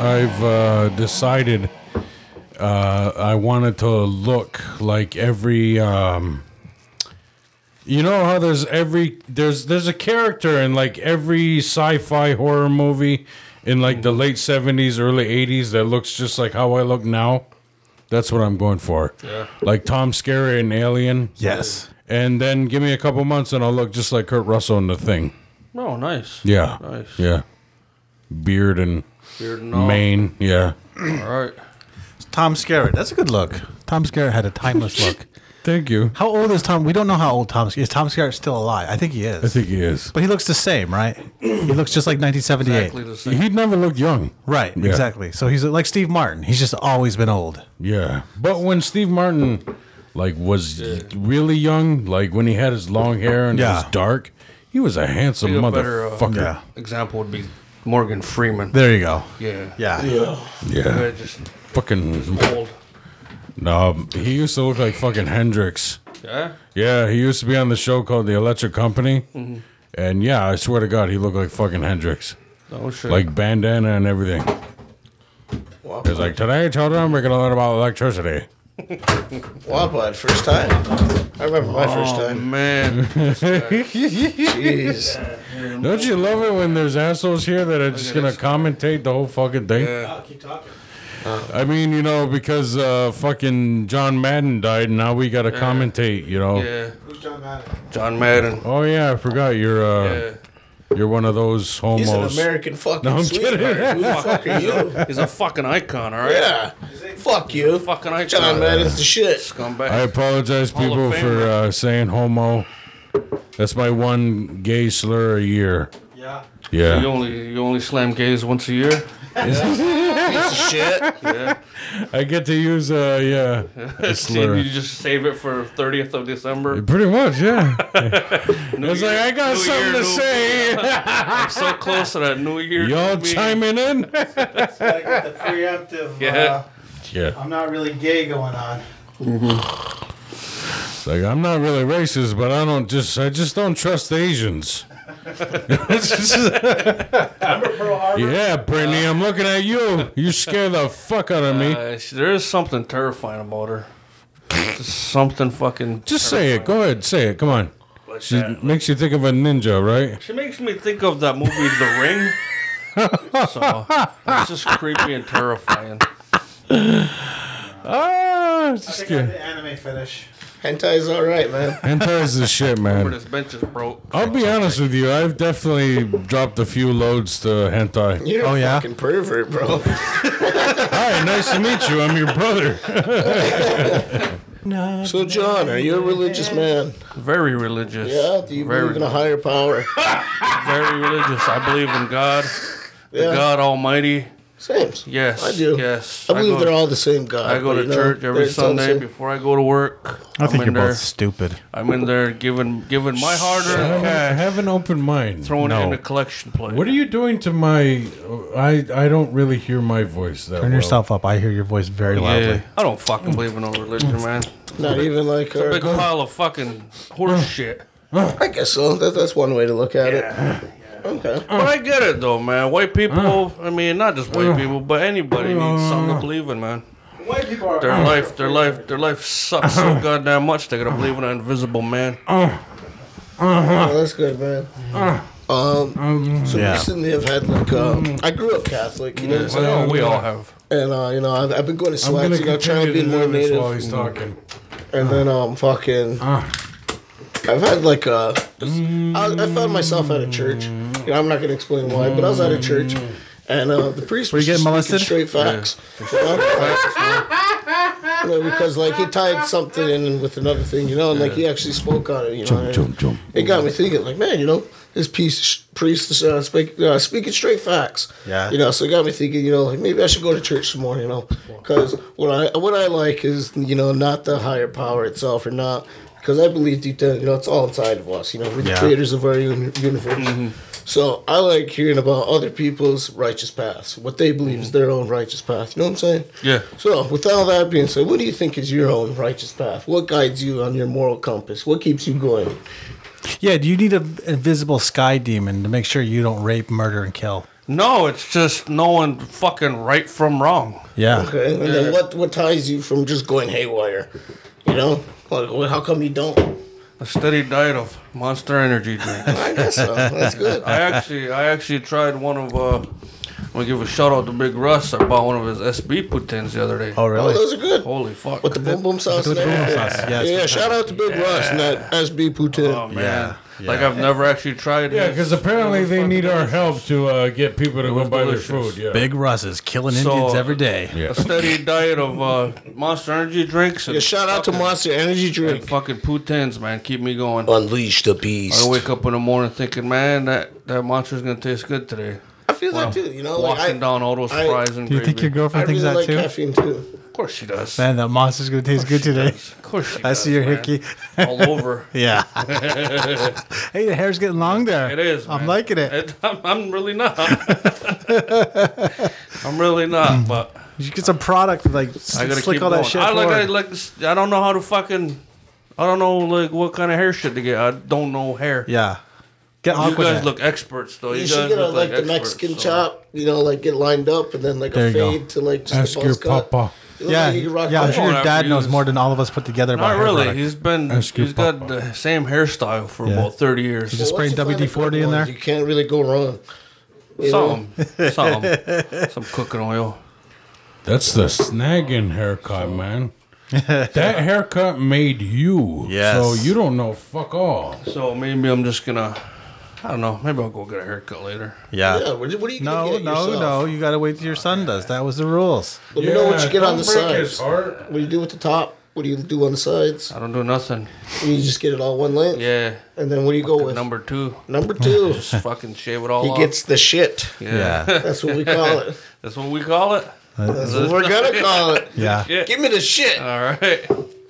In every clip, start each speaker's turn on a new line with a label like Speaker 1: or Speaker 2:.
Speaker 1: I've uh, decided uh, I wanted to look like every. Um, you know how there's every there's there's a character in like every sci-fi horror movie in like the late seventies, early eighties that looks just like how I look now. That's what I'm going for. Yeah. Like Tom Skerritt in Alien,
Speaker 2: Yes.
Speaker 1: and then give me a couple months and I'll look just like Kurt Russell in The Thing.
Speaker 3: Oh, nice.
Speaker 1: Yeah.
Speaker 3: Nice.
Speaker 1: Yeah. Beard and
Speaker 3: Beard and all.
Speaker 1: mane. Yeah.
Speaker 3: All right.
Speaker 2: Tom Skerritt. That's a good look. Tom Skerritt had a timeless look.
Speaker 1: Thank you.
Speaker 2: How old is Tom? We don't know how old Tom Skerritt is. Tom Skerritt still alive? I think he
Speaker 1: I
Speaker 2: is.
Speaker 1: think he is.
Speaker 2: But he looks the same, right? He looks just like 1978.
Speaker 3: Exactly the same.
Speaker 1: He never looked young.
Speaker 2: Right,
Speaker 1: Yeah.
Speaker 2: exactly. So he's like Steve Martin. He's just always been old.
Speaker 1: Yeah. But when Steve Martin like was really young, like when he had his long hair and it was
Speaker 2: Yeah.
Speaker 1: dark, he was a handsome
Speaker 3: Be a better, uh,
Speaker 1: motherfucker.
Speaker 3: Example would be Morgan Freeman.
Speaker 2: There you go.
Speaker 3: Yeah.
Speaker 2: Yeah.
Speaker 1: yeah.
Speaker 3: Yeah, Just
Speaker 1: Fucking
Speaker 3: old.
Speaker 1: no. He used to look like fucking Hendrix.
Speaker 3: Yeah.
Speaker 1: Yeah, he used to be on the show called The Electric Company.
Speaker 3: Mm-hmm.
Speaker 1: And yeah, I swear to God, he looked like fucking Hendrix.
Speaker 3: Oh shit.
Speaker 1: Like bandana and everything.
Speaker 4: Wow.
Speaker 1: It's like today, children, we're gonna learn about electricity.
Speaker 4: Wobble at first time. I remember my first
Speaker 3: oh
Speaker 4: time.
Speaker 3: man.
Speaker 4: Jeez.
Speaker 1: Don't you love it when there's assholes here that are just gonna commentate the whole fucking thing?
Speaker 3: Yeah.
Speaker 1: I mean, you know, because uh, fucking John Madden died, and now we gotta commentate. You know.
Speaker 3: Yeah.
Speaker 4: Who's John Madden?
Speaker 3: John Madden.
Speaker 1: Oh yeah, I forgot you're uh,
Speaker 3: Yeah.
Speaker 1: you're one of those homos.
Speaker 4: He's an American fucking
Speaker 1: No, I'm
Speaker 4: sweetheart.
Speaker 1: kidding.
Speaker 4: Who the fuck are you?
Speaker 3: He's a fucking icon. All right.
Speaker 4: Yeah. Fuck you.
Speaker 3: Fucking icon.
Speaker 4: John Madden's the shit.
Speaker 3: Scumbag.
Speaker 1: I apologize,
Speaker 3: Hall
Speaker 1: people,
Speaker 3: of
Speaker 1: for
Speaker 3: Famer.
Speaker 1: uh, saying homo. That's my one gay slur a year.
Speaker 2: Yeah.
Speaker 1: Yeah.
Speaker 3: You only you only slam gays once a year.
Speaker 4: Piece of shit.
Speaker 3: Yeah.
Speaker 1: I get to use uh yeah a
Speaker 3: Steve,
Speaker 1: slur.
Speaker 3: you just save it for 30th of December.
Speaker 1: Pretty much, yeah.
Speaker 3: New
Speaker 1: It's like
Speaker 3: year-
Speaker 1: I got
Speaker 3: new
Speaker 1: something
Speaker 3: year,
Speaker 1: to
Speaker 3: new-
Speaker 1: say.
Speaker 3: I'm so close to that New Year.
Speaker 1: Y'all
Speaker 3: new me.
Speaker 1: chiming in?
Speaker 5: I got the preemptive.
Speaker 3: Yeah.
Speaker 5: Uh,
Speaker 1: yeah.
Speaker 5: I'm not really gay going on.
Speaker 1: It's like I'm not really racist, but I don't just I just don't trust Asians.
Speaker 5: Pearl Harbor. Uh,
Speaker 1: Yeah, Brittany, I'm looking at you. You scare the fuck out of me.
Speaker 3: Uh, she- there is something terrifying about her. Just something fucking.
Speaker 1: Just say it. Go ahead, say it. Come on.
Speaker 3: like
Speaker 1: She
Speaker 3: that.
Speaker 1: makes you think of a ninja, right?
Speaker 3: She makes me think of that movie The Ring. so it's just creepy and terrifying.
Speaker 1: Ah,
Speaker 5: I
Speaker 1: just
Speaker 5: think I have
Speaker 1: kidding.
Speaker 5: the anime fetish.
Speaker 4: Hentai's alright, man.
Speaker 1: Hentai's the shit,
Speaker 3: Where
Speaker 1: man.
Speaker 3: this bench is broke.
Speaker 1: I'll be honest with you. I've definitely dropped a few loads to hentai.
Speaker 4: You're
Speaker 2: Oh,
Speaker 4: a
Speaker 2: yeah?
Speaker 4: fucking pervert, bro.
Speaker 1: Hi, nice to meet you. I'm your brother.
Speaker 4: So, John, are you a religious man?
Speaker 3: Very religious.
Speaker 4: Yeah? Do you
Speaker 3: very,
Speaker 4: believe in a higher power?
Speaker 3: very religious. I believe in God, the
Speaker 4: Yeah.
Speaker 3: God Almighty.
Speaker 4: Same.
Speaker 3: Yes,
Speaker 4: I do.
Speaker 3: yes.
Speaker 4: I
Speaker 3: I
Speaker 4: believe
Speaker 3: go-
Speaker 4: they're all the same God.
Speaker 3: I go to
Speaker 4: you know?
Speaker 3: church every
Speaker 4: They're all the
Speaker 3: Sunday
Speaker 4: same.
Speaker 3: before I go to work.
Speaker 2: I think
Speaker 3: am in
Speaker 2: you're
Speaker 3: there.
Speaker 2: both stupid.
Speaker 3: I'm in there giving giving my hard earned
Speaker 1: Okay, I have an open mind.
Speaker 3: throwing it in
Speaker 2: No.
Speaker 3: a collection plate.
Speaker 1: What are you doing to my? I I don't really hear my voice that
Speaker 2: Turn
Speaker 1: well.
Speaker 2: yourself up. I hear your voice very
Speaker 3: Yeah,
Speaker 2: loudly.
Speaker 3: I don't fucking believe in no religion, man.
Speaker 4: Not even like
Speaker 3: Big
Speaker 4: her.
Speaker 3: pile of fucking horse shit.
Speaker 4: I guess so. That, that's one way to look at it. Okay.
Speaker 3: But I get it though, man. White people, I mean, not just white people, but anybody needs something to believe in, man.
Speaker 5: White people are.
Speaker 3: Their life, their life, their life sucks so goddamn much. They gotta believe in an invisible man.
Speaker 4: Oh, that's good, man.
Speaker 1: Mm. Oh,
Speaker 4: Um, so
Speaker 2: Yeah.
Speaker 4: recently I've had like,
Speaker 1: Mm.
Speaker 4: um, I grew up Catholic, you know what I'm saying?
Speaker 3: Oh, we all have.
Speaker 4: And, uh, you know, I've, I've been going to
Speaker 1: I'm
Speaker 4: sweats,
Speaker 1: gonna
Speaker 4: you know, trying to
Speaker 1: continue
Speaker 4: be
Speaker 1: to
Speaker 4: more
Speaker 1: do this
Speaker 4: native.
Speaker 1: while he's Ah. talking.
Speaker 4: And then, um, fucking, I've had like a, I, I found myself at a church. You
Speaker 1: Mm.
Speaker 4: know, I'm not going to explain why, but I was at a church. And uh, the priest was
Speaker 2: you
Speaker 4: just
Speaker 2: getting
Speaker 4: speaking
Speaker 2: molested?
Speaker 4: straight facts. you know? You know, because like he tied something in with another thing, you know, and like he actually spoke on it, you know. and-
Speaker 1: jump.
Speaker 4: it got me thinking, like, man, you know, this piece, priest is uh, speak, uh, speaking straight facts.
Speaker 2: Yeah.
Speaker 4: You know, so it got me thinking, you know, like maybe I should go to church some more, you know, because what I what I like is you know not the higher power itself or not, because I believe deep down, you know, it's all inside of us. You know, we're the
Speaker 2: Yeah. Mm-hmm.
Speaker 4: creators of our uni- universe. So I like hearing about other people's righteous paths, what they believe
Speaker 2: Mm-hmm.
Speaker 4: is their own righteous path. You know what I'm saying?
Speaker 3: Yeah.
Speaker 4: So, with all that being said, what do you think is your own righteous path? What guides you on your moral compass? What keeps you going?
Speaker 2: Yeah. Do you need a invisible sky demon to make sure you don't rape, murder, and kill?
Speaker 3: No, it's just knowing fucking right from wrong.
Speaker 2: Yeah.
Speaker 4: Okay, and then what what ties you from just going haywire? You know, like well, how come you don't?
Speaker 3: A steady diet of Monster Energy drinks.
Speaker 4: I guess so. That's good.
Speaker 3: I actually, I actually tried one of. uh I'm gonna give a shout out to Big Russ. I bought one of his SB putins the other day.
Speaker 2: Oh,
Speaker 4: Oh,
Speaker 2: really?
Speaker 4: those are good.
Speaker 3: Holy fuck!
Speaker 4: With the boom boom sauce.
Speaker 2: With the
Speaker 4: and
Speaker 2: boom
Speaker 4: everything.
Speaker 2: sauce, yes.
Speaker 4: Yeah, shout out to Big Russ and that SB Putin.
Speaker 3: oh man,
Speaker 2: Yeah,
Speaker 3: like
Speaker 2: yeah.
Speaker 3: I've never actually tried.
Speaker 1: Yeah,
Speaker 3: his.
Speaker 1: because apparently they need our help to uh, get people to go
Speaker 3: was
Speaker 1: buy their
Speaker 3: delicious.
Speaker 1: food. Yeah.
Speaker 2: Big Russ is killing
Speaker 3: So-
Speaker 2: Indians every day.
Speaker 1: Yeah.
Speaker 3: a steady diet of uh, Monster Energy drinks. And
Speaker 4: yeah, shout out to
Speaker 3: fucking-
Speaker 4: Monster Energy
Speaker 3: and
Speaker 4: Drink.
Speaker 3: fucking putins, man. Keep me going.
Speaker 4: Unleash the beast.
Speaker 3: I wake up in the morning thinking, man, that, that monster's gonna taste good today.
Speaker 4: I feel that too. You know, like
Speaker 3: Washing
Speaker 4: I,
Speaker 3: down all those
Speaker 4: I-
Speaker 3: fries and
Speaker 6: Do you
Speaker 3: gravy.
Speaker 6: think your
Speaker 4: I
Speaker 6: girlfriend
Speaker 4: really
Speaker 6: thinks that
Speaker 4: like
Speaker 6: too?
Speaker 4: caffeine too.
Speaker 3: Of course she does.
Speaker 6: Man, that monster's gonna
Speaker 5: Oh,
Speaker 6: taste good
Speaker 3: She
Speaker 6: today.
Speaker 3: does. Of course she
Speaker 6: I
Speaker 3: does,
Speaker 6: see your
Speaker 3: man.
Speaker 6: hickey.
Speaker 3: all over.
Speaker 2: Yeah.
Speaker 6: Hey, the hair's getting long there.
Speaker 3: It is.
Speaker 6: I'm
Speaker 3: man.
Speaker 6: liking it.
Speaker 3: I'm, I'm really not. I'm really not. But
Speaker 6: You should get some product like s-
Speaker 3: I gotta
Speaker 6: slick
Speaker 3: keep
Speaker 6: all
Speaker 3: going.
Speaker 6: that shit.
Speaker 3: I like. I
Speaker 6: forward.
Speaker 3: like. This, I don't know how to fucking. I don't know like what kind of hair shit to get. I don't know hair.
Speaker 2: Yeah. Get
Speaker 3: You guys
Speaker 2: Aquanet.
Speaker 3: look experts though. You,
Speaker 4: You
Speaker 3: guys
Speaker 4: should get a,
Speaker 3: look like,
Speaker 4: like the Mexican
Speaker 3: experts, so-
Speaker 4: chop, you know, like get lined up and then like
Speaker 2: There
Speaker 4: a
Speaker 2: you go.
Speaker 4: fade to like just
Speaker 1: Ask
Speaker 4: a
Speaker 1: your
Speaker 4: buzz cut.
Speaker 1: papa.
Speaker 4: You look
Speaker 2: Yeah,
Speaker 4: like you can rock
Speaker 2: yeah. I'm
Speaker 4: that.
Speaker 2: sure your
Speaker 3: I've
Speaker 2: dad knows
Speaker 3: used-
Speaker 2: more than all of us put together about
Speaker 3: Not
Speaker 2: hair
Speaker 3: really.
Speaker 2: product.
Speaker 3: He's been.
Speaker 1: Ask your
Speaker 3: He's got
Speaker 1: papa.
Speaker 3: the same hairstyle for
Speaker 2: Yeah.
Speaker 3: about thirty years.
Speaker 2: just-
Speaker 4: Once
Speaker 2: spraying
Speaker 4: you find a
Speaker 2: WD-40
Speaker 4: good
Speaker 2: in
Speaker 4: one,
Speaker 2: there?
Speaker 4: You can't really go wrong. You know?
Speaker 3: Something, something, some cooking oil.
Speaker 1: That's the snagging haircut, man. that haircut made you.
Speaker 2: Yes.
Speaker 1: So you don't know fuck all.
Speaker 3: So maybe I'm just gonna. I don't know. Maybe I'll go get a haircut later.
Speaker 2: Yeah.
Speaker 4: Yeah, what, what are you gonna
Speaker 2: No,
Speaker 4: get
Speaker 2: no,
Speaker 4: yourself?
Speaker 2: no. You got to wait till your son does. That was the rules.
Speaker 4: Let me know what you get on the sides. What
Speaker 1: side.
Speaker 4: do you do with the top? What do you do on the sides?
Speaker 3: I don't do nothing.
Speaker 4: You just get it all one length.
Speaker 3: Yeah.
Speaker 4: And then what do you go with? Number,
Speaker 3: Number two.
Speaker 4: two.
Speaker 3: Just fucking shave it all
Speaker 4: he
Speaker 3: off.
Speaker 4: gets the shit.
Speaker 3: yeah.
Speaker 4: That's what we call it.
Speaker 3: That's what we call it.
Speaker 4: That's what we're gonna call it.
Speaker 2: Yeah.
Speaker 3: Yeah.
Speaker 4: Give me the shit.
Speaker 3: All right.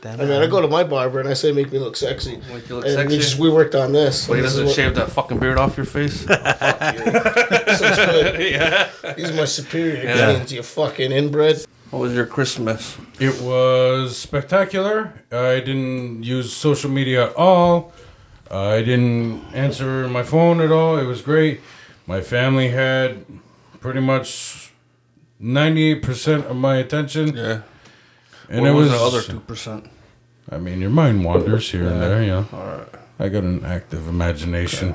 Speaker 4: I mean, I go to my barber and I say, "Make me look sexy."
Speaker 3: Make you look
Speaker 4: and
Speaker 3: sexy?
Speaker 4: We, just, we worked on this.
Speaker 3: But he
Speaker 4: And this is
Speaker 3: doesn't
Speaker 4: what-
Speaker 3: shave that fucking beard off your face.
Speaker 4: this is good. He's my superior.
Speaker 3: Yeah.
Speaker 4: He means you fucking inbred.
Speaker 3: what was your Christmas?
Speaker 1: It was spectacular. I didn't use social media at all. I didn't answer my phone at all. It was great. My family had pretty much 98% of my attention.
Speaker 3: Yeah.
Speaker 1: And
Speaker 3: And what
Speaker 1: it
Speaker 3: was,
Speaker 1: was,
Speaker 3: the other two percent?
Speaker 1: I mean, your mind wanders here and there, yeah.
Speaker 3: All right.
Speaker 1: I got an active imagination.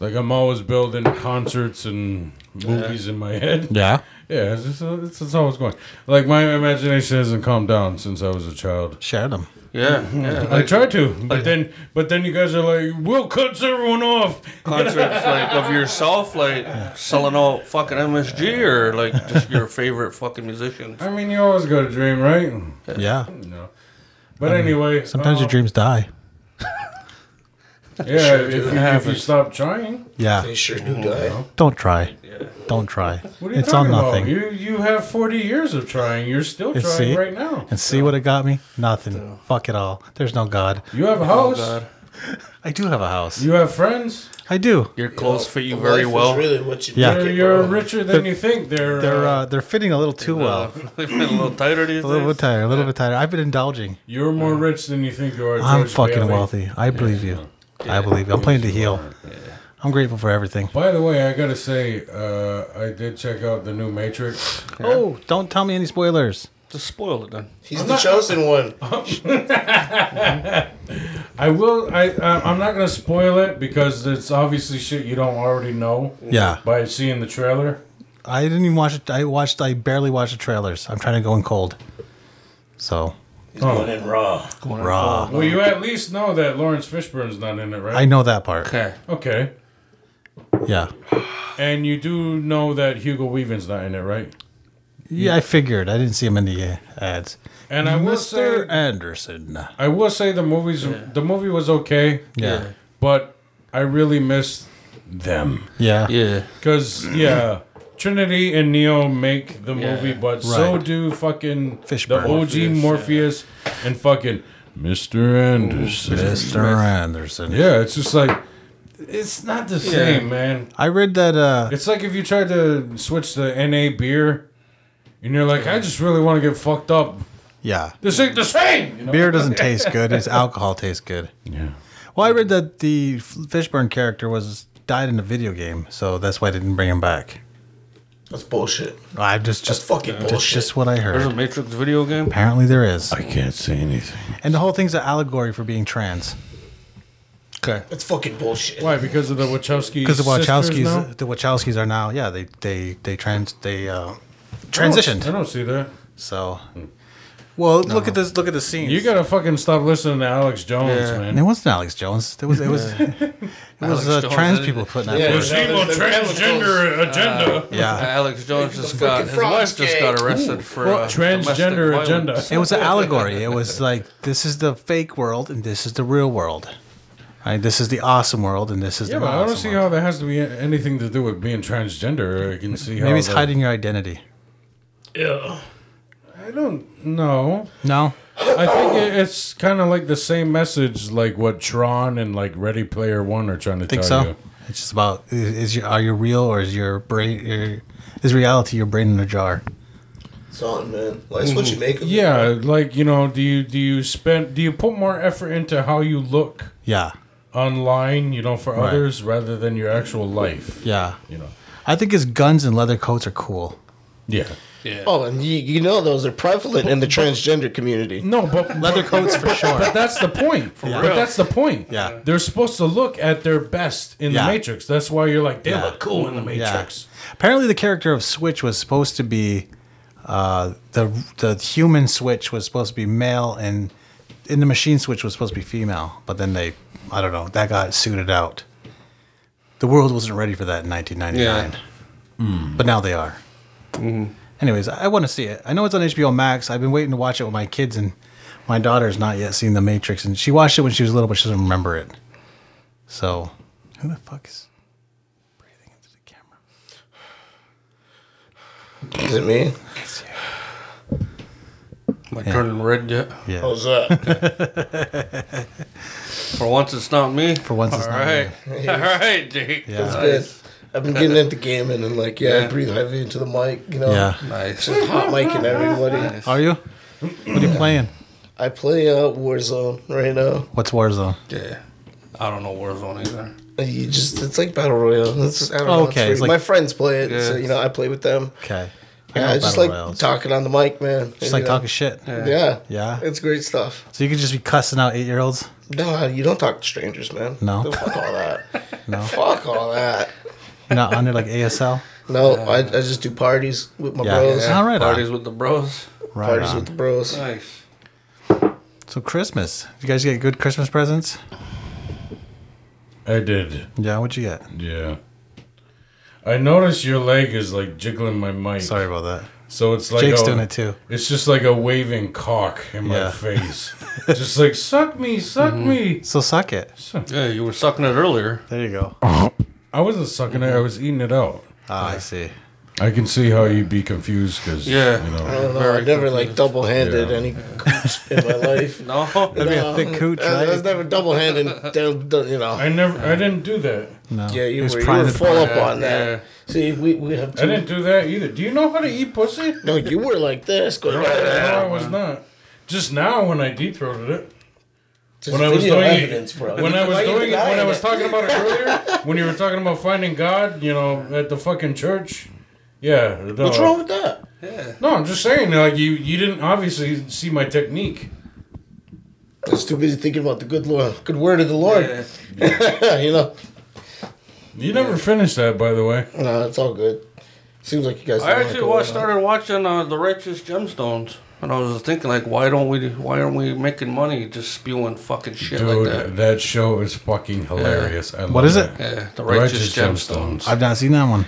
Speaker 1: Like I'm always building concerts and movies in my head.
Speaker 2: Yeah.
Speaker 1: Yeah, it's, just, it's, it's always going. Like my imagination hasn't calmed down since I was a child.
Speaker 2: Share them.
Speaker 3: Yeah. Yeah.
Speaker 1: I
Speaker 3: Like
Speaker 1: tried to, but then but then you guys are like, "We'll cut everyone off."
Speaker 3: concerts like of yourself, like selling out fucking MSG or like just your favorite fucking musicians.
Speaker 1: I mean, you always got a dream, right?
Speaker 2: Yeah.
Speaker 1: You know. But anyway,
Speaker 2: Sometimes your
Speaker 1: uh,
Speaker 2: dreams die.
Speaker 1: Yeah, if, you, if you stop trying,
Speaker 2: Yeah.
Speaker 4: They sure do die.
Speaker 2: Don't try. Don't try.
Speaker 1: what are you
Speaker 2: It's all
Speaker 1: talking about?
Speaker 2: nothing.
Speaker 1: You you have forty years of trying. You're still
Speaker 2: You
Speaker 1: trying
Speaker 2: see?
Speaker 1: right now.
Speaker 2: And see what it got me? Nothing. Fuck it all. There's no God.
Speaker 1: You have a house.
Speaker 3: Oh, God.
Speaker 2: I do have a house.
Speaker 1: you have friends.
Speaker 2: I do.
Speaker 3: Your clothes fit you
Speaker 4: Life
Speaker 3: very
Speaker 4: is
Speaker 3: well.
Speaker 4: really what you
Speaker 2: Yeah.
Speaker 4: make
Speaker 1: They're,
Speaker 4: it,
Speaker 1: you're
Speaker 4: bro.
Speaker 1: richer than you think. They're,
Speaker 2: They're
Speaker 1: uh,
Speaker 2: uh, they're fitting a little too well.
Speaker 3: They've been a little tighter these
Speaker 2: A little bit
Speaker 3: days.
Speaker 2: tighter. A little bit tighter. I've been indulging.
Speaker 1: you're more rich than you think you are.
Speaker 2: I'm
Speaker 1: George
Speaker 2: fucking
Speaker 1: Bailey.
Speaker 2: wealthy. I believe you. I believe you. I'm playing to heal. I'm grateful for everything.
Speaker 1: By the way, I gotta say, uh, I did check out the new Matrix.
Speaker 2: Oh, don't tell me any spoilers.
Speaker 3: Just spoil it then.
Speaker 4: He's the chosen one.
Speaker 1: I will. I uh, I'm not gonna spoil it because it's obviously shit you don't already know
Speaker 2: Yeah.
Speaker 1: by seeing the trailer.
Speaker 2: I didn't even watch it. I watched. I barely watched the trailers. I'm trying to go in cold. So
Speaker 4: Going in raw.
Speaker 2: raw.
Speaker 1: Well, you at least know that Lawrence Fishburne's not in it,
Speaker 2: I
Speaker 1: right?
Speaker 2: know that part.
Speaker 3: Okay.
Speaker 1: okay,
Speaker 2: Yeah.
Speaker 1: and you do know that Hugo Weaving's not in it, right?
Speaker 2: Yeah, I figured. I didn't see him in the uh, ads.
Speaker 1: And I will
Speaker 2: Mr.
Speaker 1: say,
Speaker 2: Anderson.
Speaker 1: I will say the movies. The movie was okay,
Speaker 2: Yeah.
Speaker 1: but I really missed them.
Speaker 2: Yeah.
Speaker 3: Yeah.
Speaker 1: Because, yeah, Trinity and Neo make the
Speaker 3: Yeah.
Speaker 1: movie, but so
Speaker 2: Right.
Speaker 1: do fucking the
Speaker 2: Fishburne.
Speaker 1: OG Morpheus,
Speaker 3: Morpheus,
Speaker 1: and fucking Mr. Anderson.
Speaker 2: Mr. Anderson.
Speaker 1: Yeah, it's just like, it's not the same, man.
Speaker 2: I read that. Uh,
Speaker 1: It's like if you tried to switch to NA beer and you're like, I just really want to get fucked up.
Speaker 2: yeah.
Speaker 1: This ain't the same! You know?
Speaker 2: Beer doesn't taste good. It's alcohol tastes good.
Speaker 1: Yeah.
Speaker 2: Well, I read that the F- Fishburne character was died in a video game, so that's why I didn't bring him back.
Speaker 4: That's bullshit.
Speaker 2: I just
Speaker 4: That's
Speaker 2: just
Speaker 4: fucking
Speaker 2: that's
Speaker 4: bullshit.
Speaker 2: just what I
Speaker 3: There's a
Speaker 2: heard.
Speaker 3: Matrix video game.
Speaker 2: Apparently there is,
Speaker 1: I can't say anything.
Speaker 2: and the whole thing's an allegory for being trans
Speaker 3: Okay.
Speaker 4: That's fucking bullshit.
Speaker 1: Why? Because of the Wachowski.
Speaker 2: because the
Speaker 1: sisters now?
Speaker 2: Wachowskis the Wachowskis are now yeah they they they trans they uh, transitioned
Speaker 1: I don't see that.
Speaker 2: so. Well, look at this. Look at the scene.
Speaker 1: You gotta fucking stop listening to Alex Jones,
Speaker 2: And it
Speaker 1: man.
Speaker 2: wasn't Alex Jones. It was it was it was uh,
Speaker 3: Jones,
Speaker 2: trans
Speaker 3: isn't
Speaker 2: people
Speaker 3: it?
Speaker 2: putting that
Speaker 4: Yeah.
Speaker 2: forward.
Speaker 1: evil transgender agenda.
Speaker 2: Yeah.
Speaker 3: Alex Jones just
Speaker 4: fucking
Speaker 3: got his
Speaker 4: frog's
Speaker 3: wife just
Speaker 4: gay.
Speaker 3: got arrested for uh,
Speaker 1: transgender
Speaker 3: domestic
Speaker 1: agenda.
Speaker 3: violence.
Speaker 2: It was an allegory. It was like this is the fake world and this is the real world. Right? This is the awesome world and this is
Speaker 1: Yeah,
Speaker 2: the
Speaker 1: but
Speaker 2: not
Speaker 1: I don't
Speaker 2: awesome
Speaker 1: see
Speaker 2: world.
Speaker 1: how that has to be anything to do with being transgender. I can see how
Speaker 2: Maybe it's
Speaker 1: the-
Speaker 2: hiding your identity.
Speaker 1: I don't know.
Speaker 2: No,
Speaker 1: I think it- it's kind of like the same message, like what Tron and like Ready Player One are trying to
Speaker 2: think
Speaker 1: tell
Speaker 2: so.
Speaker 1: you.
Speaker 2: It's just about is, is your are you real or is your brain your, is reality your brain in a jar?
Speaker 4: Something, man. Like, that's what you make of it.
Speaker 1: Yeah, like you know, do you do you spend do you put more effort into how you look
Speaker 2: Yeah,
Speaker 1: online, you know, for
Speaker 2: Right.
Speaker 1: others rather than your actual life?
Speaker 2: yeah.
Speaker 1: You know.
Speaker 2: I think his guns and leather coats are cool.
Speaker 1: Yeah.
Speaker 4: Oh, and you, you know those are prevalent in the transgender community.
Speaker 1: No, but
Speaker 2: Leather coats for sure.
Speaker 1: But that's the point. But
Speaker 3: real.
Speaker 1: that's the point.
Speaker 2: Yeah.
Speaker 1: They're supposed to look at their best in
Speaker 2: Yeah.
Speaker 1: the Matrix. That's why you're like, they
Speaker 2: Yeah.
Speaker 1: look cool in the
Speaker 2: Yeah.
Speaker 1: Matrix.
Speaker 2: Apparently, the character of Switch was supposed to be uh, the the human Switch was supposed to be male, and in the machine Switch was supposed to be female. But then they, I don't know, that got suited out. The world wasn't ready for that in 1999, but now they are. Anyways, I want to see it. I know it's on HBO Max. I've been waiting to watch it with my kids, and my daughter's not yet seen The Matrix, and she watched it when she was little, but she doesn't remember it. So, who the fuck is breathing into the camera?
Speaker 4: Is it me?
Speaker 3: Am I turning red yet?
Speaker 2: Yeah.
Speaker 4: How's that?
Speaker 3: For once, it's not me.
Speaker 2: For once, it's
Speaker 3: All
Speaker 2: not
Speaker 3: right.
Speaker 2: me.
Speaker 3: All right, Jake.
Speaker 4: That's good. I've been getting into gaming and like, yeah, I
Speaker 3: Yeah.
Speaker 4: breathe heavy into the mic, you know,
Speaker 2: Yeah.
Speaker 3: Nice.
Speaker 4: hot micing everybody.
Speaker 2: Are you? What are you playing?
Speaker 4: I play uh, Warzone right now.
Speaker 2: What's Warzone?
Speaker 3: Yeah. I don't know Warzone either.
Speaker 4: You just, it's like battle royale. It's just, I don't know, it's
Speaker 2: Okay, it's
Speaker 4: weird.
Speaker 2: like-
Speaker 4: my friends play it, so
Speaker 3: Yeah.
Speaker 4: you know I play with them.
Speaker 2: Okay.
Speaker 4: Yeah, I just like
Speaker 2: talk,
Speaker 4: talking on the mic, man.
Speaker 2: just
Speaker 4: You
Speaker 2: like
Speaker 4: know?
Speaker 2: talking shit.
Speaker 4: Yeah,
Speaker 2: Yeah?
Speaker 4: it's great stuff.
Speaker 2: So you could just be cussing out eight year olds.
Speaker 4: No, you don't talk to strangers, man.
Speaker 2: No.
Speaker 4: Don't fuck all that.
Speaker 2: No.
Speaker 4: fuck all that.
Speaker 2: You're not under like ASL.
Speaker 4: No, I, I just do parties with my
Speaker 2: Yeah.
Speaker 4: bros.
Speaker 2: Yeah. All right, on.
Speaker 3: Parties with the bros.
Speaker 2: Right.
Speaker 4: Parties
Speaker 2: on.
Speaker 4: with the bros.
Speaker 3: Nice.
Speaker 2: So Christmas. Did you guys get good Christmas presents?
Speaker 1: I did.
Speaker 2: Yeah. What'd you get?
Speaker 1: Yeah. I noticed your leg is like jiggling my mic.
Speaker 2: Sorry about that. oh.
Speaker 1: So it's like
Speaker 2: Jake's
Speaker 1: a-
Speaker 2: doing it too.
Speaker 1: It's just like a waving cock in my
Speaker 2: Yeah. Mm-hmm.
Speaker 1: face. just like suck me, suck me.
Speaker 2: So suck it.
Speaker 3: Yeah, you were sucking it earlier.
Speaker 2: There you go.
Speaker 1: I wasn't sucking it, I was eating it out.
Speaker 2: Ah, I see.
Speaker 1: I can see how you'd be confused because
Speaker 3: Yeah.
Speaker 1: you know,
Speaker 4: I don't know. I never like double handed
Speaker 1: Yeah.
Speaker 4: any cooch in my life.
Speaker 3: No.
Speaker 4: That'd
Speaker 2: be a thick cooch,
Speaker 4: I, I was
Speaker 2: right?
Speaker 4: never double handed. You know.
Speaker 1: I never I didn't do that.
Speaker 2: No.
Speaker 4: Yeah,
Speaker 2: He
Speaker 4: you
Speaker 2: was
Speaker 4: were, you
Speaker 2: prying
Speaker 4: were
Speaker 2: the-
Speaker 4: full up
Speaker 3: Yeah,
Speaker 4: on that. See, we, we have
Speaker 1: I
Speaker 4: two.
Speaker 1: didn't do that either. Do you know how to eat pussy?
Speaker 4: No, you were like this. Going,
Speaker 1: No, I was not. Just now when I deep throated it.
Speaker 4: Just
Speaker 1: When I was
Speaker 4: video
Speaker 1: doing
Speaker 4: evidence, bro.
Speaker 1: when I was
Speaker 4: Why you
Speaker 1: doing it, when
Speaker 4: denying
Speaker 1: I was
Speaker 4: it?
Speaker 1: talking about it earlier, when you were talking about finding God, you know, at the fucking church. Yeah. no.
Speaker 4: What's wrong with that?
Speaker 1: No, I'm just saying, like you, you didn't obviously see my technique.
Speaker 4: I was too busy thinking about the good Lord, good word of the Lord. you know.
Speaker 1: You never finished that, by the way.
Speaker 4: No, it's all good. Seems like you guys.
Speaker 3: I
Speaker 4: don't
Speaker 3: actually
Speaker 4: like
Speaker 3: watched,
Speaker 4: it.
Speaker 3: started watching uh, The Righteous Gemstones, and I was thinking like, why don't we? Why aren't we making money just spewing fucking shit
Speaker 1: Dude,
Speaker 3: like that?
Speaker 1: that. show is fucking hilarious. I love
Speaker 2: What is it?
Speaker 1: that.
Speaker 3: Yeah, The
Speaker 1: Righteous
Speaker 3: Righteous, Gemstones.
Speaker 1: Gemstones.
Speaker 2: I've not seen that one.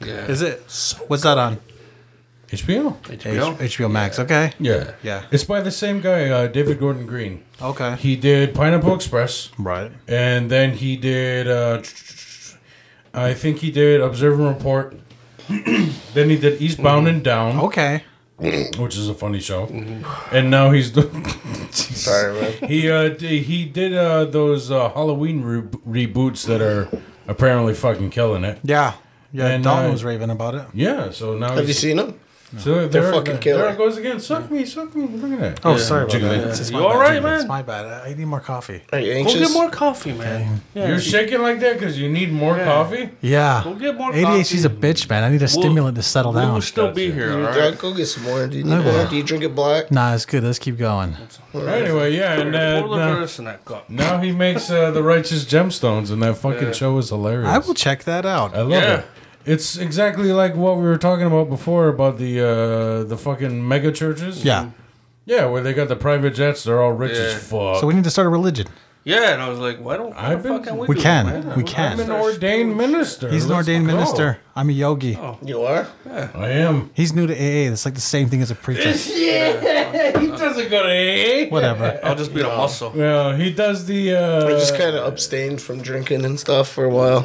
Speaker 3: Yeah,
Speaker 2: Is it? What's that on?
Speaker 1: HBO.
Speaker 2: H-
Speaker 3: HBO?
Speaker 2: HBO Max. Okay.
Speaker 1: Yeah,
Speaker 2: Yeah.
Speaker 1: It's by the same guy, uh, David Gordon Green.
Speaker 2: Okay.
Speaker 1: He did Pineapple Express,
Speaker 2: Right.
Speaker 1: and then he did. Uh, I think he did Observe and Report. then he did Eastbound and Down,
Speaker 2: Okay.
Speaker 1: which is a funny show. And now he's doing.
Speaker 4: Sorry, man.
Speaker 1: He uh, d- he did uh, those uh, Halloween re- reboots that are apparently fucking killing it.
Speaker 2: Yeah. Yeah.
Speaker 1: And,
Speaker 2: Dalton
Speaker 1: uh,
Speaker 2: was raving about it.
Speaker 1: Yeah, so now
Speaker 4: Have you
Speaker 1: he's-
Speaker 4: seen him?
Speaker 1: So they're,
Speaker 4: fucking
Speaker 1: there
Speaker 4: killer.
Speaker 1: it goes again. Suck me, suck me. Look at that.
Speaker 2: Oh, sorry about
Speaker 1: Jiggly.
Speaker 2: that. It's- it's
Speaker 3: You
Speaker 2: my
Speaker 3: all
Speaker 2: bad,
Speaker 3: right,
Speaker 2: Jiggly.
Speaker 3: man?
Speaker 2: It's my bad. I I need more coffee.
Speaker 4: Are you
Speaker 3: Go
Speaker 4: anxious?
Speaker 3: get more coffee, man. Yeah,
Speaker 1: You're shaking like that because you need more coffee.
Speaker 2: Yeah.
Speaker 3: Go get more
Speaker 2: ADHD's a
Speaker 3: coffee.
Speaker 2: bitch, man. I need a stimulant to settle
Speaker 3: We will
Speaker 2: down.
Speaker 3: still be here, all
Speaker 4: You
Speaker 3: right?
Speaker 4: drunk? Go get some more. Do you
Speaker 2: I
Speaker 4: need
Speaker 2: will.
Speaker 4: more? Do you drink it black?
Speaker 2: Nah, it's good. Let's keep going.
Speaker 1: Anyway, yeah, and uh,
Speaker 3: We'll look at
Speaker 1: now,
Speaker 3: this in that cup.
Speaker 1: now he makes uh, the righteous gemstones, and that fucking
Speaker 3: Yeah.
Speaker 1: show is hilarious.
Speaker 2: I will check that out.
Speaker 1: I love
Speaker 3: Yeah.
Speaker 1: it. It's exactly like what we were talking about before about the uh, the fucking mega churches.
Speaker 2: Yeah.
Speaker 1: yeah, where they got the private jets. They're all rich as
Speaker 3: Yeah.
Speaker 1: fuck.
Speaker 2: So we need to start a religion.
Speaker 3: Yeah, and I was like, why don't why
Speaker 1: I've
Speaker 3: the
Speaker 1: been-
Speaker 3: fuck can we,
Speaker 2: We
Speaker 3: do
Speaker 2: can.
Speaker 3: that, man?
Speaker 2: We
Speaker 3: Why
Speaker 2: can.
Speaker 1: I'm an
Speaker 3: start
Speaker 1: ordained minister.
Speaker 2: He's an
Speaker 1: Let's
Speaker 2: ordained
Speaker 1: go.
Speaker 2: minister. I'm a yogi.
Speaker 4: You are?
Speaker 1: I am.
Speaker 2: He's new to AA. It's like the same thing as a preacher.
Speaker 1: Yeah, he doesn't go to AA.
Speaker 2: Whatever.
Speaker 3: I'll just be the muscle.
Speaker 1: Well, he does the. Uh,
Speaker 4: I just kind of abstained from drinking and stuff for a while.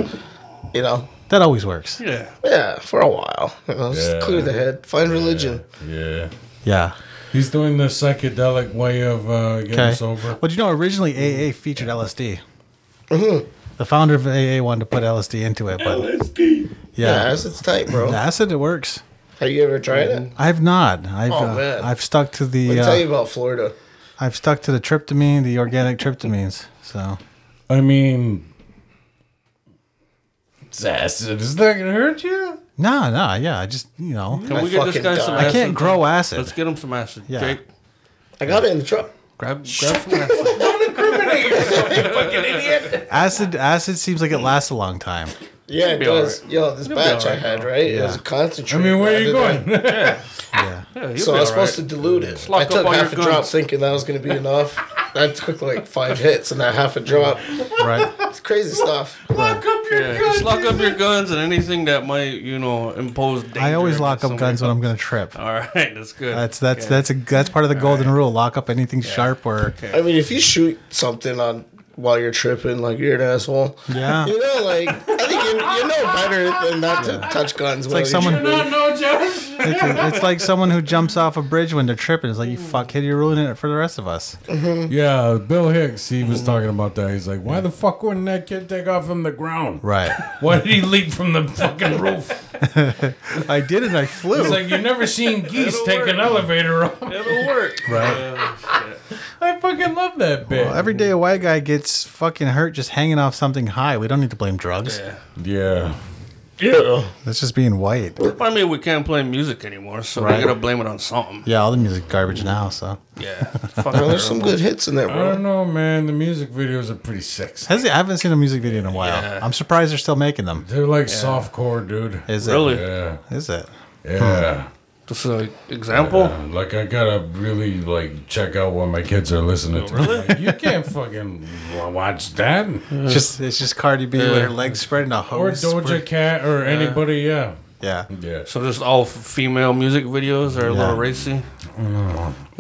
Speaker 4: You know?
Speaker 2: That always works.
Speaker 3: Yeah.
Speaker 4: Yeah, for a while. You know, just
Speaker 1: Yeah.
Speaker 4: clear the head. Find religion.
Speaker 1: yeah.
Speaker 2: Yeah.
Speaker 1: He's doing the psychedelic way of uh, getting
Speaker 2: Okay.
Speaker 1: sober.
Speaker 2: But you know, originally AA featured LSD. The founder of AA wanted to put LSD into it, but
Speaker 4: Yeah,
Speaker 2: yeah,
Speaker 4: that's it's tight, bro.
Speaker 2: acid it works.
Speaker 4: Have you ever tried it?
Speaker 2: I've not. I've
Speaker 4: Oh,
Speaker 2: uh,
Speaker 4: man.
Speaker 2: I've stuck to
Speaker 4: Let
Speaker 2: the
Speaker 4: me
Speaker 2: uh,
Speaker 4: tell you about Florida.
Speaker 2: I've stuck to the tryptamine, the organic tryptamines. So
Speaker 1: I mean, it's acid. Is that gonna hurt you?
Speaker 2: no, no, yeah, I just you know
Speaker 3: Can
Speaker 4: I
Speaker 3: we get this
Speaker 4: fucking
Speaker 3: guy some
Speaker 4: die.
Speaker 2: I
Speaker 3: acid?
Speaker 2: can't grow
Speaker 3: Let's
Speaker 2: acid.
Speaker 3: get him some acid.
Speaker 2: Yeah.
Speaker 3: Jake,
Speaker 4: I got it in the truck.
Speaker 3: grab, grab some acid.
Speaker 2: Acid acid seems like it lasts a long time.
Speaker 4: Yeah, it
Speaker 3: be all
Speaker 4: does. Yo, this batch I
Speaker 3: alright,
Speaker 4: had, right? It was a
Speaker 1: I
Speaker 4: concentrate.
Speaker 1: mean, where are you
Speaker 4: rather than-
Speaker 1: going?
Speaker 2: Yeah,
Speaker 3: Yeah,
Speaker 4: So I was supposed to dilute it.
Speaker 3: Slock
Speaker 4: I
Speaker 3: up
Speaker 4: took
Speaker 3: all
Speaker 4: half a
Speaker 3: your
Speaker 4: drop
Speaker 3: guns.
Speaker 4: thinking that was going to be enough. I took like five hits and that half a drop.
Speaker 2: right.
Speaker 4: It's crazy stuff.
Speaker 3: Yeah, just lock up your guns and anything that might, you know, impose danger.
Speaker 2: I always lock
Speaker 3: against
Speaker 2: up guns when
Speaker 3: somebody
Speaker 2: I'm gonna trip.
Speaker 3: else. All right, that's good.
Speaker 2: That's that's that's a that's part of the golden rule. Lock up anything sharp or
Speaker 4: I mean, if you shoot something on while you're tripping, like you're an asshole.
Speaker 2: yeah.
Speaker 4: You know, like I think you, you know better than not to touch guns. It's
Speaker 2: like someone-
Speaker 1: no, Josh.
Speaker 2: It's, it's like someone who jumps off a bridge when they're tripping. It's like you fuck kid, you're ruining it for the rest of us.
Speaker 1: Yeah, Bill Hicks. He was talking about that. He's like, why the fuck wouldn't that kid take off from the ground?
Speaker 2: Right.
Speaker 1: Why did he leap from the fucking roof?
Speaker 2: I did it. I flew.
Speaker 1: It's like you've never seen geese
Speaker 3: It'll
Speaker 1: take an
Speaker 3: work.
Speaker 1: elevator off.
Speaker 3: It'll work. Right.
Speaker 1: I fucking love that bit.
Speaker 2: Every day a white guy gets fucking hurt just hanging off something high. We don't need to blame drugs.
Speaker 3: yeah.
Speaker 1: yeah.
Speaker 4: yeah.
Speaker 2: That's just being white.
Speaker 3: But I mean, we can't play music anymore, so we gotta blame it on something.
Speaker 2: Yeah, all the music garbage now. So
Speaker 3: Yeah. Fuck
Speaker 4: Well, there's some good hits in there,
Speaker 1: I
Speaker 4: bro.
Speaker 1: don't know, man. The music videos are pretty sexy.
Speaker 2: Has I haven't seen a music video in a while.
Speaker 3: Yeah.
Speaker 2: I'm surprised they're still making them.
Speaker 1: They're like softcore, dude.
Speaker 2: Is it?
Speaker 3: Really?
Speaker 1: Yeah.
Speaker 2: Is it?
Speaker 1: Yeah.
Speaker 3: Just an example.
Speaker 1: Uh, like I gotta really like check out what my kids are listening to. Like, you can't fucking wa- watch that
Speaker 2: It's just it's just Cardi B with her legs spread and a
Speaker 1: or
Speaker 2: hose.
Speaker 1: Doja
Speaker 2: spread-
Speaker 1: Cat or anybody. Yeah,
Speaker 2: Yeah,
Speaker 1: yeah.
Speaker 3: So just all f- female music videos are a
Speaker 2: Yeah. Mm-hmm.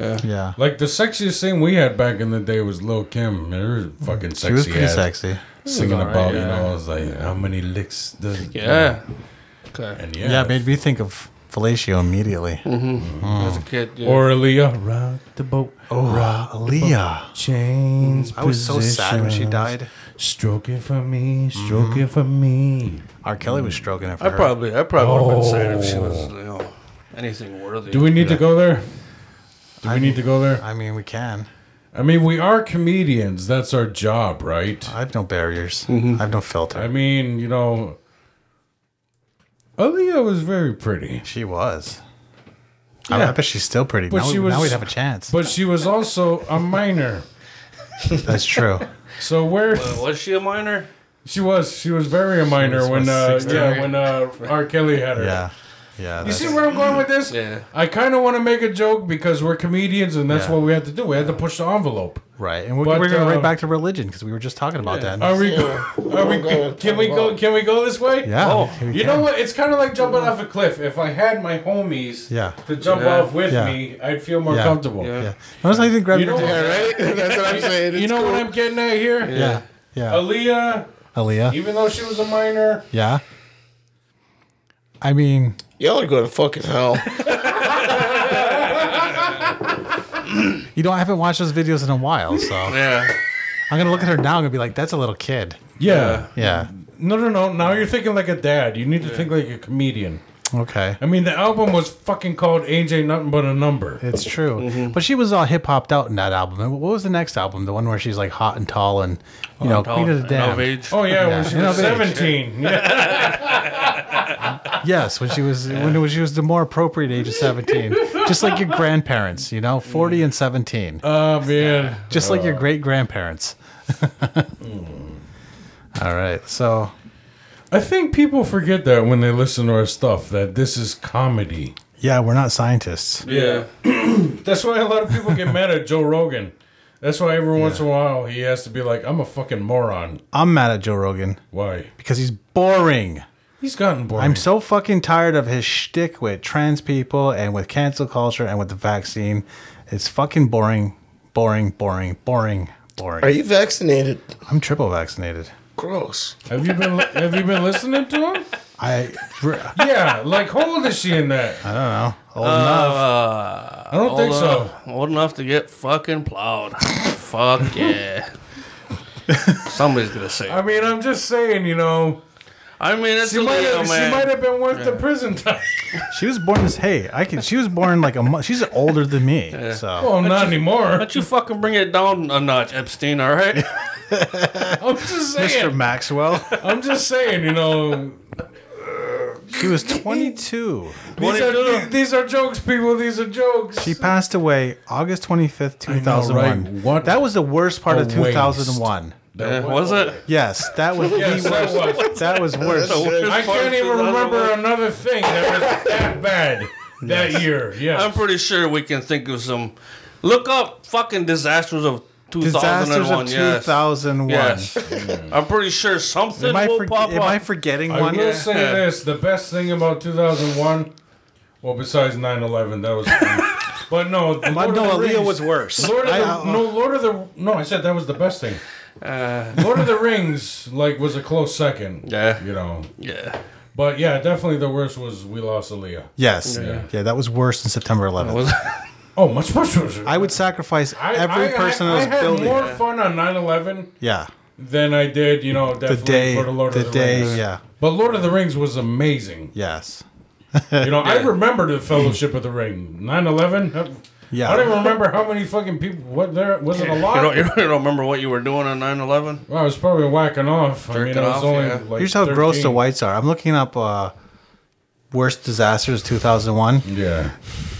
Speaker 3: little racy.
Speaker 2: yeah.
Speaker 1: Like the sexiest thing we had back in the day was Lil Kim. Her fucking sexy
Speaker 2: Mm. She was pretty
Speaker 1: ass
Speaker 2: sexy.
Speaker 1: singing
Speaker 3: alright,
Speaker 1: about you
Speaker 3: yeah.
Speaker 1: know. I was like, how many licks does
Speaker 3: Yeah. Okay.
Speaker 1: And
Speaker 2: Yeah,
Speaker 1: yeah,
Speaker 2: yeah it made me think of fellatio immediately.
Speaker 3: As a kid, yeah.
Speaker 1: or Aaliyah, rock the boat,
Speaker 2: Oh, uh, Aaliyah.
Speaker 1: chains.
Speaker 2: I was so sad when she
Speaker 1: positions.
Speaker 2: died.
Speaker 1: Stroke it for me, stroke it for me.
Speaker 2: R. Kelly was stroking it for
Speaker 3: I
Speaker 2: her.
Speaker 3: probably, I probably would have been sad if she was, you know, anything worthy.
Speaker 1: Do we need to go there? Do we need to go there?
Speaker 2: I mean, we can.
Speaker 1: I mean, we are comedians. That's our job, right?
Speaker 2: I have no barriers. I have no filter.
Speaker 1: I mean, you know, Aaliyah was very pretty,
Speaker 2: she was. I, I bet she's still pretty.
Speaker 1: But
Speaker 2: now,
Speaker 1: she
Speaker 2: we, now
Speaker 1: was-
Speaker 2: we'd have a chance.
Speaker 1: but she was also a minor.
Speaker 2: That's true.
Speaker 1: So where
Speaker 3: Was she a minor?
Speaker 1: she was, she was very a minor
Speaker 2: was,
Speaker 1: when,
Speaker 2: what,
Speaker 1: uh,
Speaker 2: 16?
Speaker 1: yeah, when uh, R. Kelly had her.
Speaker 2: Yeah. Yeah.
Speaker 1: You
Speaker 2: that's-
Speaker 1: see where I'm going with this?
Speaker 3: Yeah.
Speaker 1: I kind of want to make a joke because we're comedians, and that's
Speaker 2: Yeah.
Speaker 1: what we had to do. We had to push the envelope.
Speaker 2: right. And we're,
Speaker 1: But,
Speaker 2: we're going
Speaker 1: uh,
Speaker 2: right back to religion because we were just talking about that.
Speaker 1: Are we? Are we?
Speaker 4: gonna
Speaker 1: Can we go? Can we go this way?
Speaker 2: yeah.
Speaker 3: Oh,
Speaker 2: we
Speaker 1: You
Speaker 2: can.
Speaker 1: know what? It's kind of like jumping off a cliff. If I had my homies
Speaker 2: Yeah.
Speaker 1: to jump
Speaker 3: Yeah.
Speaker 1: off with
Speaker 2: Yeah.
Speaker 1: me, I'd feel more
Speaker 2: Yeah.
Speaker 1: comfortable.
Speaker 3: Yeah.
Speaker 2: Yeah. Notice I didn't grab
Speaker 1: You know
Speaker 2: your.
Speaker 1: what?
Speaker 4: Yeah, right? That's what I'm saying.
Speaker 1: You
Speaker 4: It's
Speaker 1: know
Speaker 4: cool.
Speaker 1: what I'm getting at here?
Speaker 2: yeah. Yeah.
Speaker 1: Oh. Aaliyah,
Speaker 2: Aaliyah.
Speaker 1: even though she was a minor,
Speaker 2: Yeah. I mean,
Speaker 4: Y'all are going to fucking hell.
Speaker 2: you know, I haven't watched those videos in a while, so I'm
Speaker 3: Yeah.
Speaker 2: gonna look at her now and be like, "That's a little kid."
Speaker 1: yeah.
Speaker 2: Yeah.
Speaker 1: No, no, no. Now you're thinking like a dad. You need to think like a comedian.
Speaker 2: Okay.
Speaker 1: I mean, the album was fucking called "Ain't Ain't Nothing But a Number."
Speaker 2: It's true. But she was all hip hopped out in that album. And What was the next album? The one where she's like hot and tall and you know,
Speaker 3: Tall
Speaker 2: queen of the
Speaker 3: and of
Speaker 2: damned.
Speaker 3: age.
Speaker 1: Oh yeah, when she
Speaker 2: Yeah.
Speaker 1: was
Speaker 2: Yeah.
Speaker 1: seventeen. Yeah.
Speaker 2: Yes, when she was when she was the more appropriate age of seventeen. Just like your grandparents, you know, forty and seventeen.
Speaker 1: Oh man.
Speaker 2: Just like your great grandparents. All right. So
Speaker 1: I think people forget that when they listen to our stuff that this is comedy.
Speaker 2: yeah, we're not scientists.
Speaker 3: Yeah.
Speaker 1: That's why a lot of people get mad at Joe Rogan. That's why every once in a while he has to be like, "I'm a fucking moron."
Speaker 2: I'm mad at Joe Rogan
Speaker 1: Why?
Speaker 2: because he's boring.
Speaker 1: He's gotten boring.
Speaker 2: I'm so fucking tired of his shtick with trans people and with cancel culture and with the vaccine. It's fucking boring, boring, boring, boring, boring.
Speaker 4: Are you vaccinated?
Speaker 2: I'm triple vaccinated.
Speaker 4: Gross.
Speaker 1: have you been Have you been listening to him?
Speaker 2: I
Speaker 1: Yeah. Like, how old is she in that?
Speaker 2: Uh, old
Speaker 1: Uh,
Speaker 2: enough.
Speaker 1: I don't think so.
Speaker 3: Uh, Old enough to get fucking plowed. Fuck yeah. Somebody's gonna say.
Speaker 1: I
Speaker 3: it.
Speaker 1: mean, I'm just saying, you know,
Speaker 3: I mean, it's
Speaker 1: she might
Speaker 3: illegal,
Speaker 1: have, she might
Speaker 3: man.
Speaker 1: have been worth the prison time.
Speaker 2: She was born as hey. I can. She was born like a month. She's older than me. So
Speaker 1: Well, not anymore.
Speaker 3: Don't you fucking bring it down a notch, Epstein. All right.
Speaker 1: I'm just
Speaker 2: Mr.
Speaker 1: saying.
Speaker 2: Maxwell,
Speaker 1: I'm just saying, you know.
Speaker 2: she was 22.
Speaker 1: These are,
Speaker 3: 22.
Speaker 1: these are jokes, people. These are jokes.
Speaker 2: She passed away August 25th,
Speaker 1: know,
Speaker 2: 2001.
Speaker 1: right? What
Speaker 2: That was the worst part
Speaker 1: a
Speaker 2: of 2001.
Speaker 3: Yeah, was it?
Speaker 2: Yes, that was
Speaker 1: Yes,
Speaker 2: the
Speaker 1: that
Speaker 2: worst.
Speaker 1: was.
Speaker 2: That was worse.
Speaker 1: I can't even remember another thing that was that bad that year. Yes.
Speaker 3: I'm pretty sure we can think of some. Look up fucking disasters of 2001.
Speaker 2: Disasters of
Speaker 3: yes.
Speaker 2: 2001.
Speaker 3: Yes. I'm pretty sure something
Speaker 2: Am I,
Speaker 3: will
Speaker 2: forg-
Speaker 3: pop
Speaker 2: am
Speaker 3: up.
Speaker 2: I forgetting
Speaker 1: I
Speaker 2: one?
Speaker 1: will say this: the best thing about 2001, well, besides 9/11, that was. but no, the
Speaker 2: My,
Speaker 1: Lord of
Speaker 2: no,
Speaker 1: the
Speaker 2: Aaliyah
Speaker 1: Rings-
Speaker 2: was worse.
Speaker 1: Lord of
Speaker 2: I-
Speaker 1: the,
Speaker 2: I- Uh.
Speaker 1: no, Lord of the no. I said that was the best thing. Lord of the Rings, like, was a close second.
Speaker 3: Yeah.
Speaker 1: you know.
Speaker 3: yeah.
Speaker 1: But yeah, definitely the worst was we lost Aaliyah.
Speaker 2: Yes. Yeah. that was worse than September 11th.
Speaker 3: Was-
Speaker 1: Oh, much much worse.
Speaker 2: I would sacrifice every person
Speaker 1: I,
Speaker 2: in this
Speaker 1: had
Speaker 2: building.
Speaker 1: more fun on 9/11
Speaker 2: yeah.
Speaker 1: than I did, you know, definitely
Speaker 2: The day.
Speaker 1: for the Lord
Speaker 2: The,
Speaker 1: of the
Speaker 2: day.
Speaker 1: Rings.
Speaker 2: Yeah.
Speaker 1: But Lord of the Rings was amazing.
Speaker 2: Yes.
Speaker 1: You know, I remember the Fellowship of the Ring. 9/11.
Speaker 2: Yeah.
Speaker 1: I don't even remember how many fucking people. What there was it a
Speaker 3: You
Speaker 1: lot?
Speaker 3: don't, you don't remember what you were doing on 9 11?
Speaker 1: well, I was probably whacking off. I mean,
Speaker 3: Jerking
Speaker 1: I was
Speaker 3: off,
Speaker 1: only
Speaker 3: yeah.
Speaker 1: like.
Speaker 2: Here's how gross the
Speaker 1: 13.
Speaker 2: whites are. I'm looking up uh, worst disasters 2001.
Speaker 1: Yeah.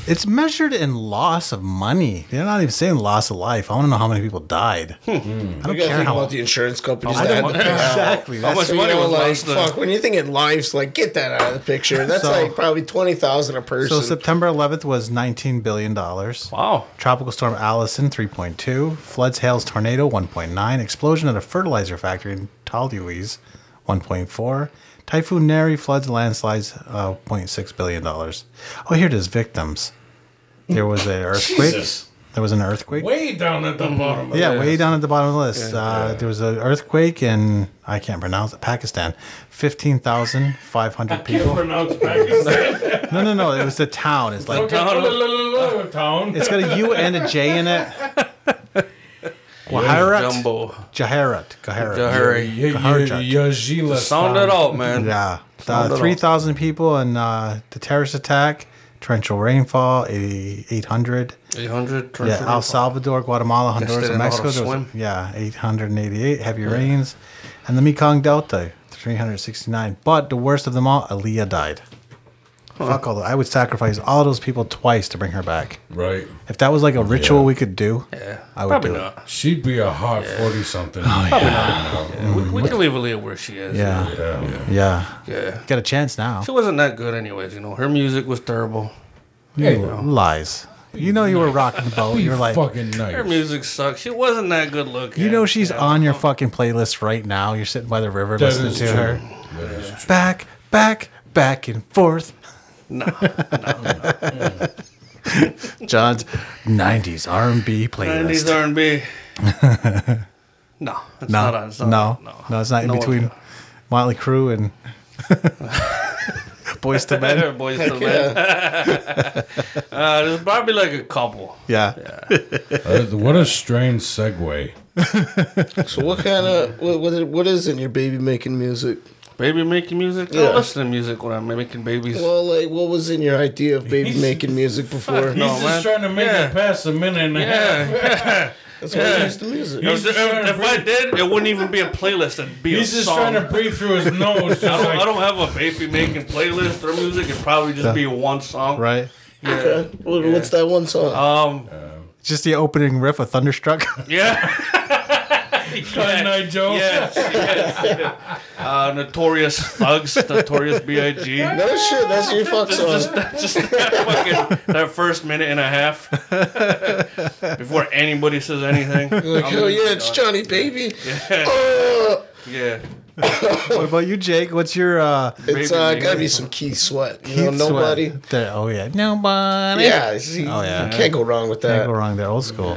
Speaker 2: It's measured in loss of money. They're not even saying loss of life. I want to know how many people died. I
Speaker 4: You
Speaker 2: don't
Speaker 4: gotta
Speaker 2: care
Speaker 4: think
Speaker 2: how
Speaker 4: about the insurance companies
Speaker 2: I
Speaker 4: that had
Speaker 2: don't
Speaker 4: to pay out.
Speaker 2: exactly.
Speaker 3: How
Speaker 2: That's,
Speaker 3: much
Speaker 4: So, you
Speaker 3: money
Speaker 4: know,
Speaker 3: was
Speaker 4: like,
Speaker 3: lost? then?
Speaker 4: fuck, when you think in lives, like, get that out of the picture. That's
Speaker 2: So-
Speaker 4: like probably 20,000 a person.
Speaker 2: so September 11th was 19 billion dollars.
Speaker 3: Wow.
Speaker 2: Tropical storm Allison 3.2, floods, hails, tornado 1.9, explosion at a fertilizer factory in Taldewies 1.4, typhoon Neri floods and landslides uh, 0.6 billion dollars. Oh, here it is, victims. There was an earthquake.
Speaker 1: Jesus.
Speaker 2: There was an earthquake.
Speaker 1: Way down at the
Speaker 3: Mm-hmm.
Speaker 1: bottom. Of
Speaker 2: yeah,
Speaker 1: the
Speaker 2: way down at the bottom of the list. uh, There was an earthquake in I can't pronounce it, Pakistan. Fifteen thousand five
Speaker 1: Can't
Speaker 2: hundred people.
Speaker 1: pronounce Pakistan.
Speaker 2: No, no, no. It was the town. It's like
Speaker 1: Okay, la-la-la-la-la, town.
Speaker 2: it's got a U and a J in it. Gujarat,
Speaker 3: Jumbo.
Speaker 2: Jaharat, Gujarat.
Speaker 3: Jahari.
Speaker 1: Yeah, yeah,
Speaker 2: Kaharjat.
Speaker 1: yeah, Gila
Speaker 3: Sound
Speaker 1: style.
Speaker 3: it out, man.
Speaker 2: Yeah, uh, three thousand people in uh, the terrorist attack. Torrential rainfall, eight hundred.
Speaker 3: 800.
Speaker 2: Yeah, El Salvador, Guatemala, Honduras,
Speaker 3: they
Speaker 2: and
Speaker 3: know how to
Speaker 2: Mexico. There was-
Speaker 3: swim.
Speaker 2: yeah, 888 heavy rains, and the Mekong Delta, 369. But the worst of them all, Aaliyah died. Fuck all. the- I would sacrifice all those people twice to bring her back.
Speaker 1: Right.
Speaker 2: If that was like a ritual we could do,
Speaker 3: Yeah.
Speaker 2: I would
Speaker 3: Probably
Speaker 2: do
Speaker 3: not.
Speaker 1: She'd be a hot 40
Speaker 2: Oh,
Speaker 1: something.
Speaker 3: We, we can leave Aaliyah where she is.
Speaker 2: it. Yeah,
Speaker 1: Yeah.
Speaker 2: yeah.
Speaker 3: Yeah.
Speaker 2: Got a chance now.
Speaker 3: She wasn't that good, anyways. You know, her music was terrible.
Speaker 2: Lies. You know you were rocking the boat.
Speaker 1: Be
Speaker 2: You're like,
Speaker 1: fucking
Speaker 3: Her
Speaker 1: nice.
Speaker 3: music sucks. She wasn't that good looking.
Speaker 2: you know she's
Speaker 3: Yeah.
Speaker 2: on your fucking playlist right now. You're sitting by the river
Speaker 1: That
Speaker 2: listening
Speaker 1: is
Speaker 2: to
Speaker 1: true.
Speaker 2: her.
Speaker 1: That is true.
Speaker 2: Back, back, back and forth.
Speaker 3: No.
Speaker 2: John's 90s R&B playlist.
Speaker 3: 90s R&B. no. It's
Speaker 2: no,
Speaker 3: not on. It's not
Speaker 2: no,
Speaker 3: on,
Speaker 2: no, it's not in
Speaker 3: No one-
Speaker 2: between Motley Crue and Boys to Men.
Speaker 3: Better boys to men. uh, there's probably like a couple.
Speaker 2: Yeah.
Speaker 1: Uh, what a strange segue.
Speaker 4: So what kind of what, what what is in your baby making music?
Speaker 3: baby making music. I
Speaker 4: Yeah.
Speaker 3: listen to music when I'm making babies.
Speaker 4: Well, like, what was in your idea of baby making music before?
Speaker 1: He's
Speaker 3: No,
Speaker 1: just
Speaker 3: man.
Speaker 1: trying to make
Speaker 3: Yeah.
Speaker 1: it past a minute and a half.
Speaker 3: yeah.
Speaker 4: That's why I used the music.
Speaker 3: If,
Speaker 1: just trying to
Speaker 3: if I did, it wouldn't even be a playlist. It'd be
Speaker 1: He's
Speaker 3: a
Speaker 1: just
Speaker 3: song.
Speaker 1: trying to breathe through his nose. Just
Speaker 3: I don't,
Speaker 1: like,
Speaker 3: I don't have a baby making playlist or music. It'd probably just be one song.
Speaker 2: Right.
Speaker 3: Yeah.
Speaker 4: Okay. What- What's that one song?
Speaker 2: Uh,
Speaker 3: Um.
Speaker 2: Just the opening riff of Thunderstruck.
Speaker 3: Yeah.
Speaker 1: Cotton
Speaker 3: yeah.
Speaker 1: Eye Joe.
Speaker 3: Yes, yes. Uh, notorious thugs, notorious B.I.G.
Speaker 4: no shit, that's your fuck song.
Speaker 3: Just, just that fucking that first minute and a half before anybody says anything. I'm
Speaker 4: like, oh
Speaker 3: gonna-
Speaker 4: yeah, it's Johnny Baby.
Speaker 3: yeah.
Speaker 2: what about you, Jake? What's your uh,
Speaker 4: It's
Speaker 3: Baby
Speaker 4: uh,
Speaker 3: Making-
Speaker 4: gotta be some Keith Sweat. You know,
Speaker 2: Keith Sweat?
Speaker 4: nobody.
Speaker 2: There- oh yeah, nobody.
Speaker 4: Yeah, see,
Speaker 2: Oh, yeah.
Speaker 4: you can't go wrong with
Speaker 2: Can't
Speaker 4: that.
Speaker 2: go wrong there. Old school.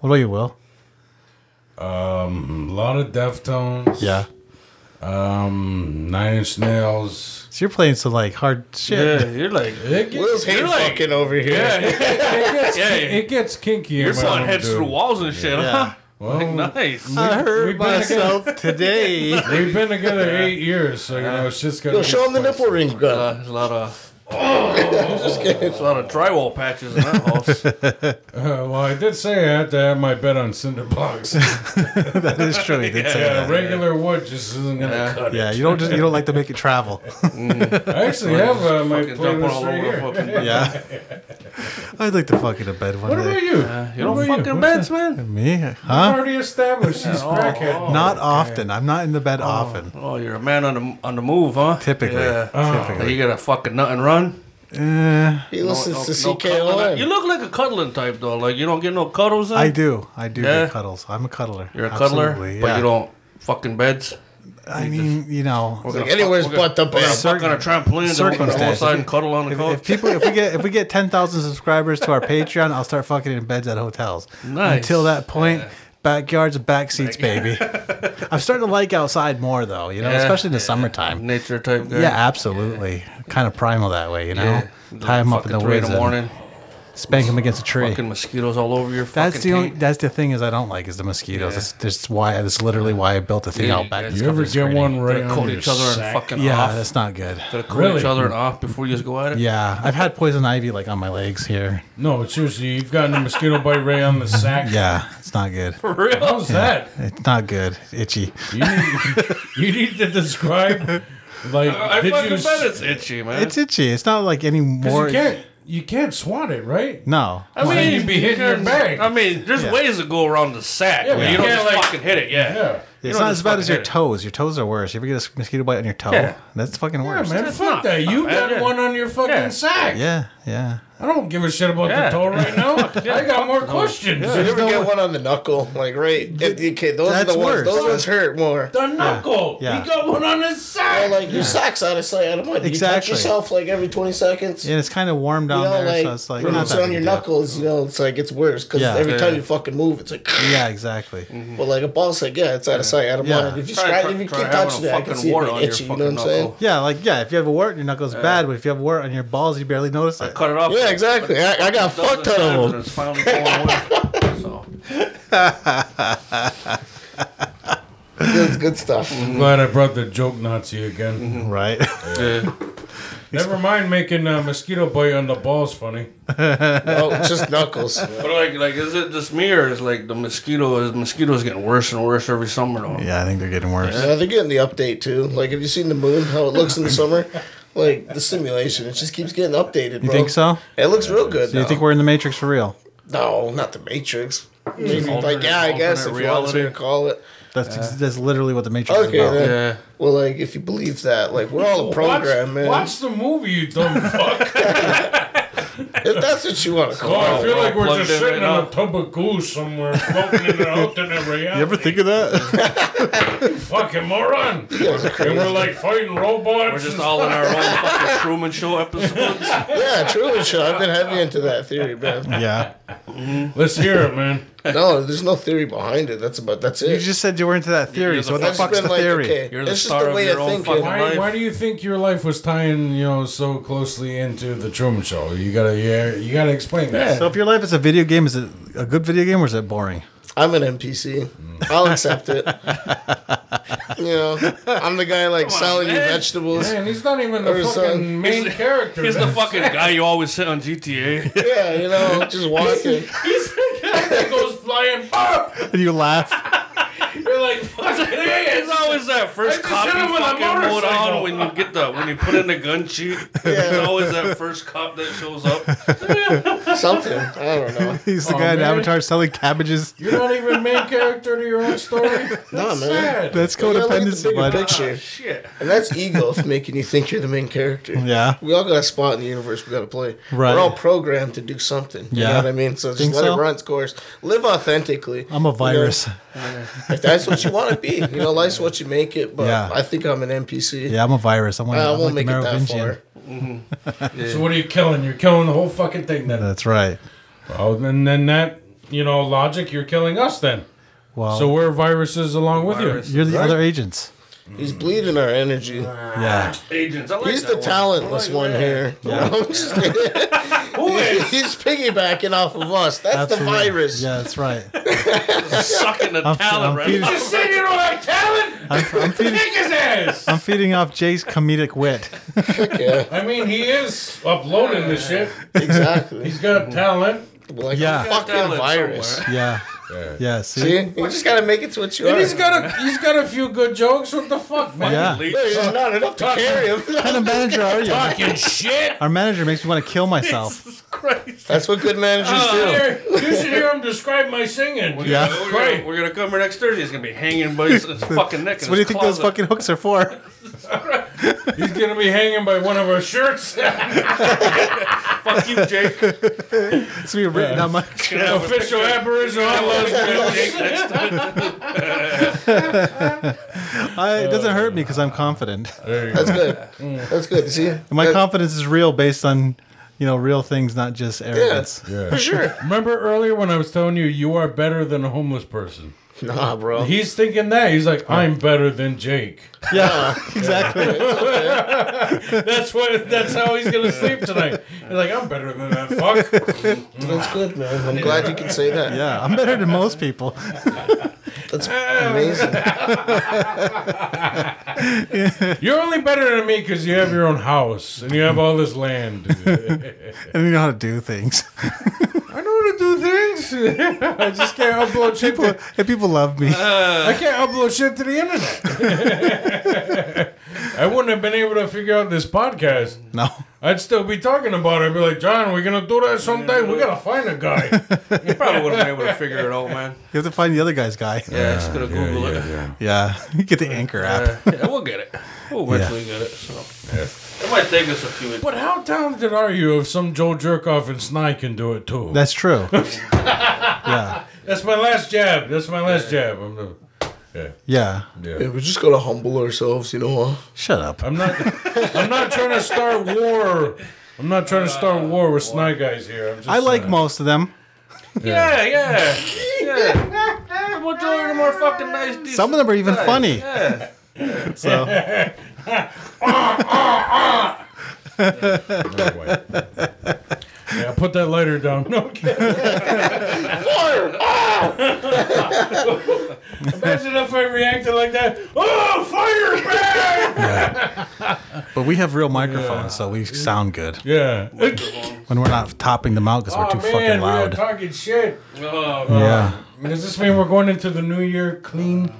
Speaker 2: What about you, Will?
Speaker 1: A lot of Deftones.
Speaker 2: Yeah.
Speaker 1: Um, Nine Inch Nails.
Speaker 2: So you're playing some like hard shit.
Speaker 3: Yeah, you're like,
Speaker 1: It gets,
Speaker 4: Will's hate
Speaker 3: You're like-
Speaker 4: fucking over here.
Speaker 3: yeah,
Speaker 1: it gets kinky.
Speaker 3: you're pulling heads through walls and shit, huh?
Speaker 1: Well,
Speaker 3: Nice.
Speaker 2: I
Speaker 1: we've
Speaker 2: hurt
Speaker 1: been
Speaker 2: myself today.
Speaker 1: We've been together eight years, so you know shit's gonna.
Speaker 4: Yo, show him the nipple ring, bro.
Speaker 3: Uh, there's a lot of. There's a lot of drywall patches in that house.
Speaker 1: Uh, well, I did say I had to have my bed on cinder blocks.
Speaker 2: that is true. He did say
Speaker 1: yeah,
Speaker 2: that.
Speaker 1: regular wood just isn't gonna
Speaker 3: Yeah.
Speaker 1: cut it.
Speaker 2: Yeah, you don't just you don't like to make it travel.
Speaker 1: I actually have uh, my
Speaker 3: Fucking jumping
Speaker 1: playlist
Speaker 3: all
Speaker 1: right
Speaker 3: over the
Speaker 1: here.
Speaker 3: fucking.
Speaker 2: Yeah. I'd like to fuck in a bed one
Speaker 1: What
Speaker 2: day.
Speaker 1: about you?
Speaker 3: You don't
Speaker 1: What about
Speaker 3: fucking
Speaker 1: you?
Speaker 3: beds, man.
Speaker 2: Me?
Speaker 1: I
Speaker 2: Huh?
Speaker 1: already established he's crackhead.
Speaker 2: Not often. I'm not in the bed often.
Speaker 3: Oh, you're a man on the on the move, huh?
Speaker 2: Typically.
Speaker 3: Yeah.
Speaker 2: Typically.
Speaker 3: You got a fucking nut and run.
Speaker 2: Eh,
Speaker 4: He listens
Speaker 3: No-
Speaker 4: to
Speaker 3: no cuddling.
Speaker 4: CKOM.
Speaker 3: You look like a cuddling type though. Like you don't get no cuddles in.
Speaker 2: I do. I do
Speaker 3: Yeah.
Speaker 2: get cuddles. I'm a cuddler.
Speaker 3: You're a cuddler,
Speaker 2: Absolutely,
Speaker 3: but
Speaker 2: yeah.
Speaker 3: you don't fucking beds.
Speaker 2: I mean, you know,
Speaker 4: Like, anywhere's but the
Speaker 3: We're gonna
Speaker 4: bed.
Speaker 3: fuck on a trampoline, then we're gonna go
Speaker 2: circumstances.
Speaker 3: outside and cuddle on the
Speaker 2: if,
Speaker 3: couch.
Speaker 2: if people if we get if we get 10,000 subscribers to our Patreon, I'll start fucking in beds at hotels.
Speaker 3: Nice.
Speaker 2: Until that point, backyards, back seats, baby. I'm starting to like outside more though, you know,
Speaker 3: Yeah.
Speaker 2: especially in the summertime.
Speaker 3: Nature type guy.
Speaker 2: Yeah, absolutely. Kind of primal that way, you know.
Speaker 3: Yeah.
Speaker 2: Tie them up in
Speaker 3: Fucking
Speaker 2: the
Speaker 3: three in
Speaker 2: woods
Speaker 3: the
Speaker 2: and
Speaker 3: morning.
Speaker 2: spank them against a tree.
Speaker 3: Fucking mosquitoes all over your fucking.
Speaker 2: That's the only,
Speaker 3: taint.
Speaker 2: that's the thing is I don't like is the mosquitoes. That's, that's why that's literally why I built the thing
Speaker 3: Yeah,
Speaker 2: out back.
Speaker 3: you
Speaker 2: that's
Speaker 1: You ever
Speaker 2: covered in
Speaker 1: get
Speaker 2: screening.
Speaker 1: one right
Speaker 3: Gotta coat
Speaker 1: on
Speaker 3: each other and fucking
Speaker 2: Yeah,
Speaker 3: off.
Speaker 2: that's not good.
Speaker 3: Gotta coat
Speaker 1: Really?
Speaker 3: each other and off before you just go at it.
Speaker 2: Yeah, I've had poison ivy like on my legs here.
Speaker 1: No, seriously, you've gotten a mosquito bite right on the sack.
Speaker 2: Yeah, it's not good.
Speaker 3: For real?
Speaker 1: How's that?
Speaker 2: It's not good. Itchy.
Speaker 1: You need, you need to describe. Like,
Speaker 3: I
Speaker 1: did
Speaker 3: fucking
Speaker 1: you?
Speaker 3: bet it's itchy, man.
Speaker 2: It's itchy. It's not like any
Speaker 1: Because
Speaker 2: more.
Speaker 1: you can't you can't swat it, right?
Speaker 2: No.
Speaker 3: I
Speaker 1: Well,
Speaker 3: mean,
Speaker 1: you'd be hitting your
Speaker 3: because-
Speaker 1: bag.
Speaker 3: I mean, there's
Speaker 2: Yeah.
Speaker 3: ways to go around the sack.
Speaker 1: Yeah,
Speaker 3: but
Speaker 1: but
Speaker 3: you don't
Speaker 1: you
Speaker 3: just
Speaker 1: can't, like-
Speaker 3: fucking hit it. Yeah.
Speaker 1: Yeah.
Speaker 3: You
Speaker 2: It's
Speaker 3: don't
Speaker 2: not
Speaker 3: just
Speaker 2: as bad
Speaker 3: fucking
Speaker 2: as your
Speaker 3: hit it.
Speaker 2: toes. Your toes are worse. You ever get a mosquito bite on your toe?
Speaker 3: Yeah.
Speaker 2: That's fucking
Speaker 1: Yeah,
Speaker 2: worse.
Speaker 1: man,
Speaker 3: That's
Speaker 1: fuck
Speaker 3: not-
Speaker 1: that. You
Speaker 3: not
Speaker 1: got
Speaker 3: bad, yeah.
Speaker 1: one on your fucking
Speaker 3: Yeah.
Speaker 1: sack.
Speaker 2: yeah, yeah.
Speaker 1: I don't give a shit about
Speaker 3: Yeah.
Speaker 1: the toe right now. I got more questions.
Speaker 4: You ever get one on the knuckle? Like, right? Okay, those are
Speaker 2: That's
Speaker 4: the ones.
Speaker 2: worse.
Speaker 4: Those ones hurt more.
Speaker 1: The knuckle.
Speaker 2: Yeah.
Speaker 1: He got one on his
Speaker 4: Well,
Speaker 1: sack.
Speaker 4: like, your sock's out of sight, out of mind.
Speaker 2: Exactly.
Speaker 4: You touch yourself, like, every 20 seconds.
Speaker 2: And it's kind of warm down
Speaker 4: You know,
Speaker 2: there,
Speaker 4: like,
Speaker 2: so it's like
Speaker 4: when
Speaker 2: not
Speaker 4: it's
Speaker 2: that
Speaker 4: on
Speaker 2: big
Speaker 4: your
Speaker 2: a deal.
Speaker 4: knuckles, you know, it's like it's worse because
Speaker 2: Yeah.
Speaker 4: every
Speaker 3: Yeah. Mm-hmm.
Speaker 4: time you fucking move, it's like,
Speaker 2: Yeah, exactly.
Speaker 4: But like a ball sack, yeah, it's out of sight, out of
Speaker 2: Yeah.
Speaker 4: mind. If you
Speaker 3: Try-
Speaker 4: scratch,
Speaker 3: try-
Speaker 4: if you
Speaker 3: try
Speaker 4: keep
Speaker 3: having
Speaker 4: touching
Speaker 3: a
Speaker 4: it, I
Speaker 3: fucking
Speaker 4: can see it
Speaker 3: wart on
Speaker 4: being
Speaker 3: your
Speaker 4: itchy. You know
Speaker 3: fucking
Speaker 4: what I'm saying?
Speaker 3: knuckle.
Speaker 2: Yeah, like yeah. If you have a wart, your knuckles bad. But if you have a wart on your balls, you barely notice it.
Speaker 3: Cut it off.
Speaker 4: Yeah, exactly. I, I got fucked
Speaker 3: Dozens
Speaker 4: ton of
Speaker 3: times
Speaker 4: them.
Speaker 3: and it's finally going away. So,
Speaker 4: It's good
Speaker 3: Mm-hmm.
Speaker 4: stuff.
Speaker 1: I'm glad I brought the joke Nazi again.
Speaker 2: Right.
Speaker 3: yeah.
Speaker 1: Never mind making a mosquito bite on the balls funny.
Speaker 4: Oh, just knuckles.
Speaker 3: But like, like, is it just me or is like the mosquito? Is mosquitoes getting worse and worse every summer? Though?
Speaker 2: Yeah, I think they're getting worse.
Speaker 4: Yeah, they're getting the update too. Like, have you seen the moon? How it looks in the summer? Like the simulation, it just keeps getting updated. Bro.
Speaker 2: You think so?
Speaker 4: It looks real good.
Speaker 2: Do you
Speaker 4: now.
Speaker 2: think we're in the Matrix for real?
Speaker 4: no, not the Matrix. Maybe like
Speaker 3: alternate-
Speaker 4: yeah, I guess if
Speaker 3: alternate
Speaker 4: you want
Speaker 3: reality.
Speaker 4: to call it.
Speaker 2: That's ex- that's literally what the Matrix
Speaker 4: Okay,
Speaker 2: is about.
Speaker 4: then.
Speaker 3: Yeah.
Speaker 4: Well, like if you believe that, like we're all a program,
Speaker 1: watch,
Speaker 4: man.
Speaker 1: watch the movie, you dumb fuck.
Speaker 4: If that's what you want to
Speaker 1: Oh,
Speaker 4: call
Speaker 1: I
Speaker 4: it.
Speaker 1: feel like we're
Speaker 3: plugged
Speaker 1: just
Speaker 3: in
Speaker 1: sitting
Speaker 3: right
Speaker 1: on
Speaker 3: now.
Speaker 1: a tub of goo somewhere, floating in an alternate reality.
Speaker 2: of that?
Speaker 1: Fucking moron. and we're like fighting robots.
Speaker 3: We're just
Speaker 1: and
Speaker 3: all in our own fucking Truman Show episodes.
Speaker 4: Yeah, truly, Sean. I've been heavy into that theory, man.
Speaker 2: yeah.
Speaker 1: Let's hear it, man.
Speaker 4: No, there's no theory behind it. That's about that's it.
Speaker 2: You just said you were into that theory.
Speaker 3: you're
Speaker 2: So
Speaker 3: the
Speaker 2: what the
Speaker 4: I've just
Speaker 2: fuck's
Speaker 4: been
Speaker 2: the
Speaker 4: like,
Speaker 2: theory?
Speaker 4: okay,
Speaker 3: You're the
Speaker 4: it's just
Speaker 3: star
Speaker 4: the
Speaker 3: of
Speaker 4: way
Speaker 3: your
Speaker 4: I
Speaker 3: own
Speaker 4: think.
Speaker 3: fucking
Speaker 4: it.
Speaker 1: Why,
Speaker 3: life.
Speaker 1: why do you think your life was tying, you know, so closely into the Truman Show? You gotta, yeah, you gotta explain that.
Speaker 2: So if your life is a video game, is it a good video game or is it boring?
Speaker 4: I'm an NPC. I'll accept it. You know, I'm the guy like
Speaker 3: on,
Speaker 4: selling you
Speaker 3: man.
Speaker 4: vegetables.
Speaker 1: Man, he's not even the
Speaker 4: Or
Speaker 1: fucking
Speaker 4: something.
Speaker 1: main character.
Speaker 3: He's the fucking guy you always sit on GTA.
Speaker 4: Yeah, you know, just walking.
Speaker 1: He's the guy that goes flying. "Bah!"
Speaker 2: you laugh.
Speaker 1: You're like, fucking
Speaker 3: It's always that first
Speaker 1: I just
Speaker 3: cop
Speaker 1: hit
Speaker 3: you
Speaker 1: him with a
Speaker 3: fucking load
Speaker 1: motorcycle.
Speaker 3: on when you get the when you put in the gun sheet. It's always that first cop that shows up.
Speaker 4: Something. I don't know.
Speaker 2: He's the
Speaker 1: Aw,
Speaker 2: guy in
Speaker 1: man.
Speaker 2: Avatar selling cabbages.
Speaker 1: You're not even main character to your own story. That's
Speaker 4: No, man.
Speaker 1: sad.
Speaker 2: That's
Speaker 4: You gotta look at the
Speaker 2: codependency,
Speaker 4: bigger
Speaker 2: bud.
Speaker 4: picture.
Speaker 3: Oh, Shit.
Speaker 4: And that's ego for making you think you're the main character.
Speaker 2: Yeah.
Speaker 4: We all got a spot in the universe we got to play.
Speaker 2: Right.
Speaker 4: We're all programmed to do something. You
Speaker 2: Yeah.
Speaker 4: know what I mean? So just
Speaker 2: Think
Speaker 4: let
Speaker 2: so?
Speaker 4: it run its course. Live authentically.
Speaker 2: I'm a
Speaker 4: You know,
Speaker 2: virus.
Speaker 4: if that's what you want to be, you know, life's what you make it. But
Speaker 2: Yeah.
Speaker 4: I think I'm an NPC.
Speaker 2: Yeah, I'm a virus. I'm, like,
Speaker 4: Uh, I
Speaker 2: I'm
Speaker 4: won't
Speaker 2: like
Speaker 4: make
Speaker 2: the
Speaker 4: it that
Speaker 2: Merovingian.
Speaker 4: far.
Speaker 1: So what are you killing? You're killing the whole fucking thing then.
Speaker 2: That's right.
Speaker 1: Oh, and then that, you know, logic, you're killing us then.
Speaker 2: Well,
Speaker 1: So we're viruses along with
Speaker 3: Virus.
Speaker 1: you.
Speaker 2: you're the other agents.
Speaker 4: He's bleeding our energy.
Speaker 2: Yeah.
Speaker 3: Agents. I like
Speaker 4: He's
Speaker 3: that
Speaker 4: the
Speaker 3: one.
Speaker 4: talentless
Speaker 3: I
Speaker 4: one
Speaker 3: like that.
Speaker 4: here. No, I'm just kidding. He's piggybacking off of us. That's the
Speaker 2: Absolutely.
Speaker 4: virus.
Speaker 2: Yeah, that's right.
Speaker 3: Sucking the talent,
Speaker 2: I'm
Speaker 3: right?
Speaker 2: feeding-
Speaker 1: You say you don't have talent?
Speaker 2: I'm, I'm, feeding,
Speaker 1: Kick his ass!
Speaker 2: I'm feeding off Jay's comedic wit.
Speaker 4: Yeah,
Speaker 1: I mean, he is uploading the shit.
Speaker 4: exactly.
Speaker 1: He's got talent.
Speaker 4: Like
Speaker 2: Yeah.
Speaker 4: a fucking
Speaker 3: Talent
Speaker 4: virus.
Speaker 3: somewhere.
Speaker 2: Yeah. Yeah. See?
Speaker 4: See, you just gotta make it to what you
Speaker 1: And
Speaker 4: are.
Speaker 1: he's got a he's got a few good jokes. What the fuck, man?
Speaker 2: Yeah.
Speaker 3: Leech.
Speaker 4: There's just not enough to carry him.
Speaker 2: What kind of manager are you?
Speaker 1: Fucking shit.
Speaker 2: Our manager makes me want to kill myself.
Speaker 3: Christ.
Speaker 4: That's what good managers
Speaker 3: Oh,
Speaker 4: do.
Speaker 1: Here, you should hear him describe my singing.
Speaker 2: Yeah.
Speaker 3: We're
Speaker 1: Great.
Speaker 3: gonna, we're gonna come here next Thursday. It's gonna be hanging by his, his fucking neck.
Speaker 2: So what do you think those fucking hooks are for?
Speaker 1: He's gonna be hanging by one of our shirts.
Speaker 3: Fuck you, Jake. We're
Speaker 2: It's gonna be written on my.
Speaker 3: gonna have a
Speaker 1: Official Aboriginal
Speaker 3: picture of Jake next time.
Speaker 2: I, it doesn't hurt me because I'm confident.
Speaker 4: That's good.
Speaker 2: Mm.
Speaker 4: That's good. See,
Speaker 2: My
Speaker 4: That-
Speaker 2: confidence is real based on, you know, real things, not just arrogance.
Speaker 4: for sure.
Speaker 1: Remember earlier when I was telling you you are better than a homeless person?
Speaker 4: Nah, bro.
Speaker 1: He's thinking that. He's like, I'm better than Jake.
Speaker 2: Yeah, exactly.
Speaker 1: That's what that's how he's gonna sleep tonight. He's like, I'm better than that fuck.
Speaker 4: That's good, man. I'm glad you can say that.
Speaker 2: Yeah, I'm better than most people.
Speaker 4: That's amazing.
Speaker 1: You're only better than me because you have your own house and you have all this land.
Speaker 2: And you know how to do things.
Speaker 1: I know how to do things. I just can't upload shit.
Speaker 2: People,
Speaker 1: To,
Speaker 2: and people love me.
Speaker 1: I can't upload shit to the internet. I wouldn't have been able to figure out this podcast.
Speaker 2: No.
Speaker 1: I'd still be talking about it. I'd be like, John, we're gonna do that someday. We gotta find a guy.
Speaker 3: You probably would have been able to figure it out, man.
Speaker 2: You have to find the other guy's guy.
Speaker 3: Yeah, just gonna Google it.
Speaker 2: Yeah. You get the anchor app.
Speaker 3: Yeah, yeah, we'll get it. We'll eventually get it. So it might take us a few weeks.
Speaker 1: But how talented are you if some Joe Jerkoff and Sny can do it too?
Speaker 2: That's true. yeah.
Speaker 1: That's my last jab. That's my last jab. I'm, the- yeah,
Speaker 2: Yeah.
Speaker 1: yeah.
Speaker 4: Yeah, we just gotta humble ourselves, you know. Huh?
Speaker 2: Shut up.
Speaker 1: I'm not. I'm not trying to start war. I'm not trying to start war with Sny guys here. I'm just,
Speaker 2: I like
Speaker 1: uh,
Speaker 2: most of them.
Speaker 3: Yeah, yeah, yeah. We'll join more fucking nice. Decent
Speaker 2: Some of them are even
Speaker 3: guys.
Speaker 2: funny.
Speaker 3: Yeah.
Speaker 2: So
Speaker 1: my wife. Yeah, put that lighter down. No kidding.
Speaker 4: Fire!
Speaker 1: Imagine if I reacted like that. Oh, fire! Back!
Speaker 2: but we have real microphones, so we sound good.
Speaker 1: Yeah.
Speaker 2: When we're not topping them out because we're
Speaker 1: Oh
Speaker 2: too
Speaker 1: man,
Speaker 2: fucking
Speaker 1: we're
Speaker 2: loud.
Speaker 1: talking shit.
Speaker 3: Oh,
Speaker 2: Yeah.
Speaker 1: Does this mean we're going into the new year clean?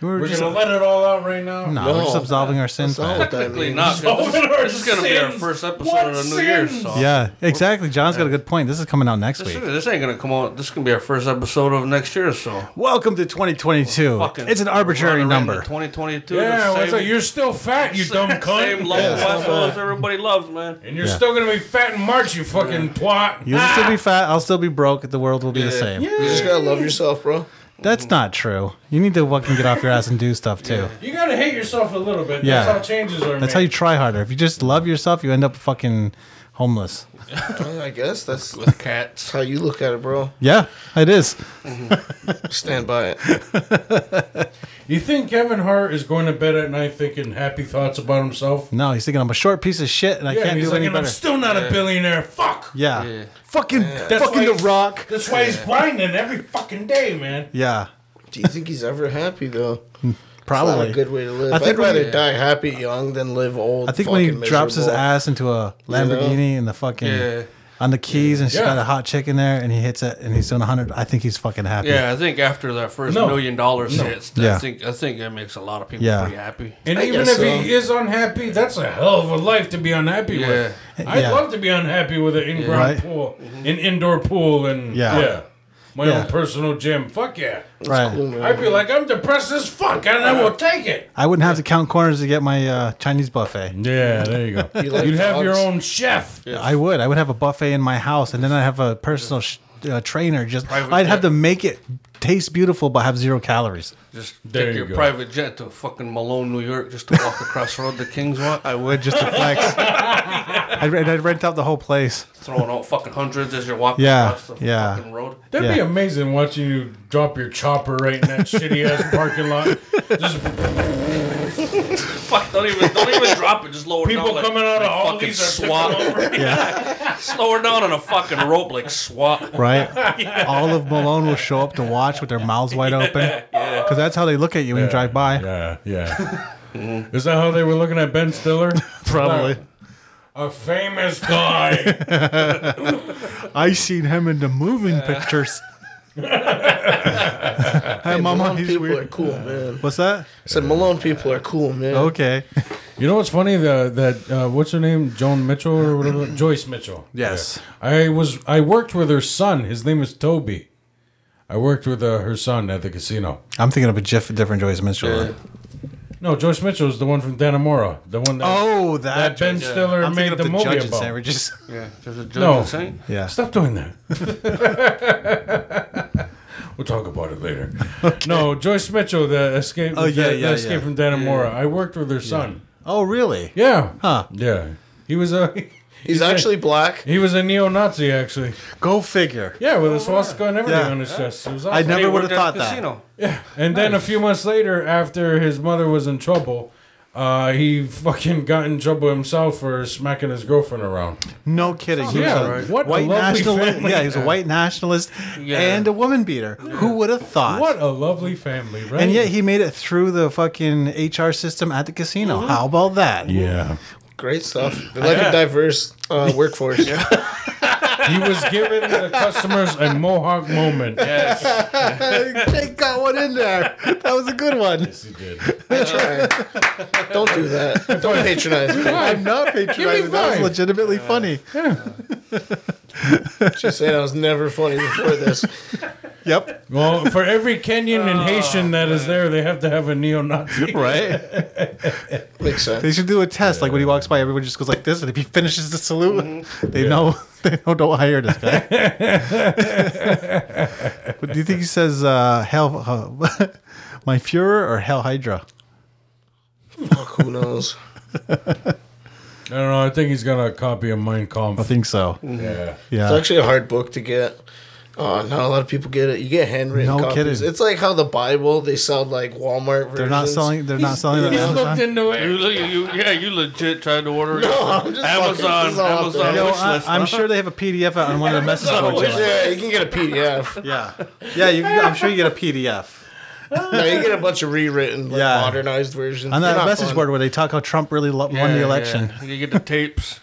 Speaker 2: We're,
Speaker 1: We're
Speaker 2: just
Speaker 1: gonna let it all out right now.
Speaker 2: no, we're just
Speaker 4: No.
Speaker 2: absolving our sins.
Speaker 4: That's all
Speaker 2: man.
Speaker 4: that
Speaker 3: Technically
Speaker 4: means.
Speaker 3: not. 'cause This,
Speaker 1: What are
Speaker 3: Oh, this is gonna be our
Speaker 1: sins?
Speaker 3: first episode
Speaker 1: What
Speaker 3: of the New Year's.
Speaker 1: sins?
Speaker 3: So.
Speaker 2: Yeah, exactly. John's got a good point. This is coming out next
Speaker 3: This,
Speaker 2: week.
Speaker 3: this ain't gonna come out. This is gonna be our first episode of next year. So
Speaker 2: Welcome to 2022.
Speaker 3: fucking.
Speaker 2: it's an arbitrary number.
Speaker 3: Twenty twenty two.
Speaker 1: Yeah, what's up? You're still fat, you dumb cunt.
Speaker 3: Same level Westworld everybody loves, man.
Speaker 1: And you're still gonna be fat in March, you fucking twat. Ah.
Speaker 2: You'll still be fat. I'll still be broke. The world will be the same.
Speaker 4: You just gotta love yourself, bro.
Speaker 2: That's not true. You need to fucking get off your ass and do stuff too.
Speaker 1: You gotta hate yourself a little bit.
Speaker 2: Yeah.
Speaker 1: That's how changes are
Speaker 2: That's how you
Speaker 1: made.
Speaker 2: try harder. If you just love yourself, you end up fucking homeless.
Speaker 4: I guess that's
Speaker 3: With cats.
Speaker 4: how you look at it, bro.
Speaker 2: Yeah, it is.
Speaker 4: Stand by it.
Speaker 1: you think Kevin Hart is going to bed at night thinking happy thoughts about himself?
Speaker 2: No, he's thinking I'm a short piece of shit and I
Speaker 1: Yeah,
Speaker 2: can't
Speaker 1: he's
Speaker 2: do
Speaker 1: like,
Speaker 2: any
Speaker 1: and I'm
Speaker 2: better.
Speaker 1: still not a billionaire. Fuck.
Speaker 2: yeah.
Speaker 3: Yeah.
Speaker 2: fucking fucking
Speaker 1: why
Speaker 2: the
Speaker 1: he's-
Speaker 2: rock.
Speaker 1: That's why he's grinding every fucking day, man.
Speaker 2: Yeah,
Speaker 4: Do you think he's ever happy though? It's
Speaker 2: Probably.
Speaker 4: not a good way to live.
Speaker 2: I
Speaker 4: I
Speaker 2: think
Speaker 4: would
Speaker 2: when
Speaker 4: rather
Speaker 2: he-
Speaker 4: die happy young than live old.
Speaker 2: I think when he
Speaker 4: fucking
Speaker 2: drops his
Speaker 4: miserable.
Speaker 2: ass into a Lamborghini and the fucking
Speaker 3: Yeah.
Speaker 2: on the keys, and she's
Speaker 1: Yeah.
Speaker 2: got a hot chick in there, and he hits it, and he's doing hundred. I think he's fucking happy.
Speaker 3: Yeah, I think after that first
Speaker 1: No.
Speaker 3: million dollars hits,
Speaker 2: Yeah.
Speaker 3: I think I think that makes a lot of people
Speaker 2: Yeah.
Speaker 3: pretty happy.
Speaker 1: And
Speaker 4: I
Speaker 1: even if
Speaker 4: guess
Speaker 1: he
Speaker 4: so.
Speaker 1: is unhappy, that's a hell of a life to be unhappy with. I'd
Speaker 2: Yeah.
Speaker 1: love to be unhappy with an in-ground
Speaker 2: Right.
Speaker 1: pool, an indoor pool, and
Speaker 2: Yeah.
Speaker 1: yeah, my
Speaker 2: Yeah.
Speaker 1: own personal gym. Fuck yeah!
Speaker 2: right.
Speaker 4: Cool, man.
Speaker 1: I'd be like, I'm depressed as fuck, and I will take it.
Speaker 2: I wouldn't have to count corners to get my uh, Chinese buffet.
Speaker 1: Yeah, there you go.
Speaker 4: like
Speaker 1: You'd have your
Speaker 4: dogs?
Speaker 1: own chef.
Speaker 2: I would. I would have a buffet in my house, and then I have a personal sh- uh, trainer. Just
Speaker 3: Private
Speaker 2: I'd have
Speaker 3: jet.
Speaker 2: to make it taste beautiful, but have zero calories.
Speaker 3: Just
Speaker 1: There
Speaker 3: take
Speaker 1: you
Speaker 3: your
Speaker 1: go.
Speaker 3: private jet to fucking Malone, New York, just to walk across the road to King's Walk,
Speaker 2: I would just to flex. I'd, re- I'd rent out the whole place.
Speaker 3: throwing out fucking hundreds as you're walking
Speaker 2: Yeah,
Speaker 3: across the
Speaker 2: yeah.
Speaker 3: fucking road.
Speaker 1: That'd be
Speaker 2: Yeah.
Speaker 1: amazing watching you drop your chopper right in that shitty ass parking lot. Just
Speaker 3: Fuck, don't even don't even drop it. Just lower
Speaker 1: people
Speaker 3: down. like-
Speaker 1: coming out of
Speaker 3: like
Speaker 1: all
Speaker 3: fucking
Speaker 1: these
Speaker 3: SWAT. Slower down on a fucking rope like SWAT.
Speaker 2: Right? All of Malone will show up to watch with their mouths wide open. Because that's how they look at you when you drive by.
Speaker 1: Yeah, yeah. Is that how they were looking at Ben Stiller?
Speaker 2: Probably.
Speaker 1: A famous guy.
Speaker 2: I seen him in the moving pictures. hey, mama,
Speaker 4: Malone
Speaker 2: he's
Speaker 4: people
Speaker 2: weird.
Speaker 4: are cool, man.
Speaker 2: What's that?
Speaker 4: I said Malone people are cool, man.
Speaker 2: Okay.
Speaker 1: you know what's funny? The, that uh, what's her name? Joan Mitchell or whatever? Joyce Mitchell.
Speaker 2: Yes.
Speaker 1: I was I worked with her son. His name is Toby. I worked with uh, her son at the casino.
Speaker 2: I'm thinking of a Jeff, different Joyce Mitchell.
Speaker 1: No, Joyce Mitchell is the one from Danamora. The one that,
Speaker 2: Oh,
Speaker 1: that
Speaker 2: that,
Speaker 1: Ben
Speaker 2: Joyce-
Speaker 1: Stiller
Speaker 2: I'm thinking
Speaker 1: made
Speaker 2: of
Speaker 1: the, movie
Speaker 2: judge in
Speaker 1: about.
Speaker 2: San Regis.
Speaker 3: Yeah, there's a judge
Speaker 1: No.
Speaker 3: in Saint.
Speaker 2: Yeah.
Speaker 1: Stop doing that. we'll talk about it later. No, Joyce Mitchell, the escape,
Speaker 2: Oh, yeah,
Speaker 1: the,
Speaker 2: yeah,
Speaker 1: the escape
Speaker 2: yeah.
Speaker 1: from Danamora. I worked with her son.
Speaker 2: Oh, really?
Speaker 1: Yeah.
Speaker 2: Huh.
Speaker 1: Yeah. He was a
Speaker 4: He's actually black.
Speaker 1: he was a neo-Nazi actually.
Speaker 2: Go figure.
Speaker 1: Yeah, with a swastika and everything
Speaker 2: Oh, Yeah.
Speaker 1: on his chest. It was awesome.
Speaker 2: I never
Speaker 3: They
Speaker 2: would have
Speaker 3: worked at
Speaker 2: thought
Speaker 3: the
Speaker 2: that.
Speaker 3: Casino.
Speaker 1: And then a few months later, after his mother was in trouble, uh, he fucking got in trouble himself for smacking his girlfriend around.
Speaker 2: No kidding. He
Speaker 1: Yeah,
Speaker 2: was
Speaker 1: right.
Speaker 2: a
Speaker 1: What a
Speaker 2: white
Speaker 1: lovely
Speaker 2: nationalist.
Speaker 1: family.
Speaker 2: Yeah, he was a white nationalist
Speaker 3: Yeah.
Speaker 2: and a woman beater. Who would have thought?
Speaker 1: What a lovely family, right?
Speaker 2: And yet he made it through the fucking HR system at the casino. How about that?
Speaker 1: yeah,
Speaker 4: Great stuff. They like a diverse uh, workforce.
Speaker 1: he was giving the customers a mohawk moment. Yes,
Speaker 2: they got one in there. That was a good one.
Speaker 1: he did.
Speaker 4: Don't do that. Don't patronize me.
Speaker 2: I'm not patronizing. That
Speaker 1: five.
Speaker 2: was legitimately funny.
Speaker 4: She said I was never funny before this.
Speaker 2: Yep.
Speaker 1: Well, for every Kenyan
Speaker 2: Oh,
Speaker 1: and Haitian that is there, they have to have a neo-Nazi.
Speaker 2: Right.
Speaker 4: Makes sense.
Speaker 2: They should do a test. Like when he walks by, everyone just goes like this, and if he finishes the salute, they know they know don't hire this guy. but do you think he says uh, "Hell, uh, my Führer" or "Hell Hydra"?
Speaker 4: Fuck, who knows?
Speaker 1: I don't know. I think he's got a copy of Mein Kampf.
Speaker 2: I think so.
Speaker 1: yeah.
Speaker 4: It's
Speaker 2: Yeah.
Speaker 4: actually a hard book to get. Uh, not a lot of people get it. You get handwritten
Speaker 2: No
Speaker 4: copies.
Speaker 2: kidding.
Speaker 4: It's like how the Bible they sell like Walmart. Versions.
Speaker 2: They're not selling. They're not selling that.
Speaker 1: He's
Speaker 2: Amazon?
Speaker 1: looked into
Speaker 3: You,
Speaker 1: it.
Speaker 3: le- you, yeah, you legit tried to order it.
Speaker 4: No, I'm just fucking- this
Speaker 3: Amazon,
Speaker 4: is all out
Speaker 3: Amazon
Speaker 4: there. Oh,
Speaker 2: Yo,
Speaker 3: wish
Speaker 2: I,
Speaker 3: list.
Speaker 2: I'm sure they have a PDF out on one of the message boards.
Speaker 3: wish
Speaker 2: John.
Speaker 4: Yeah, you can get a PDF.
Speaker 2: Yeah, yeah. You can, I'm sure you get a PDF
Speaker 4: no, you get a bunch of rewritten, like,
Speaker 2: Yeah.
Speaker 4: modernized versions.
Speaker 2: on
Speaker 4: They're
Speaker 2: that
Speaker 4: not
Speaker 2: message
Speaker 4: fun.
Speaker 2: board where they talk how Trump really lo- won
Speaker 3: Yeah,
Speaker 2: the election.
Speaker 3: yeah. You get the tapes.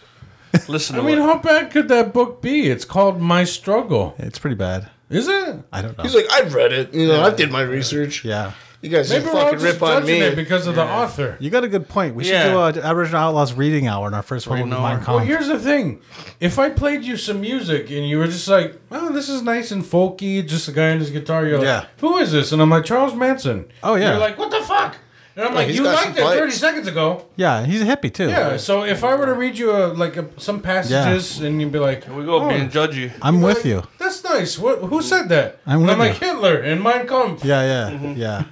Speaker 3: Listen to
Speaker 1: I mean,
Speaker 3: it.
Speaker 1: how bad could that book be? It's called My Struggle.
Speaker 2: It's pretty bad.
Speaker 1: Is it?
Speaker 2: I don't know.
Speaker 4: He's like, I've read it. You know, I did my research.
Speaker 2: yeah,
Speaker 4: You guys
Speaker 1: Maybe
Speaker 4: just
Speaker 1: we're all
Speaker 4: fucking
Speaker 1: just
Speaker 4: rip on
Speaker 1: judging
Speaker 4: me.
Speaker 1: it because of the author.
Speaker 2: you got a good point. We should
Speaker 3: Yeah.
Speaker 2: do a Aboriginal Outlaws reading hour, and our first one would be
Speaker 3: Reading hour.
Speaker 2: Mein
Speaker 1: Well,
Speaker 2: Kampf.
Speaker 1: here's the thing. If I played you some music and you were just like, oh, this is nice and folky, just a guy and his guitar, you're like,
Speaker 2: Yeah.
Speaker 1: who is this? And I'm like, Charles Manson.
Speaker 2: Oh, yeah.
Speaker 1: You're like, what the fuck? And I'm like,
Speaker 4: he's
Speaker 1: you
Speaker 4: got
Speaker 1: liked it
Speaker 4: some
Speaker 1: 30
Speaker 4: bites.
Speaker 1: seconds ago.
Speaker 2: yeah, he's a hippie too.
Speaker 1: Yeah. So if I were to read you a, like a, some passages and you'd be like,
Speaker 3: Here we go,
Speaker 1: "Oh,
Speaker 3: being judgy.
Speaker 2: I'm with
Speaker 1: like,
Speaker 2: you.
Speaker 1: That's nice. What? Who said that?
Speaker 2: I'm
Speaker 1: And
Speaker 2: with
Speaker 1: I'm like
Speaker 2: you.
Speaker 1: Hitler and Mein Kampf.
Speaker 2: Yeah, yeah, yeah,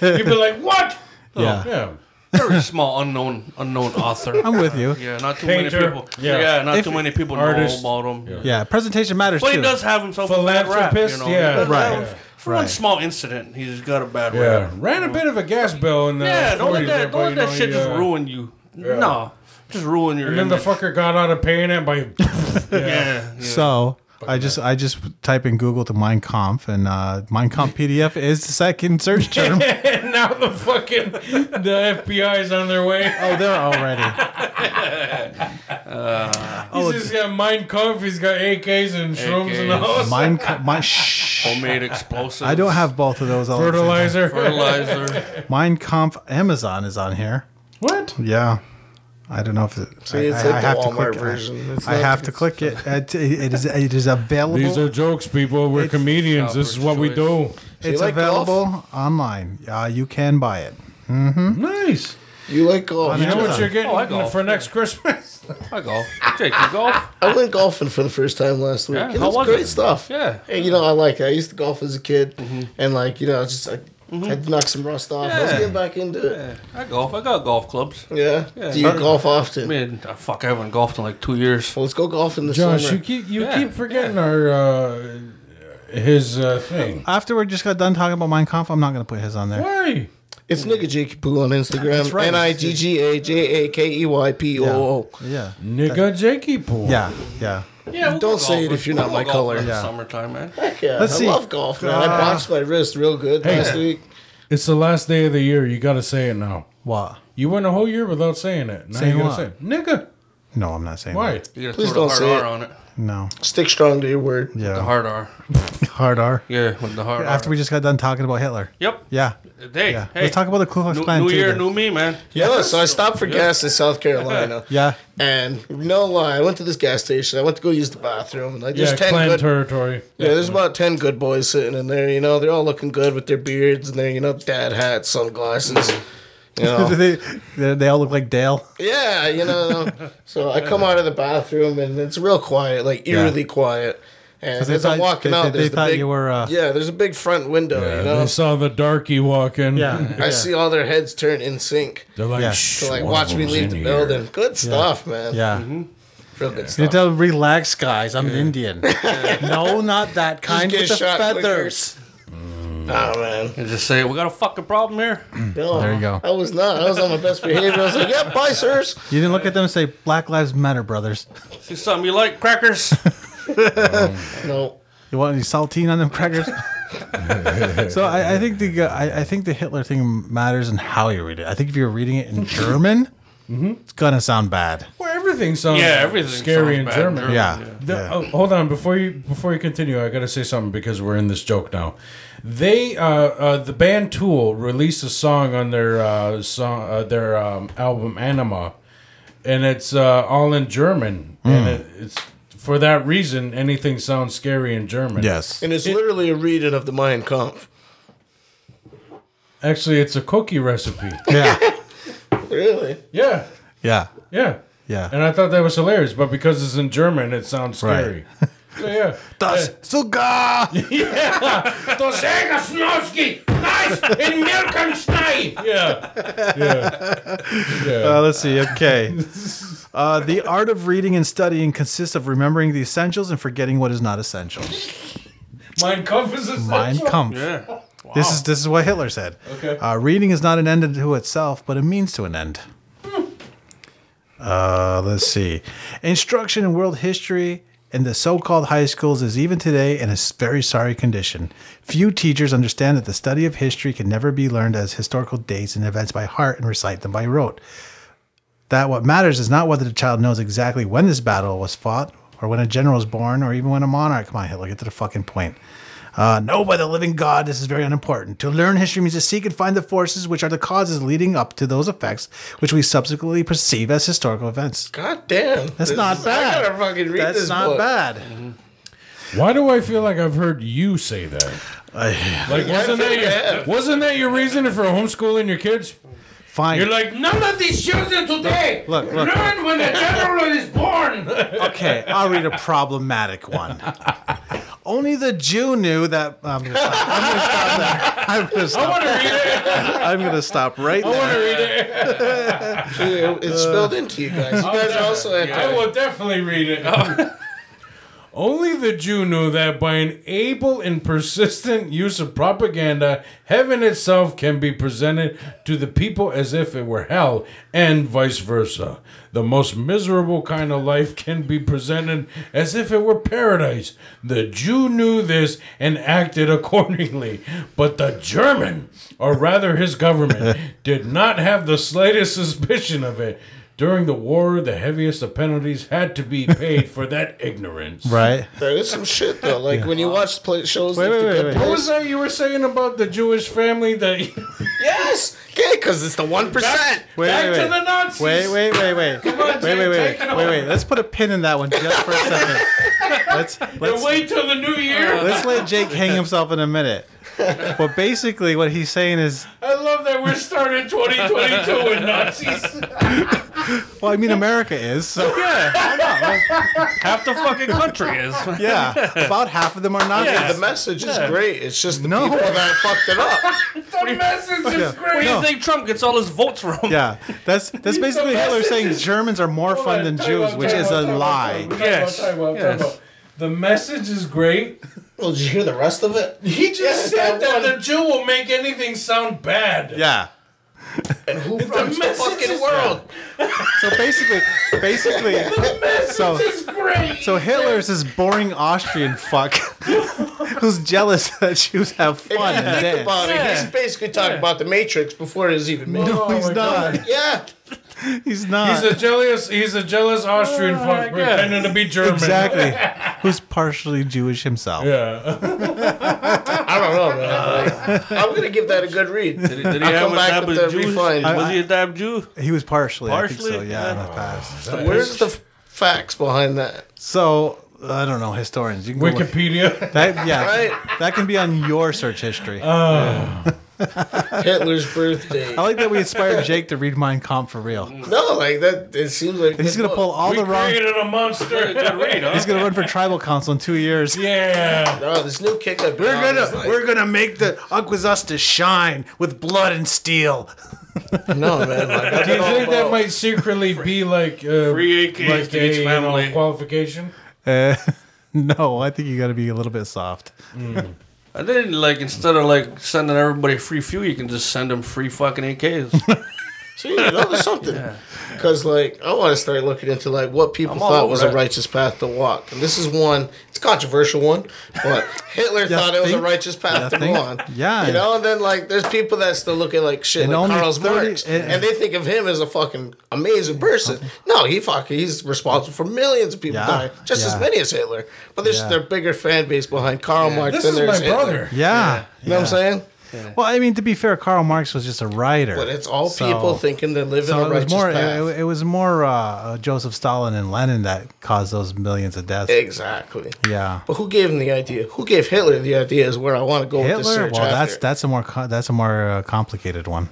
Speaker 1: You'd be like, what?
Speaker 2: yeah.
Speaker 1: Yeah.
Speaker 3: Very small, unknown, unknown author.
Speaker 2: I'm with you.
Speaker 3: Yeah, not too
Speaker 1: Painter.
Speaker 3: many people.
Speaker 1: Yeah.
Speaker 3: Yeah, not
Speaker 2: If-
Speaker 3: too many people
Speaker 1: artist.
Speaker 3: know about him.
Speaker 2: Yeah, presentation matters
Speaker 3: But
Speaker 2: too.
Speaker 3: he does have himself a bad rap, you
Speaker 1: Philanthropist.
Speaker 3: know.
Speaker 1: Yeah.
Speaker 3: He does
Speaker 2: Right.
Speaker 3: have- For one
Speaker 2: Right.
Speaker 3: small incident, he's got a bad
Speaker 1: Yeah.
Speaker 3: rap.
Speaker 1: Ran a bit of a gas bill in the
Speaker 3: Yeah, don't let
Speaker 1: 40s there,
Speaker 3: that,
Speaker 1: but,
Speaker 3: don't
Speaker 1: you
Speaker 3: let that
Speaker 1: know,
Speaker 3: shit
Speaker 1: he,
Speaker 3: just
Speaker 1: uh,
Speaker 3: ruin you. No, just ruin your
Speaker 1: And then the
Speaker 3: image.
Speaker 1: fucker got out of paying it by.
Speaker 3: yeah. yeah.
Speaker 2: So I just I just type in Google to Mein Kampf and uh, Mein Kampf PDF is the second search term.
Speaker 1: and now the fucking the FBI's on their way.
Speaker 2: oh, they're already.
Speaker 1: He's just got Mein Kampf. He's got AKs and shrooms in the
Speaker 3: AKs.
Speaker 1: house.
Speaker 2: Mine, co- mine, shh.
Speaker 3: Homemade explosives.
Speaker 2: I don't have both of those. all at the same time.
Speaker 1: Fertilizer.
Speaker 3: fertilizer.
Speaker 2: Mein Kampf Amazon is on here.
Speaker 1: What?
Speaker 2: Yeah. I don't know if it,
Speaker 4: See, it's
Speaker 2: I,
Speaker 4: like
Speaker 2: I
Speaker 4: the
Speaker 2: have to
Speaker 4: Walmart
Speaker 2: click,
Speaker 4: version. It's
Speaker 2: I, I
Speaker 4: not-
Speaker 2: have to click it. It, it is it is available.
Speaker 1: These are jokes, people. We're
Speaker 2: It's-
Speaker 1: comedians. This is what we do.
Speaker 4: you
Speaker 2: it's
Speaker 4: like golf?
Speaker 2: available online. Uh, you can buy it.
Speaker 1: Nice.
Speaker 4: You like golf?
Speaker 1: You know what you're getting
Speaker 3: Oh, I golf.
Speaker 1: for next Christmas?
Speaker 3: I golf. Jake, you golf?
Speaker 4: I went golfing for the first time last week.
Speaker 3: Yeah,
Speaker 4: and
Speaker 3: how
Speaker 4: it's
Speaker 3: was
Speaker 4: great
Speaker 3: it?
Speaker 4: stuff.
Speaker 3: Yeah.
Speaker 4: And, you know, I like it. I used to golf as a kid. And, like, you know, I just, I, I knocked some rust off. I was
Speaker 3: Yeah.
Speaker 4: getting back into it.
Speaker 3: I golf. I got golf clubs.
Speaker 4: Yeah. Do you golf often?
Speaker 3: I mean, ah, fuck, I haven't golfed in like two years.
Speaker 4: Well, let's go golfing this
Speaker 1: Josh,
Speaker 4: summer.
Speaker 1: you keep you
Speaker 3: Yeah,
Speaker 1: keep forgetting our uh, his uh, thing.
Speaker 2: After we just got done talking about Mein Kampf, I'm not going to put his on there.
Speaker 1: Why?
Speaker 4: It's Nigga Jakey Poo on Instagram.
Speaker 2: right.
Speaker 4: N I G G A J A K E Y P O O.
Speaker 2: Yeah.
Speaker 1: Nigga Jakey Pool.
Speaker 2: Yeah. Yeah.
Speaker 3: Yeah,
Speaker 4: Don't say it if you're not my color.
Speaker 2: Yeah.
Speaker 3: Yeah. Summertime, man.
Speaker 4: Heck yeah.
Speaker 2: Let's
Speaker 4: I
Speaker 2: see.
Speaker 4: love golf, man. I boxed my wrist real good
Speaker 1: Ah. Hey.
Speaker 4: last week.
Speaker 1: It's the last day of the year. You got to say it now.
Speaker 2: What?
Speaker 1: You went a whole year without saying it. Now
Speaker 2: Saying
Speaker 1: you
Speaker 2: what?
Speaker 1: got to say it. Nigga.
Speaker 2: No, I'm not saying
Speaker 1: Why?
Speaker 3: You gotta
Speaker 4: Please
Speaker 3: throw
Speaker 4: don't
Speaker 3: the
Speaker 4: say
Speaker 3: hard
Speaker 4: it.
Speaker 3: R on it.
Speaker 2: that. No.
Speaker 4: Stick strong to your word.
Speaker 3: The
Speaker 2: Yeah.
Speaker 3: hard R.
Speaker 2: Hard R.
Speaker 3: Yeah, with the hard
Speaker 2: After
Speaker 3: R.
Speaker 2: we just got done talking about Hitler.
Speaker 3: Yep.
Speaker 2: Yeah.
Speaker 3: Hey,
Speaker 2: Yeah.
Speaker 3: hey.
Speaker 2: Let's talk about the Ku Klux
Speaker 3: New,
Speaker 2: Klan
Speaker 3: new
Speaker 2: too,
Speaker 3: year,
Speaker 2: then.
Speaker 3: new me, man.
Speaker 4: Yeah, so I stopped for gas in South Carolina.
Speaker 2: Yeah.
Speaker 4: And no lie, I went to this gas station. I went to go use the bathroom. And like, there's
Speaker 1: Yeah,
Speaker 4: 10
Speaker 1: clan
Speaker 4: good,
Speaker 1: territory.
Speaker 4: yeah, there's about 10 good boys sitting in there. You know, they're all looking good with their beards and their, you know, dad hats, sunglasses. You know,
Speaker 2: they, they, they all look like Dale.
Speaker 4: Yeah, you know. so I come out of the bathroom and it's real quiet, like eerily quiet. And
Speaker 2: they
Speaker 4: as
Speaker 2: thought-
Speaker 4: I'm walking
Speaker 2: they-
Speaker 4: out,
Speaker 2: they
Speaker 4: there's the
Speaker 2: thought
Speaker 4: big,
Speaker 2: you were, uh,
Speaker 4: yeah, there's a big front window.
Speaker 1: Yeah,
Speaker 4: you know,
Speaker 1: They saw the darkie walk in.
Speaker 4: I see all their heads turn in sync.
Speaker 1: They're like,
Speaker 2: Yeah.
Speaker 1: Shh,
Speaker 4: To like
Speaker 1: one
Speaker 4: watch
Speaker 1: of
Speaker 4: me
Speaker 1: them's
Speaker 4: leave
Speaker 1: in
Speaker 4: the
Speaker 1: here.
Speaker 4: building. Good stuff, man.
Speaker 2: Yeah.
Speaker 4: real good
Speaker 2: You
Speaker 4: stuff.
Speaker 2: tell them, relax, guys. I'm an Indian. no, not that kind.
Speaker 4: get
Speaker 2: With the
Speaker 4: shot
Speaker 2: feathers.
Speaker 4: Nah, man.
Speaker 3: And just say, we got a fucking problem here.
Speaker 4: No,
Speaker 2: There you go.
Speaker 4: I was not. I was on my best behavior. I was like, "Yep, bye, sirs."
Speaker 2: You didn't look at them and say, "Black Lives Matter, brothers."
Speaker 3: See something you like? Crackers?
Speaker 4: No,
Speaker 2: You want any saltine on them crackers? so I, I think the uh, I, I think the Hitler thing matters in how you read it. I think if you're reading it in German, it's gonna sound bad.
Speaker 1: Well, everything sounds
Speaker 3: yeah, everything.
Speaker 1: scary in German.
Speaker 2: Yeah.
Speaker 1: The- oh, hold on before you before you continue. I gotta say something because we're in this joke now. They uh, uh, the band Tool released a song on their uh, song uh, their um, album Anima, and it's uh, all in German. And
Speaker 2: Hmm.
Speaker 1: it, it's for that reason anything sounds scary in German.
Speaker 2: Yes.
Speaker 4: and it's literally a reading of the Mein Kampf.
Speaker 1: actually, it's a cookie recipe.
Speaker 2: Yeah.
Speaker 4: Really?
Speaker 1: yeah,
Speaker 2: Yeah.
Speaker 1: yeah,
Speaker 2: Yeah.
Speaker 1: And I thought that was hilarious, but because it's in German, it sounds scary. So, yeah.
Speaker 2: Das sogar.
Speaker 1: Yeah. Yeah. Yeah.
Speaker 2: Uh, let's see. Okay. Uh, the art of reading and studying consists of remembering the essentials and forgetting what is not essential.
Speaker 1: Mein Kampf is essential.
Speaker 2: Mein Kampf.
Speaker 3: Yeah.
Speaker 2: This is this is what Hitler said.
Speaker 1: Okay.
Speaker 2: Uh, reading is not an end to itself, but a means to an end. Uh, let's see. Instruction in world history in the so-called high schools is even today in a s- very sorry condition. Few teachers understand that the study of history can never be learned as historical dates and events by heart and recite them by rote. That what matters is not whether the child knows exactly when this battle was fought, or when a general was born, or even when a monarch. Come on, Hitler, get to the fucking point. Uh, no, by the living God, this is very unimportant. To learn history means to seek and find the forces which are the causes leading up to those effects which we subsequently perceive as historical events.
Speaker 4: God damn.
Speaker 2: That's not bad.
Speaker 4: I gotta fucking read
Speaker 2: That's
Speaker 4: this
Speaker 2: not
Speaker 4: book.
Speaker 2: bad.
Speaker 1: Why do I feel like I've heard you say that? Like wasn't
Speaker 4: I think I
Speaker 1: that your,
Speaker 4: have.
Speaker 1: wasn't that your reason for homeschooling your kids?
Speaker 2: Fine.
Speaker 1: You're like none of these children today
Speaker 2: Look, look, look.
Speaker 1: learn when the general is born.
Speaker 2: okay, I'll read a problematic one. Only the Jew knew that. I'm gonna stop, I'm gonna stop there. I'm gonna stop. I'm gonna stop right
Speaker 1: I
Speaker 2: there.
Speaker 1: want to read it.
Speaker 2: Uh,
Speaker 4: It's spilled into you guys. You guys are also
Speaker 1: I
Speaker 4: anti.
Speaker 1: Oh, will definitely read it. Only the Jew knew that by an able and persistent use of propaganda, heaven itself can be presented to the people as if it were hell, and vice versa. The most miserable kind of life can be presented as if it were paradise. The Jew knew this and acted accordingly. But the German, or rather his government, did not have the slightest suspicion of it. During the war, the heaviest of penalties had to be paid for that ignorance.
Speaker 2: Right.
Speaker 4: There is some shit though. Like when you watch play shows
Speaker 2: Wait,
Speaker 4: like
Speaker 2: wait,
Speaker 4: The
Speaker 2: wait,
Speaker 4: Good
Speaker 2: wait.
Speaker 4: Place.
Speaker 1: What was that you were saying about the Jewish family? That
Speaker 4: Yes, okay, because it's the one percent.
Speaker 2: Wait,
Speaker 1: back
Speaker 2: wait,
Speaker 1: to
Speaker 2: wait.
Speaker 1: the Nazis.
Speaker 2: Wait, wait, wait, wait.
Speaker 1: on, Jay,
Speaker 2: wait, wait, wait,
Speaker 1: take it
Speaker 2: wait, wait, wait. Let's put a pin in that one just for a second. Let's let's
Speaker 1: wait till the new year.
Speaker 2: let's let Jake hang himself in a minute. But basically, what he's saying is,
Speaker 1: I love that we're starting 2022 with Nazis.
Speaker 2: well, I mean, America is so
Speaker 3: Yeah, half the fucking country is.
Speaker 2: yeah. About half of them are Nazis.
Speaker 4: The message is great. It's just the
Speaker 2: No.
Speaker 4: people that fucked it up.
Speaker 1: The message is
Speaker 3: Where
Speaker 1: great.
Speaker 3: do
Speaker 2: No.
Speaker 3: you think Trump gets all his votes from?
Speaker 2: Yeah, that's that's basically Hitler saying Germans are more fun than Jews, which is a lie.
Speaker 3: Yes. Yes.
Speaker 1: The message is great.
Speaker 4: Well, did you hear the rest of it?
Speaker 1: He just said
Speaker 4: that
Speaker 1: that, the Jew will make anything sound bad.
Speaker 2: Yeah.
Speaker 4: Who runs the
Speaker 1: message
Speaker 4: fucking
Speaker 1: is-
Speaker 4: world?
Speaker 2: So basically, basically, so
Speaker 1: It's great.
Speaker 2: so Hitler's this boring Austrian fuck who's jealous that Jews have fun
Speaker 4: If you
Speaker 2: and
Speaker 4: think
Speaker 2: dance.
Speaker 4: about it, he's basically talking about the Matrix before it oh was even made.
Speaker 2: No, he's not.
Speaker 4: Yeah,
Speaker 2: He's not.
Speaker 1: He's a jealous. He's a jealous Austrian fuck pretending to be German.
Speaker 2: Uh, exactly. Who's partially Jewish himself.
Speaker 1: Yeah.
Speaker 4: I don't know, man. Like, I'm gonna give that a good read.
Speaker 3: Did he, did he
Speaker 4: I'll
Speaker 3: have
Speaker 4: come
Speaker 3: a
Speaker 4: back
Speaker 3: dab
Speaker 4: with
Speaker 3: of
Speaker 4: the
Speaker 3: Jews?
Speaker 4: refined.
Speaker 3: Was he a dab Jew?
Speaker 2: He was partially, I
Speaker 3: Partially?
Speaker 2: think so, yeah, in the past.
Speaker 4: Where's the f- facts behind that?
Speaker 2: So, I don't know, historians. You can go look-
Speaker 1: Wikipedia.
Speaker 2: That, yeah,
Speaker 4: Right.
Speaker 2: that can be on your search history.
Speaker 4: Hitler's birthday.
Speaker 2: I like that we inspired Jake to read Mein Kampf for real.
Speaker 4: No, like that. It seems like
Speaker 2: He's gonna pull all
Speaker 1: We
Speaker 2: the wrong.
Speaker 1: created a monster.
Speaker 3: Good read, huh?
Speaker 2: He's gonna run for tribal council in two years. Oh,
Speaker 1: yeah.
Speaker 4: No, this new kick I've been
Speaker 2: We're
Speaker 4: on is
Speaker 2: gonna
Speaker 4: like-
Speaker 2: we're gonna make the Aquazusta shine with blood and steel.
Speaker 4: no man. Like, I've
Speaker 1: Do
Speaker 4: been
Speaker 1: you
Speaker 4: all
Speaker 1: think that
Speaker 4: about-
Speaker 1: might secretly be like uh,
Speaker 3: Free AKs
Speaker 1: like
Speaker 3: to each
Speaker 1: a, you know,
Speaker 3: family.
Speaker 1: qualification?
Speaker 2: Uh, no, I think you gotta be a little bit soft.
Speaker 3: And then, like, instead of like sending everybody free fuel, you can just send them free fucking AKs.
Speaker 4: See, you know, there's something. Because, like, I want to start looking into, like, what people
Speaker 3: all
Speaker 4: thought
Speaker 3: over
Speaker 4: was
Speaker 3: it.
Speaker 4: a righteous path to walk. And this is one, it's a controversial one, but Hitler thought it was a
Speaker 2: think?
Speaker 4: righteous path to
Speaker 2: think?
Speaker 4: go on.
Speaker 2: Yeah.
Speaker 4: You know, and then, like, there's people that still look at, like, shit,
Speaker 2: And
Speaker 4: like
Speaker 2: only
Speaker 4: Karl
Speaker 2: 30
Speaker 4: Marx,
Speaker 2: and-
Speaker 4: and they think of him as a fucking amazing person. No, he fucking, he's responsible for millions of people
Speaker 2: Yeah.
Speaker 4: dying, just as
Speaker 2: Yeah.
Speaker 4: many as Hitler. But there's
Speaker 2: Yeah.
Speaker 4: their bigger fan base behind Karl Marx
Speaker 1: This
Speaker 4: than
Speaker 1: is
Speaker 4: there
Speaker 1: my
Speaker 4: Hitler.
Speaker 1: brother.
Speaker 2: Yeah.
Speaker 4: You know what I'm saying?
Speaker 2: Well, I mean, to be fair, Karl Marx was just a writer.
Speaker 4: But it's all
Speaker 2: So-
Speaker 4: people thinking they're living
Speaker 2: So
Speaker 4: a
Speaker 2: it was
Speaker 4: righteous
Speaker 2: more. It,
Speaker 4: path.
Speaker 2: it- it was more uh, uh, Joseph Stalin and Lenin that caused those millions of deaths.
Speaker 4: exactly.
Speaker 2: yeah.
Speaker 4: But who gave him the idea? Who gave Hitler the idea? Is where I want to go with this
Speaker 2: Hitler.
Speaker 4: search
Speaker 2: Well, that's
Speaker 4: after.
Speaker 2: that's a more co- that's a more uh, complicated one.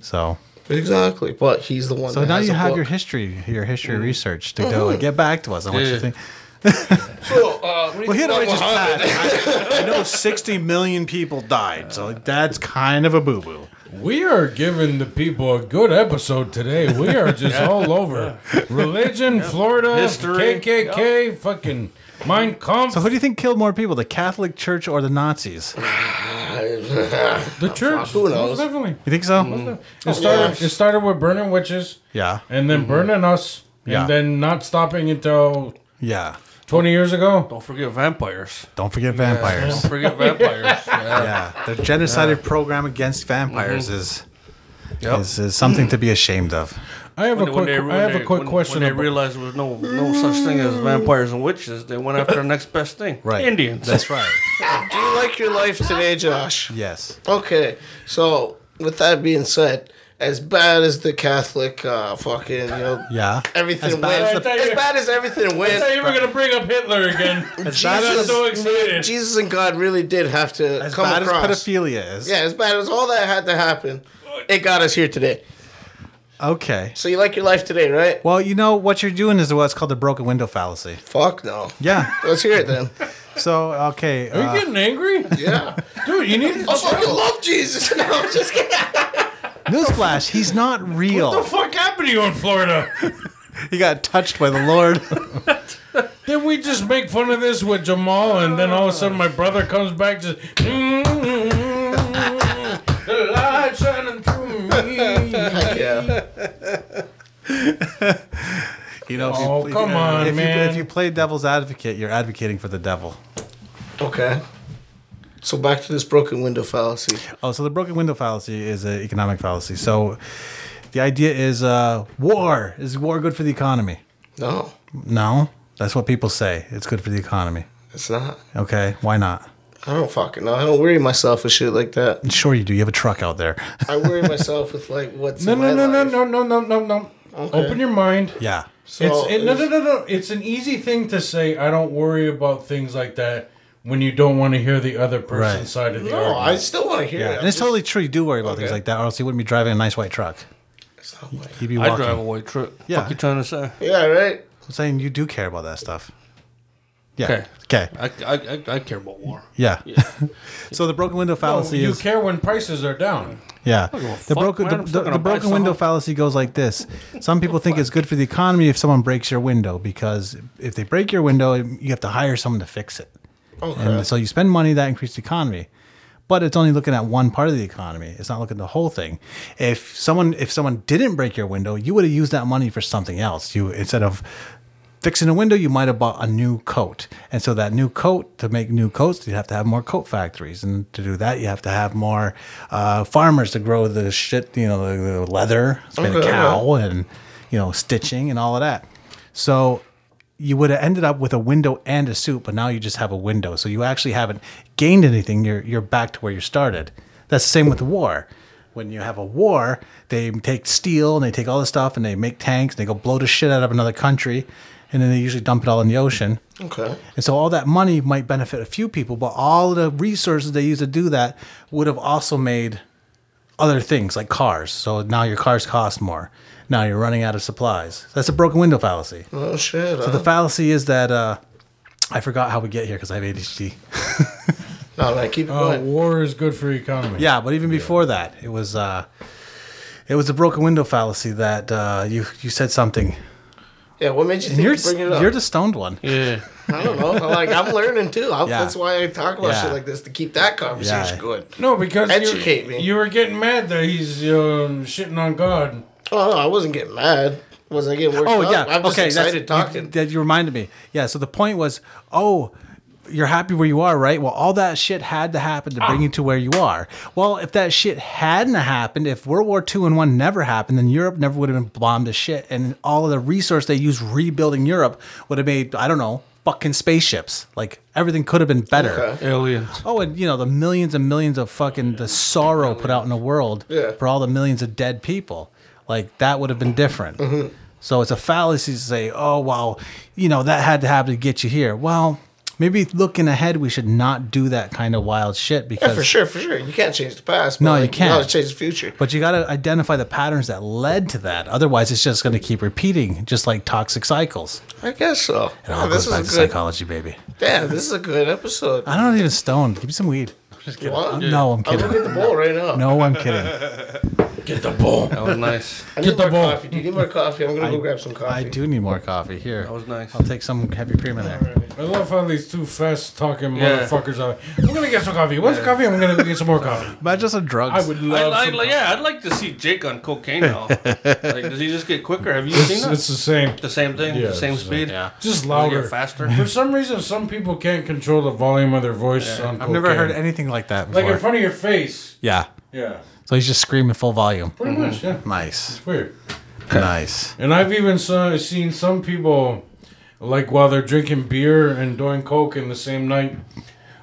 Speaker 2: So
Speaker 4: exactly. But he's the one.
Speaker 2: so
Speaker 4: that
Speaker 2: now
Speaker 4: has
Speaker 2: you
Speaker 4: a
Speaker 2: have
Speaker 4: book. Mm-hmm.
Speaker 2: your history, your history research to go and get back to us on what you
Speaker 3: Yeah.
Speaker 2: think.
Speaker 4: So, uh, what do you
Speaker 2: Well,
Speaker 4: think
Speaker 2: Hitler
Speaker 4: about
Speaker 2: just
Speaker 4: Muhammad?
Speaker 2: passed. I, I know 60 million people died, so that's kind of a boo boo.
Speaker 1: We are giving the people a good episode today. We are just all over religion, Florida,
Speaker 3: History.
Speaker 1: KKK, fucking Mein Kampf,
Speaker 2: So who do you think killed more people, the Catholic Church or the Nazis?
Speaker 1: the church.
Speaker 4: Who
Speaker 1: Most
Speaker 4: knows?
Speaker 1: Definitely.
Speaker 2: You think so?
Speaker 4: Mm-hmm.
Speaker 3: Oh,
Speaker 1: It started. It started with burning witches,
Speaker 2: Yeah.
Speaker 1: and
Speaker 3: Mm-hmm.
Speaker 1: then burning us, and
Speaker 2: Yeah.
Speaker 1: then not stopping until
Speaker 2: Yeah.
Speaker 1: twenty years ago.
Speaker 3: Don't forget vampires.
Speaker 2: Don't forget
Speaker 3: Don't
Speaker 2: vampires.
Speaker 3: forget vampires. Yeah.
Speaker 2: Yeah. The genocidal program against
Speaker 4: Mm-hmm.
Speaker 2: vampires is,
Speaker 3: Yep.
Speaker 2: is is something to be ashamed of.
Speaker 1: I have
Speaker 3: When
Speaker 1: a
Speaker 3: they-
Speaker 1: quick.
Speaker 3: when they-
Speaker 1: I
Speaker 3: when
Speaker 1: have
Speaker 3: they-
Speaker 1: a quick
Speaker 3: when-
Speaker 1: question.
Speaker 3: When they
Speaker 1: about-
Speaker 3: realized there was no no such thing as vampires and witches, they went after the next best thing.
Speaker 2: Right.
Speaker 3: Indians.
Speaker 2: That's right.
Speaker 4: Do you like your life today, Josh?
Speaker 2: Yes.
Speaker 4: Okay. So, with that being said, as bad as the Catholic uh, fucking, you know,
Speaker 2: Yeah.
Speaker 4: everything
Speaker 2: As bad
Speaker 4: went,
Speaker 1: as the-
Speaker 4: as bad as everything
Speaker 1: I
Speaker 4: went,
Speaker 1: thought you were gonna bring up Hitler again.
Speaker 2: bad
Speaker 1: I'm
Speaker 2: as-
Speaker 1: so excited.
Speaker 4: Jesus and God really did have to
Speaker 2: As
Speaker 4: come
Speaker 2: bad
Speaker 4: across.
Speaker 2: as pedophilia is.
Speaker 4: yeah, as bad as all that had to happen, it got us here today.
Speaker 2: Okay.
Speaker 4: So you like your life today, right?
Speaker 2: Well, you know what you're doing is what's called the broken window fallacy.
Speaker 4: Fuck no.
Speaker 2: Yeah.
Speaker 4: Let's hear it then.
Speaker 2: So okay.
Speaker 1: Are
Speaker 2: uh,
Speaker 1: you getting angry,
Speaker 4: Yeah.
Speaker 1: dude? You need to
Speaker 4: I fucking love Jesus. No, I'm just kidding.
Speaker 2: newsflash, he's not real.
Speaker 1: What the fuck happened to you in Florida?
Speaker 2: He got touched by the Lord.
Speaker 1: They didn't we just make fun of this with Jamal, and then all of a sudden my brother comes back just. "Mm-hmm. The light shining through me.
Speaker 4: yeah.
Speaker 2: You know, if
Speaker 1: Oh,
Speaker 2: you,
Speaker 1: come on,
Speaker 2: if
Speaker 1: man.
Speaker 2: You, if you play devil's advocate, you're advocating for the devil.
Speaker 4: Okay. So back to this broken window fallacy.
Speaker 2: Oh, so the broken window fallacy is an economic fallacy. So the idea is uh, war. Is war good for the economy?
Speaker 4: No,
Speaker 2: No. That's what people say. It's good for the economy.
Speaker 4: it's not.
Speaker 2: Okay. Why not?
Speaker 4: I don't fucking know. I don't worry myself with shit like that.
Speaker 2: Sure, you do. You have a truck out there.
Speaker 4: I worry myself with like what's
Speaker 1: No,
Speaker 4: in
Speaker 1: no,
Speaker 4: my
Speaker 1: no, no,
Speaker 4: life.
Speaker 1: no, no, no, no, no.
Speaker 4: Okay.
Speaker 1: Open your mind.
Speaker 2: yeah.
Speaker 1: it's,
Speaker 4: So
Speaker 1: it, no, no,
Speaker 4: is-
Speaker 1: no, no. It's an easy thing to say. I don't worry about things like that when you don't want to hear the other person's
Speaker 2: Right.
Speaker 1: side of the
Speaker 4: No, I
Speaker 1: argument.
Speaker 4: still want to hear it.
Speaker 2: And it's totally true. You do worry about things
Speaker 4: Okay.
Speaker 2: like that, or else you wouldn't be driving a nice white truck.
Speaker 4: It's not like-
Speaker 2: You'd be
Speaker 3: I
Speaker 2: walking.
Speaker 3: drive a white truck.
Speaker 2: Yeah.
Speaker 3: Fuck you trying to say?
Speaker 4: yeah, right.
Speaker 2: I'm saying you do care about that stuff.
Speaker 3: Okay.
Speaker 2: Yeah. Okay.
Speaker 3: I, I, I, I care about war.
Speaker 2: Yeah. so the broken window fallacy
Speaker 1: you
Speaker 2: is
Speaker 1: care when prices are down.
Speaker 2: Yeah.
Speaker 3: give a
Speaker 2: The
Speaker 3: fuck,
Speaker 2: broken
Speaker 3: man.
Speaker 2: the,
Speaker 3: I'm
Speaker 2: the,
Speaker 3: still
Speaker 2: the
Speaker 3: gonna buy
Speaker 2: broken window
Speaker 3: something.
Speaker 2: fallacy goes like this. Some people think it's good for the economy if someone breaks your window because if they break your window, you have to hire someone to fix it.
Speaker 4: Okay.
Speaker 2: And so you spend money that increases the economy. But it's only looking at one part of the economy. It's not looking at the whole thing. If someone if someone didn't break your window, you would have used that money for something else. You instead of fixing a window, you might have bought a new coat. And so that new coat, to make new coats, you have to have more coat factories. And to do that, you have to have more uh, farmers to grow the shit, you know, the, the leather, spin a
Speaker 4: Okay,
Speaker 2: cow, and you know, stitching and all of that. So you would have ended up with a window and a suit, but now you just have a window. So you actually haven't gained anything. You're you're back to where you started. That's the same with the war. When you have a war, they take steel and they take all the stuff and they make tanks and they go blow the shit out of another country, and then they usually dump it all in the ocean.
Speaker 4: Okay.
Speaker 2: And so all that money might benefit a few people, but all the resources they use to do that would have also made other things like cars. So now your cars cost more. Now you're running out of supplies. That's a broken window fallacy.
Speaker 4: Oh shit.
Speaker 2: The fallacy is that uh, I forgot how we get here because I have ADHD.
Speaker 4: no, no, keep it
Speaker 1: Uh,
Speaker 4: going.
Speaker 1: war is good for economy.
Speaker 2: Yeah, but even before that, it was uh, it was the broken window fallacy that uh, you you said something.
Speaker 4: Yeah, what made you
Speaker 2: And
Speaker 4: think
Speaker 2: you're
Speaker 4: to bring it up?
Speaker 2: you're the stoned one.
Speaker 3: Yeah.
Speaker 4: I don't know. I'm like I'm learning too. I'm,
Speaker 2: Yeah.
Speaker 4: That's why I talk about
Speaker 2: Yeah.
Speaker 4: shit like this to keep that conversation
Speaker 2: Yeah.
Speaker 4: going.
Speaker 1: No, because you-
Speaker 4: Educate me.
Speaker 1: You were getting mad that he's um, shitting on God.
Speaker 4: Oh, no, I wasn't getting mad. Wasn't getting worked
Speaker 2: Oh
Speaker 4: up.
Speaker 2: yeah,
Speaker 4: I'm just
Speaker 2: okay. that's-
Speaker 4: excited talking.
Speaker 2: You, that you reminded me. Yeah. So the point was, oh, you're happy where you are, right? Well, all that shit had to happen to bring you to where you are. Well, if that shit hadn't happened, if World War II and one never happened, then Europe never would have been bombed to shit, and all of the resource they used rebuilding Europe would have made I don't know fucking spaceships. Like everything could have been better.
Speaker 3: Aliens.
Speaker 2: Oh, and you know the millions and millions of fucking the sorrow put out in the world
Speaker 4: Yeah.
Speaker 2: for all the millions of dead people. Like that would have been different.
Speaker 4: Mm-hmm.
Speaker 2: So it's a fallacy to say, oh well, you know that had to happen to get you here. Well, maybe looking ahead, we should not do that kind of wild shit because
Speaker 4: Yeah, for sure, for sure. You can't change the past. But
Speaker 2: No, you
Speaker 4: like,
Speaker 2: can't.
Speaker 4: You gotta change the future.
Speaker 2: But you got to identify the patterns that led to that. Otherwise, it's just going to keep repeating, just like toxic cycles.
Speaker 4: I guess so.
Speaker 2: It all
Speaker 4: Yeah,
Speaker 2: goes
Speaker 4: this is a
Speaker 2: back to
Speaker 4: good.
Speaker 2: psychology, baby.
Speaker 4: Damn, this is a good episode.
Speaker 2: I'm not even stoned. Give me some weed.
Speaker 4: What?
Speaker 2: No, I'm
Speaker 4: I'm gonna
Speaker 2: kidding.
Speaker 4: get the bowl right now.
Speaker 2: No, I'm kidding.
Speaker 1: Get the bull.
Speaker 3: That was nice.
Speaker 4: I need
Speaker 1: the
Speaker 4: more
Speaker 1: bowl.
Speaker 4: coffee. Do you need more coffee? I'm gonna go grab some coffee.
Speaker 2: I do need more coffee. Here.
Speaker 3: That was nice.
Speaker 2: I'll take some heavy cream in there.
Speaker 1: I love how these two fast talking
Speaker 3: Yeah.
Speaker 1: motherfuckers are. I'm gonna get some coffee. What's coffee? I'm gonna go get some more coffee.
Speaker 2: Imagine some drugs.
Speaker 1: I would
Speaker 3: I,
Speaker 1: love.
Speaker 3: I,
Speaker 1: some
Speaker 3: like, yeah, I'd like to see Jake on cocaine now. like, does he just get quicker? Have you seen
Speaker 1: It's,
Speaker 3: that?
Speaker 1: it's the same.
Speaker 3: the same thing,
Speaker 1: Yeah,
Speaker 3: the same
Speaker 1: it's, uh,
Speaker 3: speed.
Speaker 2: yeah.
Speaker 1: Just
Speaker 3: Does it get
Speaker 1: louder.
Speaker 3: faster.
Speaker 1: For some reason, some people can't control the volume of their voice. on
Speaker 2: I've never heard
Speaker 1: cocaine.
Speaker 2: anything like that before.
Speaker 1: like in front of your face.
Speaker 2: yeah.
Speaker 1: Yeah,
Speaker 2: So he's just screaming full volume.
Speaker 1: pretty much. Yeah,
Speaker 2: Nice.
Speaker 1: it's weird.
Speaker 2: Nice.
Speaker 1: And I've even saw, seen some people, like while they're drinking beer and doing coke in the same night,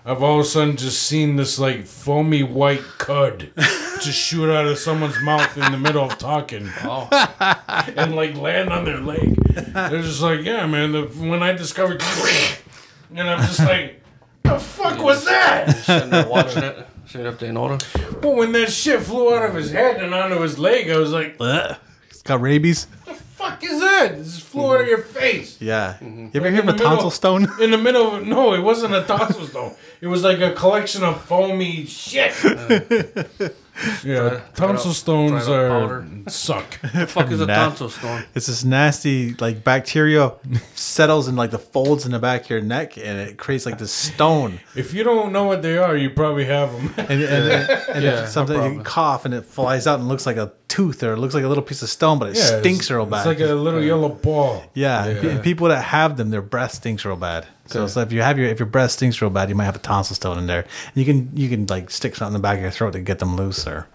Speaker 1: I've all of a sudden just seen this like foamy white cud just shoot out of someone's mouth in the middle of talking. And like land on their leg. They're just like, yeah, man. The, when I discovered, and I'm just like, the fuck was that?
Speaker 3: Sitting there watching it. Sitting up there in order.
Speaker 1: But when that shit flew out of his head and onto his leg, I was like, the
Speaker 2: He's got rabies.
Speaker 1: fuck is that? This flew out of your face.
Speaker 2: Yeah.
Speaker 3: Mm-hmm.
Speaker 2: You ever hear of
Speaker 1: the
Speaker 2: a
Speaker 1: middle-
Speaker 2: tonsil stone?
Speaker 1: in the middle of no, it wasn't a tonsil stone. It was like a collection of foamy shit. Yeah, tonsil
Speaker 3: dried
Speaker 1: stones
Speaker 3: up
Speaker 1: are
Speaker 3: powder.
Speaker 1: suck.
Speaker 3: The fuck is a
Speaker 2: Nah.
Speaker 3: tonsil stone?
Speaker 2: It's this nasty like bacteria settles in like the folds in the back of your neck, and it creates like this stone.
Speaker 1: If you don't know what they are, you probably have them.
Speaker 2: And, and, and
Speaker 3: Yeah, no
Speaker 2: if something you
Speaker 3: problem.
Speaker 2: cough and it flies out and looks like a tooth or it looks like a little piece of stone, but it
Speaker 1: Yeah,
Speaker 2: stinks
Speaker 1: it's,
Speaker 2: real
Speaker 1: It's
Speaker 2: bad.
Speaker 1: like a little yellow ball.
Speaker 2: yeah, and pe- and people that have them, their breath stinks real bad. So, it's like if you have your if your breath stinks real bad, you might have a tonsil stone in there. And you can you can like stick something in the back of your throat to get them loose or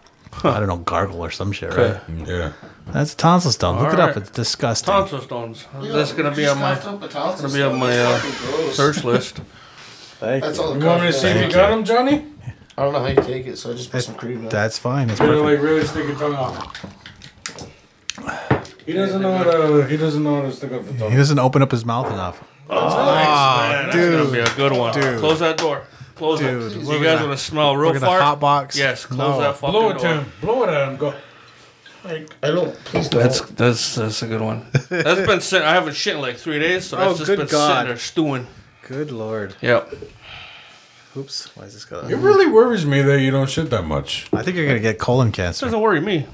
Speaker 2: I don't know gargle or some shit. Right?
Speaker 1: Yeah.
Speaker 2: That's a tonsil stone. Look it up.
Speaker 3: Alright.
Speaker 2: It's disgusting.
Speaker 3: Tonsil stones. That's gonna be on my
Speaker 4: Stuffed up a tonsil
Speaker 3: gonna be on
Speaker 4: stone.
Speaker 3: my
Speaker 4: Fucking
Speaker 3: uh,
Speaker 4: gross.
Speaker 3: search list.
Speaker 2: Thank
Speaker 4: That's
Speaker 2: you.
Speaker 4: all.
Speaker 1: You want me to see if you got them, Johnny?
Speaker 4: I don't know how you take it, so I just put some cream in. it.
Speaker 2: That's fine. It's
Speaker 1: Really,
Speaker 2: perfect.
Speaker 1: like, really stick your tongue out. He doesn't know how to. He doesn't know how to stick up the
Speaker 2: He
Speaker 1: tongue.
Speaker 2: doesn't open up his mouth enough.
Speaker 3: Man, that's gonna be a good one. Close that door. Close
Speaker 2: Dude,
Speaker 3: it.
Speaker 2: we're
Speaker 3: You
Speaker 2: gonna-
Speaker 3: guys want to smell real
Speaker 2: We're gonna
Speaker 3: far?
Speaker 2: hot box.
Speaker 3: Yes. Close
Speaker 2: No.
Speaker 3: that fucking
Speaker 1: Blow it
Speaker 3: door.
Speaker 1: to him. Blow it at him. Go.
Speaker 4: I don't. Please don't.
Speaker 3: That's that's that's a good one. That's been sitting. I haven't shit in like three days, so that's
Speaker 2: Oh,
Speaker 3: just
Speaker 2: good
Speaker 3: been
Speaker 2: God.
Speaker 3: sitting there stewing.
Speaker 2: Good lord.
Speaker 3: Yep.
Speaker 2: Oops. Why is this
Speaker 1: It
Speaker 2: going?
Speaker 1: really worries me that you don't shit that much.
Speaker 2: I think you're gonna get colon cancer.
Speaker 3: Doesn't worry me.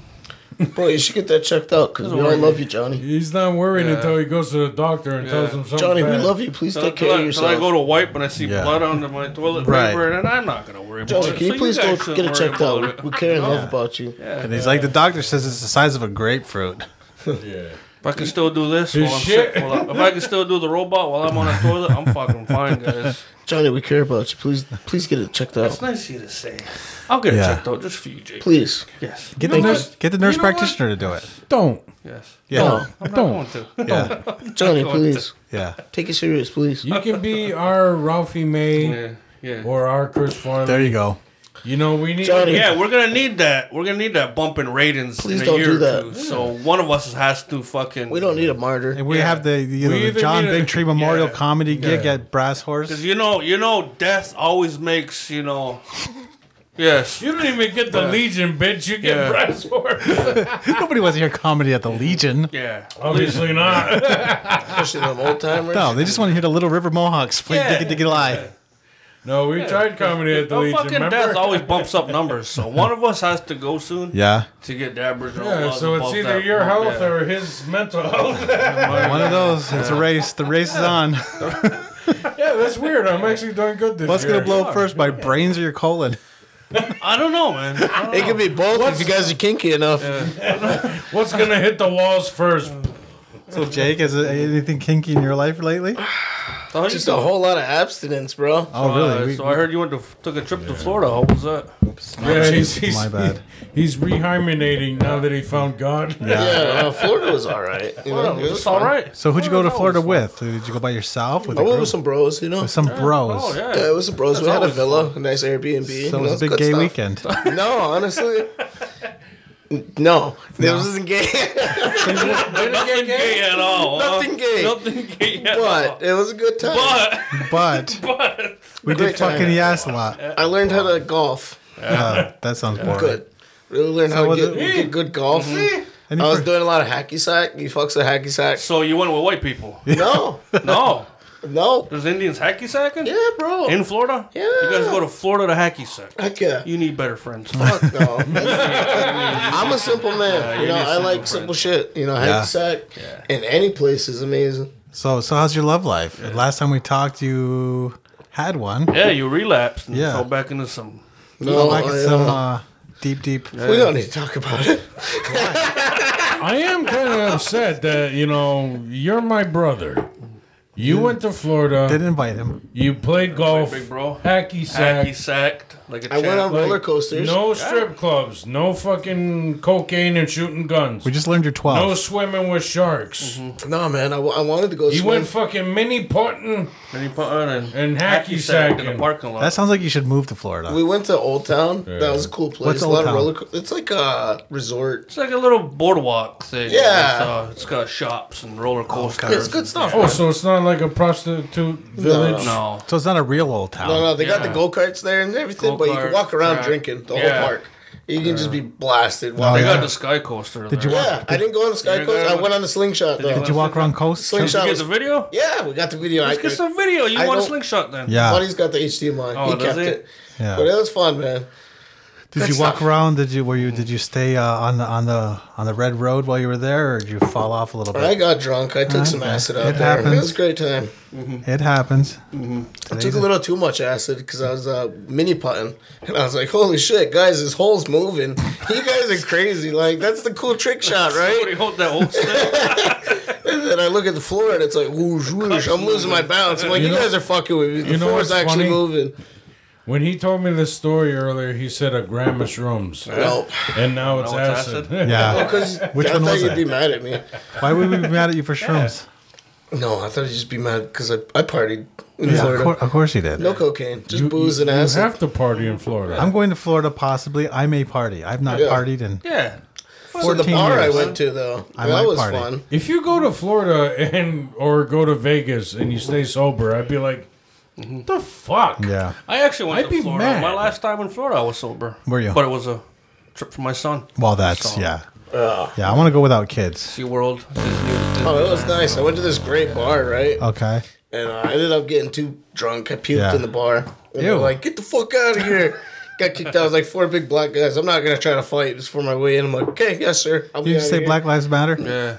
Speaker 4: Bro, you should get that checked out because we all love you, Johnny.
Speaker 1: He's not worried
Speaker 3: Yeah.
Speaker 1: until he goes to the doctor and tells him something.
Speaker 4: Johnny, we
Speaker 1: bad.
Speaker 4: love you. Please
Speaker 3: Till,
Speaker 4: take
Speaker 3: I,
Speaker 4: care of
Speaker 3: till I
Speaker 4: yourself.
Speaker 3: go to wipe and I see
Speaker 2: Yeah.
Speaker 3: blood under my toilet
Speaker 2: Right.
Speaker 3: paper, and I'm not gonna worry about
Speaker 4: Johnny,
Speaker 3: it.
Speaker 4: can you
Speaker 3: So
Speaker 4: please
Speaker 3: guys
Speaker 4: go
Speaker 3: shouldn't
Speaker 4: get it
Speaker 3: worry
Speaker 4: checked
Speaker 3: about
Speaker 4: out?
Speaker 3: it.
Speaker 4: We care and love about you.
Speaker 2: And he's like, the doctor says it's the size of a grapefruit.
Speaker 1: Yeah.
Speaker 3: If I can still do this while I'm
Speaker 1: shit.
Speaker 3: sick, while I, if I can still do the robot while I'm on the toilet, I'm fucking fine, guys.
Speaker 4: Johnny, we care about you. Please, please get it checked out.
Speaker 3: It's nice of you to say. I'll get it
Speaker 2: Yeah.
Speaker 3: checked out just for you, Jake.
Speaker 4: Please.
Speaker 3: Yes.
Speaker 2: Get
Speaker 1: You
Speaker 2: the
Speaker 1: know
Speaker 2: nurse,
Speaker 1: what?
Speaker 2: get the nurse
Speaker 1: You know what?
Speaker 2: practitioner to do it.
Speaker 1: Don't.
Speaker 3: Yes.
Speaker 2: Yeah,
Speaker 4: No,
Speaker 3: I'm not
Speaker 1: Don't.
Speaker 3: going to.
Speaker 2: yeah,
Speaker 4: Johnny, please.
Speaker 2: yeah.
Speaker 4: Take it serious, please.
Speaker 1: You can be our Ralphie May
Speaker 3: Yeah. Yeah.
Speaker 1: or our Chris Farley.
Speaker 2: There you go.
Speaker 1: You know, we need.
Speaker 4: Johnny.
Speaker 3: Yeah, we're gonna need that. We're gonna need that bump in ratings
Speaker 4: Please
Speaker 3: in a
Speaker 4: don't
Speaker 3: year
Speaker 4: do
Speaker 3: or
Speaker 4: that.
Speaker 3: two. So one of us has to fucking.
Speaker 4: We don't need a martyr.
Speaker 2: And we have the, you
Speaker 1: We
Speaker 2: know,
Speaker 1: either
Speaker 2: the John
Speaker 1: need a-
Speaker 2: Bigtree Memorial
Speaker 3: yeah.
Speaker 2: Comedy gig
Speaker 1: Yeah.
Speaker 2: at Brass Horse.
Speaker 3: Because you know, you know, death always makes you know. Yes.
Speaker 1: You don't even get the Legion, bitch. You get
Speaker 3: Yeah.
Speaker 1: brass for
Speaker 2: Nobody wants to hear comedy at the Legion.
Speaker 3: Yeah.
Speaker 1: Obviously not.
Speaker 4: Especially them old timers.
Speaker 2: No, they just want to hear the Little River Mohawks play
Speaker 3: Yeah.
Speaker 2: Diggy Diggy Lie.
Speaker 1: No, we tried comedy at the
Speaker 3: The
Speaker 1: Legion.
Speaker 3: fucking
Speaker 1: Remember?
Speaker 3: death always bumps up numbers, so one of us has to go soon
Speaker 2: Yeah,
Speaker 3: to get the Aboriginal.
Speaker 1: Yeah,
Speaker 3: laws
Speaker 1: so it's
Speaker 3: above
Speaker 1: either
Speaker 3: that
Speaker 1: your
Speaker 3: bump,
Speaker 1: health
Speaker 3: yeah.
Speaker 1: or his mental health.
Speaker 2: one of those. It's a race. The race is on.
Speaker 1: yeah, that's weird. I'm actually doing good this
Speaker 2: What's
Speaker 1: year.
Speaker 2: gonna blow up first, my brains or your colon?
Speaker 3: I don't know, man. I don't
Speaker 4: It could be both if you guys are kinky enough.
Speaker 1: What's gonna hit the walls first?
Speaker 2: So Jake, is there anything kinky in your life lately?
Speaker 3: know.
Speaker 4: Just a whole lot of abstinence, bro.
Speaker 2: Oh,
Speaker 3: Uh,
Speaker 2: really? We-
Speaker 3: so I heard you went to took a trip to Florida. How was that?
Speaker 1: Yeah, he's, he's
Speaker 2: My bad.
Speaker 1: He's rehymenating now that he found God.
Speaker 4: Yeah, uh, Florida was all right. You know, it was
Speaker 3: all
Speaker 4: fun.
Speaker 3: right.
Speaker 2: So who'd you go to Florida with? Did you go by yourself with
Speaker 4: I
Speaker 2: a
Speaker 4: went
Speaker 2: group?
Speaker 4: with some bros, you know.
Speaker 2: With some bros.
Speaker 3: Oh yeah.
Speaker 4: yeah, it was some bros. we had a villa, a nice Airbnb. you
Speaker 2: So it
Speaker 4: know,
Speaker 2: was a big
Speaker 4: good
Speaker 2: gay
Speaker 4: stuff.
Speaker 2: weekend.
Speaker 4: No, honestly. No, it wasn't gay.
Speaker 3: Nothing gay at all. huh?
Speaker 4: Nothing gay.
Speaker 3: Nothing gay at all.
Speaker 4: but it was a good time.
Speaker 3: But
Speaker 2: But we did
Speaker 4: Great time.
Speaker 2: fucking yes a lot.
Speaker 4: I learned how to golf.
Speaker 2: Uh, that sounds boring.
Speaker 4: Good. Really learned how
Speaker 2: was
Speaker 4: to get,
Speaker 2: it-
Speaker 4: get good golf.
Speaker 2: Any
Speaker 4: I was
Speaker 2: per-
Speaker 4: doing a lot of hacky sack. You fucks with hacky sack.
Speaker 3: so you went with white people?
Speaker 4: No,
Speaker 3: No.
Speaker 4: no.
Speaker 3: There's Indians hacky sacking?
Speaker 4: Yeah, bro.
Speaker 3: In Florida?
Speaker 4: Yeah.
Speaker 3: You guys go to Florida to hacky sack.
Speaker 4: Heck yeah.
Speaker 3: You need better friends.
Speaker 4: Fuck no. I'm a simple man. you
Speaker 3: you
Speaker 4: know,
Speaker 3: need
Speaker 4: I
Speaker 3: simple
Speaker 4: like
Speaker 3: friends.
Speaker 4: simple shit. You know, hacky
Speaker 2: Yeah.
Speaker 4: sack in any place is amazing.
Speaker 2: So, so how's your love life? Last time we talked, you had one.
Speaker 3: yeah, you relapsed and
Speaker 2: Yeah.
Speaker 3: fell back into some.
Speaker 4: No,
Speaker 2: Back
Speaker 4: I,
Speaker 2: at some
Speaker 4: uh,
Speaker 2: uh, deep, deep.
Speaker 4: we don't need to talk about it.
Speaker 1: I am kind of upset that you know you're my brother. You went to Florida.
Speaker 2: Didn't invite him.
Speaker 1: You played golf,
Speaker 3: big bro.
Speaker 1: hacky sack.
Speaker 3: Hacky sacked like a
Speaker 4: I went on
Speaker 3: champ.
Speaker 4: roller
Speaker 1: like,
Speaker 4: coasters.
Speaker 1: No strip clubs. No fucking cocaine and shooting guns.
Speaker 2: We just learned you're 12.
Speaker 1: No swimming with sharks.
Speaker 4: No, man, I, wa- I wanted to go.
Speaker 1: You
Speaker 4: Mm-hmm. swim.
Speaker 1: went fucking mini putting.
Speaker 3: And he put on and,
Speaker 1: And hacky
Speaker 3: sacked in
Speaker 1: sacking.
Speaker 3: the parking lot.
Speaker 2: That sounds like you should move to Florida.
Speaker 4: we went to Old Town.
Speaker 1: Yeah.
Speaker 4: That was a cool place.
Speaker 2: What's
Speaker 4: a
Speaker 2: Old
Speaker 4: lot
Speaker 2: Town?
Speaker 4: of roller. co- It's like a resort.
Speaker 3: it's like a little boardwalk thing.
Speaker 4: Yeah.
Speaker 3: It's, uh, it's got shops and roller coasters.
Speaker 4: It's good stuff.
Speaker 1: Oh, so it's not like a prostitute village.
Speaker 3: No.
Speaker 2: so it's not a real old town.
Speaker 4: No, no, they got
Speaker 3: Yeah.
Speaker 4: the go karts there and everything, but you can
Speaker 3: Go-kart,
Speaker 4: walk around
Speaker 3: track.
Speaker 4: drinking the
Speaker 3: Yeah.
Speaker 4: whole park. You can just be blasted. While
Speaker 3: They
Speaker 4: yeah.
Speaker 3: got the sky coaster. Did
Speaker 2: you walk-
Speaker 4: yeah, I didn't go on the sky
Speaker 3: You
Speaker 4: coast.
Speaker 3: got
Speaker 4: I
Speaker 3: one?
Speaker 4: went on the slingshot though.
Speaker 2: Did you walk around coast?
Speaker 4: slingshot?
Speaker 3: get
Speaker 4: was-
Speaker 3: the video?
Speaker 4: yeah, we got the video. I
Speaker 3: Let's get
Speaker 4: could.
Speaker 3: some video. You
Speaker 4: I
Speaker 3: want a
Speaker 4: don't-
Speaker 3: slingshot then?
Speaker 2: Yeah.
Speaker 4: Buddy's got the HDMI.
Speaker 3: Oh,
Speaker 4: he
Speaker 3: does
Speaker 4: kept
Speaker 3: he?
Speaker 4: it.
Speaker 2: Yeah.
Speaker 4: But it was fun, man.
Speaker 2: Did
Speaker 4: That's
Speaker 2: you walk
Speaker 4: not-
Speaker 2: around? Did you were you did you stay uh, on the on the on the red road while you were there, or did you fall off a little
Speaker 4: But I
Speaker 2: bit?
Speaker 4: got drunk. I took some
Speaker 2: Okay.
Speaker 4: acid out
Speaker 2: It
Speaker 4: there. It
Speaker 2: happens.
Speaker 4: was a great time.
Speaker 2: It happens.
Speaker 4: I took a little too much acid because I was uh, mini putting, and I was like, "Holy shit, guys! This hole's moving. You guys are crazy. Like that's the cool trick shot, right?"
Speaker 3: Somebody hold that old stick.
Speaker 4: And then I look at the floor, and it's like, "Whoosh, whoosh!" I'm losing my balance. I'm like, "You,
Speaker 1: know-
Speaker 4: guys are fucking with me. The
Speaker 1: you know
Speaker 4: floor's
Speaker 1: what's
Speaker 4: actually
Speaker 1: funny?
Speaker 4: moving."
Speaker 1: When he told me this story earlier, he said a gram of shrooms,
Speaker 4: Nope.
Speaker 1: and now it's
Speaker 3: Now it's
Speaker 1: acid.
Speaker 2: Yeah.
Speaker 4: Because
Speaker 2: Uh, Which
Speaker 4: I
Speaker 2: one
Speaker 4: thought
Speaker 2: was
Speaker 4: you'd
Speaker 2: it?
Speaker 4: be mad at me.
Speaker 2: Why would we be mad at you for shrooms?
Speaker 4: No, I thought you'd just be mad because I, I partied in
Speaker 2: Yeah, of,
Speaker 4: Florida.
Speaker 2: cour- of course you did.
Speaker 4: No cocaine, just
Speaker 1: You-
Speaker 4: booze
Speaker 1: you,
Speaker 4: and
Speaker 1: you
Speaker 4: acid.
Speaker 1: have to party in Florida.
Speaker 2: I'm going to Florida. Possibly, I may party. I've not
Speaker 4: Yeah.
Speaker 2: partied in.
Speaker 3: Yeah.
Speaker 4: So the
Speaker 2: 14
Speaker 4: bar
Speaker 2: years.
Speaker 4: I went to though,
Speaker 2: I
Speaker 4: that
Speaker 2: might
Speaker 4: was
Speaker 2: party.
Speaker 4: fun.
Speaker 1: if you go to Florida and or go to Vegas and you stay sober, I'd be like, the fuck?
Speaker 2: Yeah.
Speaker 3: I actually went
Speaker 1: I'd
Speaker 3: to
Speaker 1: be
Speaker 3: Florida.
Speaker 1: mad.
Speaker 3: My last time in Florida, I was sober.
Speaker 2: Were you?
Speaker 3: But it was a trip for my son.
Speaker 2: Well, that's
Speaker 3: So-
Speaker 2: yeah. Yeah, I want to go without kids.
Speaker 3: Sea World. Disney, Disney.
Speaker 4: Oh, it was nice. I went to this great bar, right?
Speaker 2: Okay.
Speaker 4: And uh, I ended up getting too drunk. I puked
Speaker 2: Yeah.
Speaker 4: in the bar. And they
Speaker 2: Ew.
Speaker 4: were like, get the fuck out of here. Got kicked out. I was like, four big black guys. I'm not going to try to fight. It's for my way in. I'm like, okay, yes, sir. I'll be
Speaker 2: Did you
Speaker 4: outta
Speaker 2: say
Speaker 4: here."
Speaker 2: Black Lives Matter?
Speaker 3: Yeah.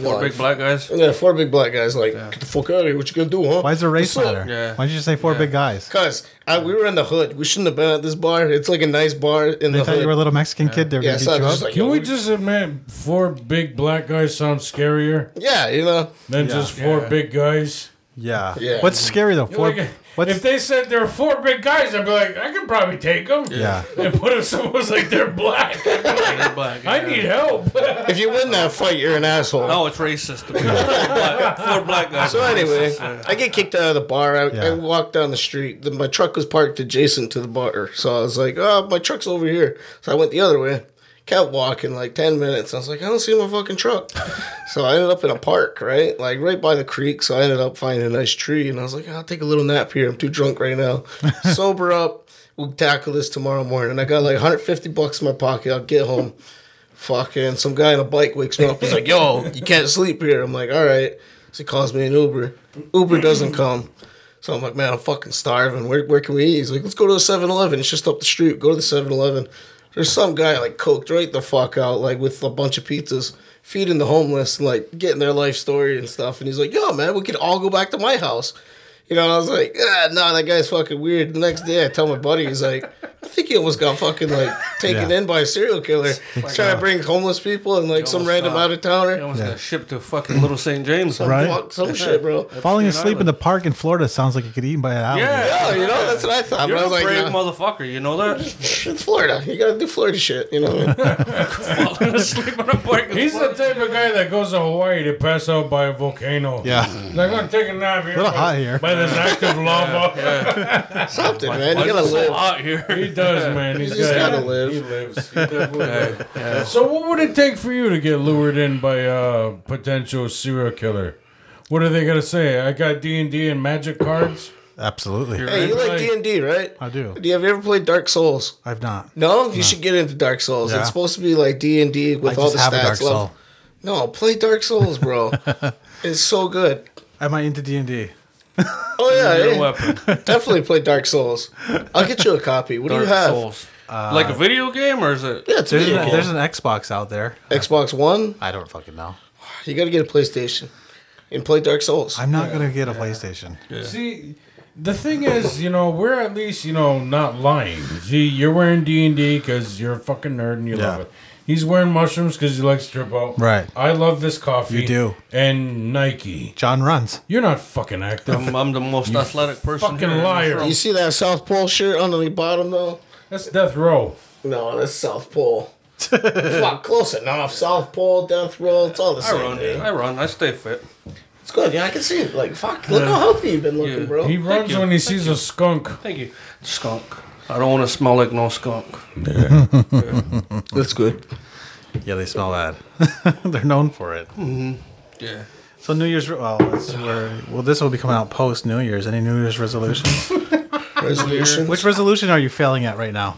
Speaker 4: No,
Speaker 3: uh, Four big
Speaker 4: I-
Speaker 3: black guys.
Speaker 4: Yeah, four big black guys. Like, get the fuck out of here. What you going to do, huh?
Speaker 2: Why is there race
Speaker 4: What's up?"
Speaker 2: matter?
Speaker 3: Yeah.
Speaker 2: Why did you say four big guys?
Speaker 4: Cause I, we were in the hood. We shouldn't have been at this bar. It's like a nice bar in
Speaker 2: They
Speaker 4: the
Speaker 2: thought
Speaker 4: hood.
Speaker 2: you were a little Mexican kid. They were
Speaker 4: yeah,
Speaker 2: gonna
Speaker 4: so I
Speaker 2: beat you
Speaker 4: was
Speaker 2: up.
Speaker 4: just like,
Speaker 1: Can
Speaker 4: "Yo,
Speaker 1: we
Speaker 4: what-"
Speaker 1: just admit four big black guys sound scarier
Speaker 4: Yeah, you know.
Speaker 1: than just four
Speaker 3: Yeah.
Speaker 1: big guys?
Speaker 2: yeah.
Speaker 4: Yeah.
Speaker 2: What's scary though? Four.
Speaker 1: Like,
Speaker 2: what's
Speaker 1: if they said there were four big guys, I'd be like, I could probably take them.
Speaker 2: Yeah.
Speaker 1: And what if someone was like, they're black?
Speaker 3: They're black,
Speaker 1: I
Speaker 3: yeah.
Speaker 1: need help.
Speaker 4: If you win that fight, you're an asshole.
Speaker 3: No, it's racist. Four black, four black guys.
Speaker 4: So anyway, I get kicked out of the bar. I,
Speaker 2: Yeah.
Speaker 4: I walk down the street. The, my truck was parked adjacent to the bar, so I was like, "Oh, my truck's over here." So I went the other way. Kept walking like ten minutes. I was like, "I don't see my fucking truck." so I ended up in a park, right, like right by the creek. So I ended up finding a nice tree, and I was like, "I'll take a little nap here. I'm too drunk right now. Sober up. We'll tackle this tomorrow morning." I got like 150 bucks in my pocket. I'll get home. Fucking some guy on a bike wakes me up. He's like, "Yo, you can't sleep here." I'm like, "All right." So he calls me an Uber. Uber doesn't come. So I'm like, man, I'm fucking starving. Where, where can we eat? He's like, let's go to a 7 Eleven. It's just up the street. Go to the 7 Eleven. There's some guy like coked right the fuck out, like with a bunch of pizzas, feeding the homeless and like getting their life story and stuff. And he's like, yo, man, we could all go back to my house. You know, I was like, ah, no, that guy's fucking weird. The next day I tell my buddy, he's like, I think he almost got fucking like taken
Speaker 2: Yeah.
Speaker 4: in by a serial killer. Trying to bring homeless people and like some
Speaker 3: almost
Speaker 4: random
Speaker 3: got-
Speaker 4: out of towner.
Speaker 3: I was gonna ship to fucking Little St. James.
Speaker 2: Right.
Speaker 4: Fuck, some shit, bro.
Speaker 2: falling
Speaker 3: Epstein
Speaker 2: asleep in
Speaker 3: Island.
Speaker 2: the park in Florida sounds like you could eat by an alligator.
Speaker 3: Yeah.
Speaker 4: Yeah, Oh, you know, that's what I thought.
Speaker 3: You're
Speaker 4: but I
Speaker 3: a
Speaker 4: was like,
Speaker 3: brave
Speaker 4: nah.
Speaker 3: motherfucker. You know that?
Speaker 4: It's Florida. You gotta do Florida shit. You know. What I mean?
Speaker 3: Falling asleep on a bike. is
Speaker 1: He's the type of guy that goes to Hawaii to pass out by a volcano.
Speaker 2: Yeah.
Speaker 1: They're going to take a nap here.
Speaker 2: little
Speaker 1: by-
Speaker 2: hot here.
Speaker 1: By this active lava.
Speaker 4: Something, man. You gotta
Speaker 3: It's so
Speaker 4: live.
Speaker 3: hot here.
Speaker 1: He does, man. He's
Speaker 4: just
Speaker 1: got-
Speaker 4: gotta live.
Speaker 1: He lives. He definitely lives. So, what would it take for you to get lured in by a potential serial killer? What are they gonna say? I got D and D and magic cards.
Speaker 2: Absolutely.
Speaker 4: Hey, you like
Speaker 1: Like-
Speaker 4: D and D, right?
Speaker 2: I do.
Speaker 4: Do you have you ever played Dark Souls?
Speaker 2: I've not.
Speaker 4: No, you should get into Dark Souls.
Speaker 2: Yeah.
Speaker 4: It's supposed to be like D and D
Speaker 2: I
Speaker 4: with all
Speaker 2: just
Speaker 4: the
Speaker 2: have a
Speaker 4: stats.
Speaker 2: Dark
Speaker 4: level.
Speaker 2: Soul.
Speaker 4: No, play Dark Souls, bro. it's so good.
Speaker 2: Am I into D and D?
Speaker 4: Oh
Speaker 3: You're a
Speaker 4: yeah,
Speaker 3: weapon.
Speaker 4: hey, definitely play Dark Souls. I'll get you a copy. What do
Speaker 3: Dark
Speaker 4: you have?
Speaker 3: Souls. like a video game or is it?
Speaker 4: Yeah, it's a
Speaker 2: There's,
Speaker 4: video
Speaker 2: an, e- there's
Speaker 4: game.
Speaker 2: an Xbox out there.
Speaker 4: Xbox One.
Speaker 2: I don't fucking know.
Speaker 4: You gotta get a PlayStation and play Dark Souls.
Speaker 2: I'm not gonna get a PlayStation.
Speaker 1: See, the thing is, you know, we're at least you know not lying. See, you're wearing D and D because you're a fucking nerd and you love
Speaker 2: Yeah.
Speaker 1: it. He's wearing mushrooms because he likes to trip out.
Speaker 2: Right.
Speaker 1: I love this coffee.
Speaker 2: You do.
Speaker 1: And Nike.
Speaker 2: John runs.
Speaker 1: You're not fucking active.
Speaker 3: I'm, I'm the most athletic person.
Speaker 1: fucking
Speaker 3: here in this
Speaker 1: liar.
Speaker 3: room.
Speaker 4: you see that South Pole shirt on the bottom though?
Speaker 1: That's death row.
Speaker 4: No, that's South Pole. Fuck, close enough. South Pole, Death Row, it's all the
Speaker 3: I
Speaker 4: same
Speaker 3: run.
Speaker 4: thing.
Speaker 3: I run. I stay fit.
Speaker 4: It's good. Yeah, I can see it. Like, fuck, look how healthy you've been looking,
Speaker 3: Yeah.
Speaker 4: bro.
Speaker 1: He runs
Speaker 3: you.
Speaker 1: when he sees a skunk.
Speaker 3: Thank you. Skunk. I don't want to smell like no skunk.
Speaker 4: That's good.
Speaker 2: Yeah, they smell bad. They're known for it.
Speaker 3: Yeah.
Speaker 2: So New Year's. Well, that's where, well, this will be coming out post New Year's. Any New Year's resolutions?
Speaker 4: Resolution.
Speaker 2: Which resolution are you failing at right now?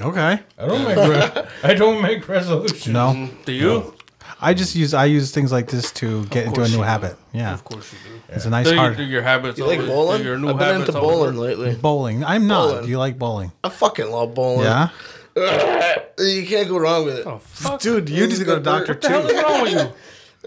Speaker 2: Okay.
Speaker 1: I don't make re- I don't make resolutions.
Speaker 2: No.
Speaker 3: Mm-hmm. Mm, Do you?
Speaker 2: I I just use I use things like this to get into a
Speaker 3: course
Speaker 2: new
Speaker 3: you do.
Speaker 2: habit. Yeah,
Speaker 3: Of course you do.
Speaker 2: it's a nice
Speaker 3: Do you
Speaker 2: hard
Speaker 3: do your habits.
Speaker 4: You like
Speaker 3: always- do
Speaker 4: bowling?
Speaker 3: Your new
Speaker 4: I've been
Speaker 3: habits
Speaker 4: into
Speaker 3: always
Speaker 4: bowling
Speaker 3: work?
Speaker 4: lately.
Speaker 2: bowling. I'm not.
Speaker 4: Bowling.
Speaker 2: Do you like bowling?
Speaker 4: I fucking love bowling.
Speaker 2: Yeah.
Speaker 4: You can't go wrong with it.
Speaker 3: Oh, fuck.
Speaker 2: Dude, you need to go to doctor
Speaker 4: What the
Speaker 3: What's
Speaker 2: too.
Speaker 3: wrong with you?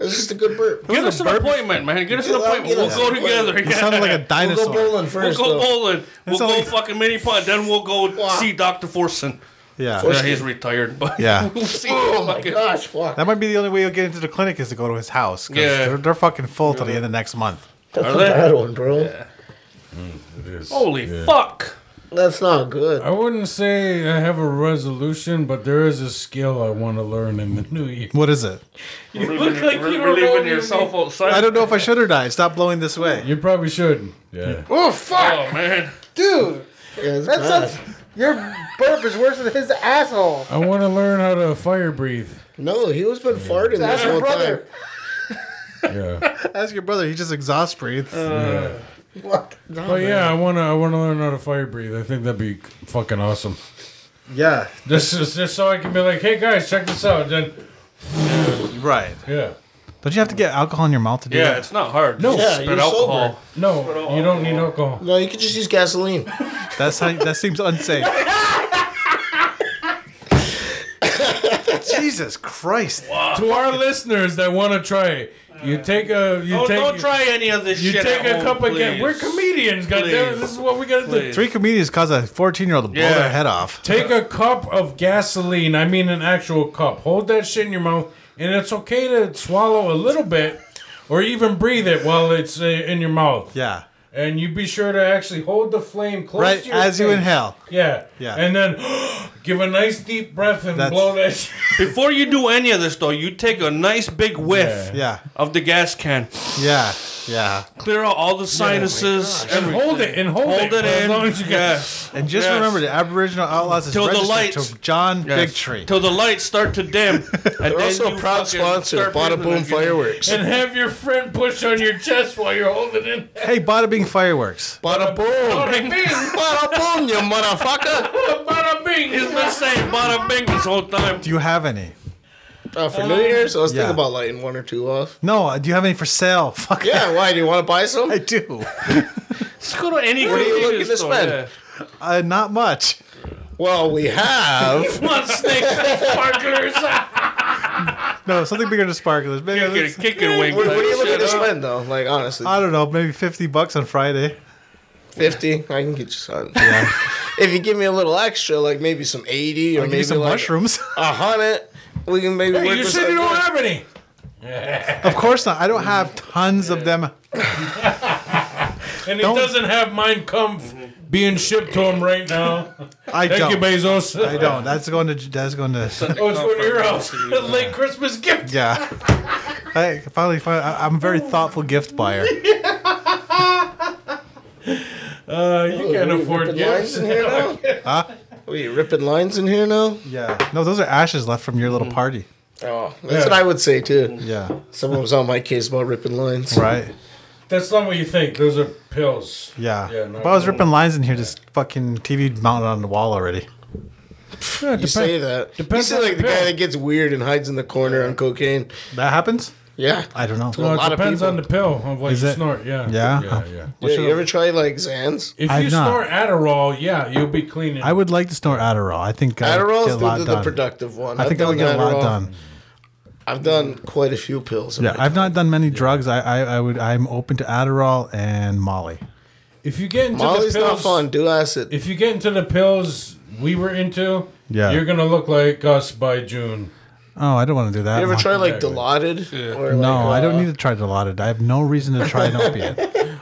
Speaker 4: It's just a good burp.
Speaker 3: Get us an appointment, man. Get us an
Speaker 4: Get out,
Speaker 3: appointment.
Speaker 4: get
Speaker 3: We'll
Speaker 4: us
Speaker 3: go
Speaker 4: an
Speaker 3: together.
Speaker 2: You
Speaker 3: yeah.
Speaker 2: sounded like a
Speaker 4: We'll go
Speaker 2: dinosaur.
Speaker 4: bowling
Speaker 3: We'll
Speaker 4: first,
Speaker 3: go
Speaker 4: though.
Speaker 3: bowling. We'll
Speaker 2: It's
Speaker 3: go
Speaker 2: like-
Speaker 3: fucking mini putt. Then we'll go
Speaker 4: Wow.
Speaker 3: see Doctor Forson.
Speaker 2: yeah.
Speaker 4: Forson.
Speaker 3: Yeah, he's retired, but
Speaker 2: Yeah.
Speaker 3: we'll see.
Speaker 4: Oh my
Speaker 3: fucking-
Speaker 4: gosh, fuck.
Speaker 2: That might be the only way you'll get into the clinic is to go to his house. 'cause
Speaker 3: Yeah.
Speaker 2: They're, they're fucking full till the end of next month.
Speaker 4: That's
Speaker 3: Are
Speaker 4: a
Speaker 3: they?
Speaker 4: bad one, bro.
Speaker 1: It is.
Speaker 3: Holy
Speaker 1: Yeah.
Speaker 3: fuck!
Speaker 4: That's not good.
Speaker 1: I wouldn't say I have a resolution, but there is a skill I want to learn in the new year.
Speaker 2: What is it?
Speaker 3: You
Speaker 5: look like you don't know what
Speaker 3: relieving
Speaker 5: you
Speaker 3: yourself outside.
Speaker 2: I don't know if I should or not. Stop blowing this way.
Speaker 1: You probably shouldn't. Yeah.
Speaker 5: Oh fuck,
Speaker 3: Oh man,
Speaker 5: dude!
Speaker 4: Yeah, it's
Speaker 5: That
Speaker 4: bad.
Speaker 5: sounds. Your burp is worse than his asshole.
Speaker 1: I want to learn how to fire breathe.
Speaker 4: No, he was been farting this
Speaker 5: That's your
Speaker 4: whole
Speaker 5: brother.
Speaker 1: Yeah.
Speaker 2: Ask your brother. He just exhaust breathes.
Speaker 1: yeah.
Speaker 5: What?
Speaker 1: But yeah, I wanna I wanna learn how to fire breathe. I think that'd be fucking awesome.
Speaker 2: yeah.
Speaker 1: This is just so I can be like, hey guys, check this out. Then
Speaker 2: Right.
Speaker 1: yeah.
Speaker 2: Don't you have to get alcohol in your mouth to do
Speaker 3: yeah,
Speaker 2: that?
Speaker 3: it's not hard.
Speaker 1: No.
Speaker 4: Yeah,
Speaker 3: spit
Speaker 4: you're
Speaker 3: alcohol.
Speaker 4: sober.
Speaker 1: No, you don't need alcohol.
Speaker 4: No, you could just use gasoline.
Speaker 2: That's how, that seems unsafe. Jesus Christ!
Speaker 1: To our listeners that want to try it, you take a you
Speaker 3: Don't,
Speaker 1: take
Speaker 3: Oh, don't try any of this
Speaker 1: you
Speaker 3: shit.
Speaker 1: take
Speaker 3: at
Speaker 1: a
Speaker 3: home,
Speaker 1: cup again.
Speaker 3: please.
Speaker 1: We're comedians, goddammit.
Speaker 3: Please.
Speaker 1: This is what we gotta do.
Speaker 3: Please.
Speaker 2: Three comedians cause a fourteen-year-old to blow
Speaker 3: Yeah.
Speaker 2: their head off.
Speaker 1: Take a cup of gasoline. I mean, an actual cup. Hold that shit in your mouth, and it's okay to swallow a little bit, or even breathe it while it's uh, in your mouth.
Speaker 2: Yeah.
Speaker 1: And you be sure to actually hold the flame close
Speaker 2: Right
Speaker 1: to your
Speaker 2: as you
Speaker 1: face.
Speaker 2: inhale.
Speaker 1: Yeah.
Speaker 2: Yeah.
Speaker 1: And then give a nice deep breath and
Speaker 2: That's-
Speaker 1: blow that shit.
Speaker 3: Before you do any of this, though, you take a nice big whiff
Speaker 1: Yeah.
Speaker 2: Yeah.
Speaker 3: of the gas can.
Speaker 2: Yeah. Yeah.
Speaker 3: Clear out all the
Speaker 4: Oh
Speaker 3: sinuses.
Speaker 1: And hold it. And hold, it.
Speaker 3: Hold it
Speaker 1: for As
Speaker 3: in.
Speaker 1: long as you can.
Speaker 3: Yeah.
Speaker 2: And just
Speaker 3: Yes.
Speaker 2: remember, the Aboriginal Outlaws is
Speaker 3: Till the
Speaker 2: registered
Speaker 3: lights-
Speaker 2: to John
Speaker 3: Yes.
Speaker 2: Bigtree.
Speaker 3: Till the lights start to dim. And
Speaker 4: They're
Speaker 3: then
Speaker 4: also
Speaker 3: you
Speaker 4: a proud
Speaker 3: fucking
Speaker 4: sponsor of
Speaker 3: start
Speaker 4: Bada
Speaker 3: breathing
Speaker 4: Boom
Speaker 3: again.
Speaker 4: Fireworks.
Speaker 1: And have your friend push on your chest while you're holding it.
Speaker 2: hey, Bada Bing Fireworks.
Speaker 4: Bada Boom!
Speaker 1: Bada bing.
Speaker 4: Bada Boom, you motherfucker!
Speaker 1: Bada
Speaker 3: He's
Speaker 1: bing.
Speaker 3: been saying bada bing this whole time.
Speaker 2: Do you have any?
Speaker 4: Uh, for New Year's, I was
Speaker 2: yeah.
Speaker 4: thinking about lighting one or two off.
Speaker 2: No. Uh, Do you have any for sale? Fuck.
Speaker 4: Yeah, why? Do you want to buy some?
Speaker 2: I do.
Speaker 3: Let's go to any
Speaker 4: What are you looking
Speaker 3: convenience
Speaker 4: to
Speaker 3: store,
Speaker 4: spend?
Speaker 3: yeah.
Speaker 2: Uh, not much.
Speaker 4: Well, we have.
Speaker 3: Come on, snakes and sparklers.
Speaker 2: No, something bigger than sparklers. Maybe
Speaker 3: Kick it, kick it, wing.
Speaker 4: what, what are you
Speaker 3: type
Speaker 4: looking
Speaker 3: shit,
Speaker 4: to
Speaker 3: huh?
Speaker 4: spend, though? Like, honestly.
Speaker 2: I don't know. Maybe fifty bucks on Friday.
Speaker 4: 50? I can get you something. if you give me a little extra, like maybe some 80 or
Speaker 2: Give
Speaker 4: maybe
Speaker 2: me some
Speaker 4: like
Speaker 2: mushrooms.
Speaker 4: a 100, we can maybe work
Speaker 1: You
Speaker 4: with
Speaker 1: said you
Speaker 4: something.
Speaker 1: don't have any.
Speaker 2: Of course not. I don't have tons of them.
Speaker 1: And he
Speaker 2: Don't-
Speaker 1: doesn't have Mein Kampf being shipped to him right now.
Speaker 2: I
Speaker 1: Thank
Speaker 2: don't.
Speaker 1: you, Bezos.
Speaker 2: I don't. That's going to. That's going to.
Speaker 1: Oh, it's going to your house. Late Christmas gift.
Speaker 2: Yeah. I finally find I, I'm a very thoughtful gift buyer.
Speaker 1: Uh, you can't afford
Speaker 4: ripping
Speaker 1: gifts.
Speaker 4: lines in here now? What Are you ripping lines in here now?
Speaker 2: Yeah. No, those are ashes left from your little party.
Speaker 4: Oh, that's what I would say too.
Speaker 1: Mm.
Speaker 2: Yeah.
Speaker 4: Someone was on my case about ripping lines.
Speaker 2: Right.
Speaker 1: That's not what you think. Those are pills.
Speaker 2: Yeah.
Speaker 1: Yeah, no,
Speaker 2: if I was
Speaker 1: no.
Speaker 2: ripping lines in here, this fucking TV mounted on the wall already.
Speaker 4: You say that.
Speaker 1: depends
Speaker 4: you
Speaker 1: on
Speaker 4: say like
Speaker 1: the
Speaker 4: the guy
Speaker 1: pill.
Speaker 4: that gets weird and hides in the corner on cocaine.
Speaker 2: That happens?
Speaker 4: Yeah.
Speaker 2: I don't know.
Speaker 1: Well,
Speaker 4: A
Speaker 1: it
Speaker 4: lot of
Speaker 1: depends
Speaker 4: people.
Speaker 1: on the pill of what
Speaker 2: Is
Speaker 1: you
Speaker 2: it-
Speaker 1: snort. Yeah.
Speaker 2: Yeah?
Speaker 1: Yeah. yeah.
Speaker 4: yeah, you ever try like Xans?
Speaker 1: If
Speaker 2: I've
Speaker 1: you
Speaker 2: not.
Speaker 1: snort Adderall, yeah, you'll be cleaning.
Speaker 2: I would like to snort Adderall. I think I
Speaker 4: Adderall's
Speaker 2: get a lot
Speaker 4: the, the,
Speaker 2: done.
Speaker 4: productive one.
Speaker 2: I think I
Speaker 4: I've
Speaker 2: would get a
Speaker 4: done
Speaker 2: lot
Speaker 4: Adderall.
Speaker 2: done.
Speaker 4: I've done quite a few pills. in
Speaker 2: Yeah,
Speaker 4: my
Speaker 2: I've not done many drugs. I, I, I would. I'm open to Adderall and Molly.
Speaker 1: if you get into
Speaker 4: Molly's
Speaker 1: the pills,
Speaker 4: not fun. Do acid.
Speaker 1: if you get into the pills we were into,
Speaker 2: Yeah.
Speaker 1: you're gonna look like us by June.
Speaker 2: Oh, I don't want to do that.
Speaker 4: you ever
Speaker 2: one.
Speaker 4: try like
Speaker 1: Exactly.
Speaker 4: Dilaudid? Or, like,
Speaker 2: No, I
Speaker 4: uh,
Speaker 2: don't need to try Dilaudid. I have no reason to try an opiate.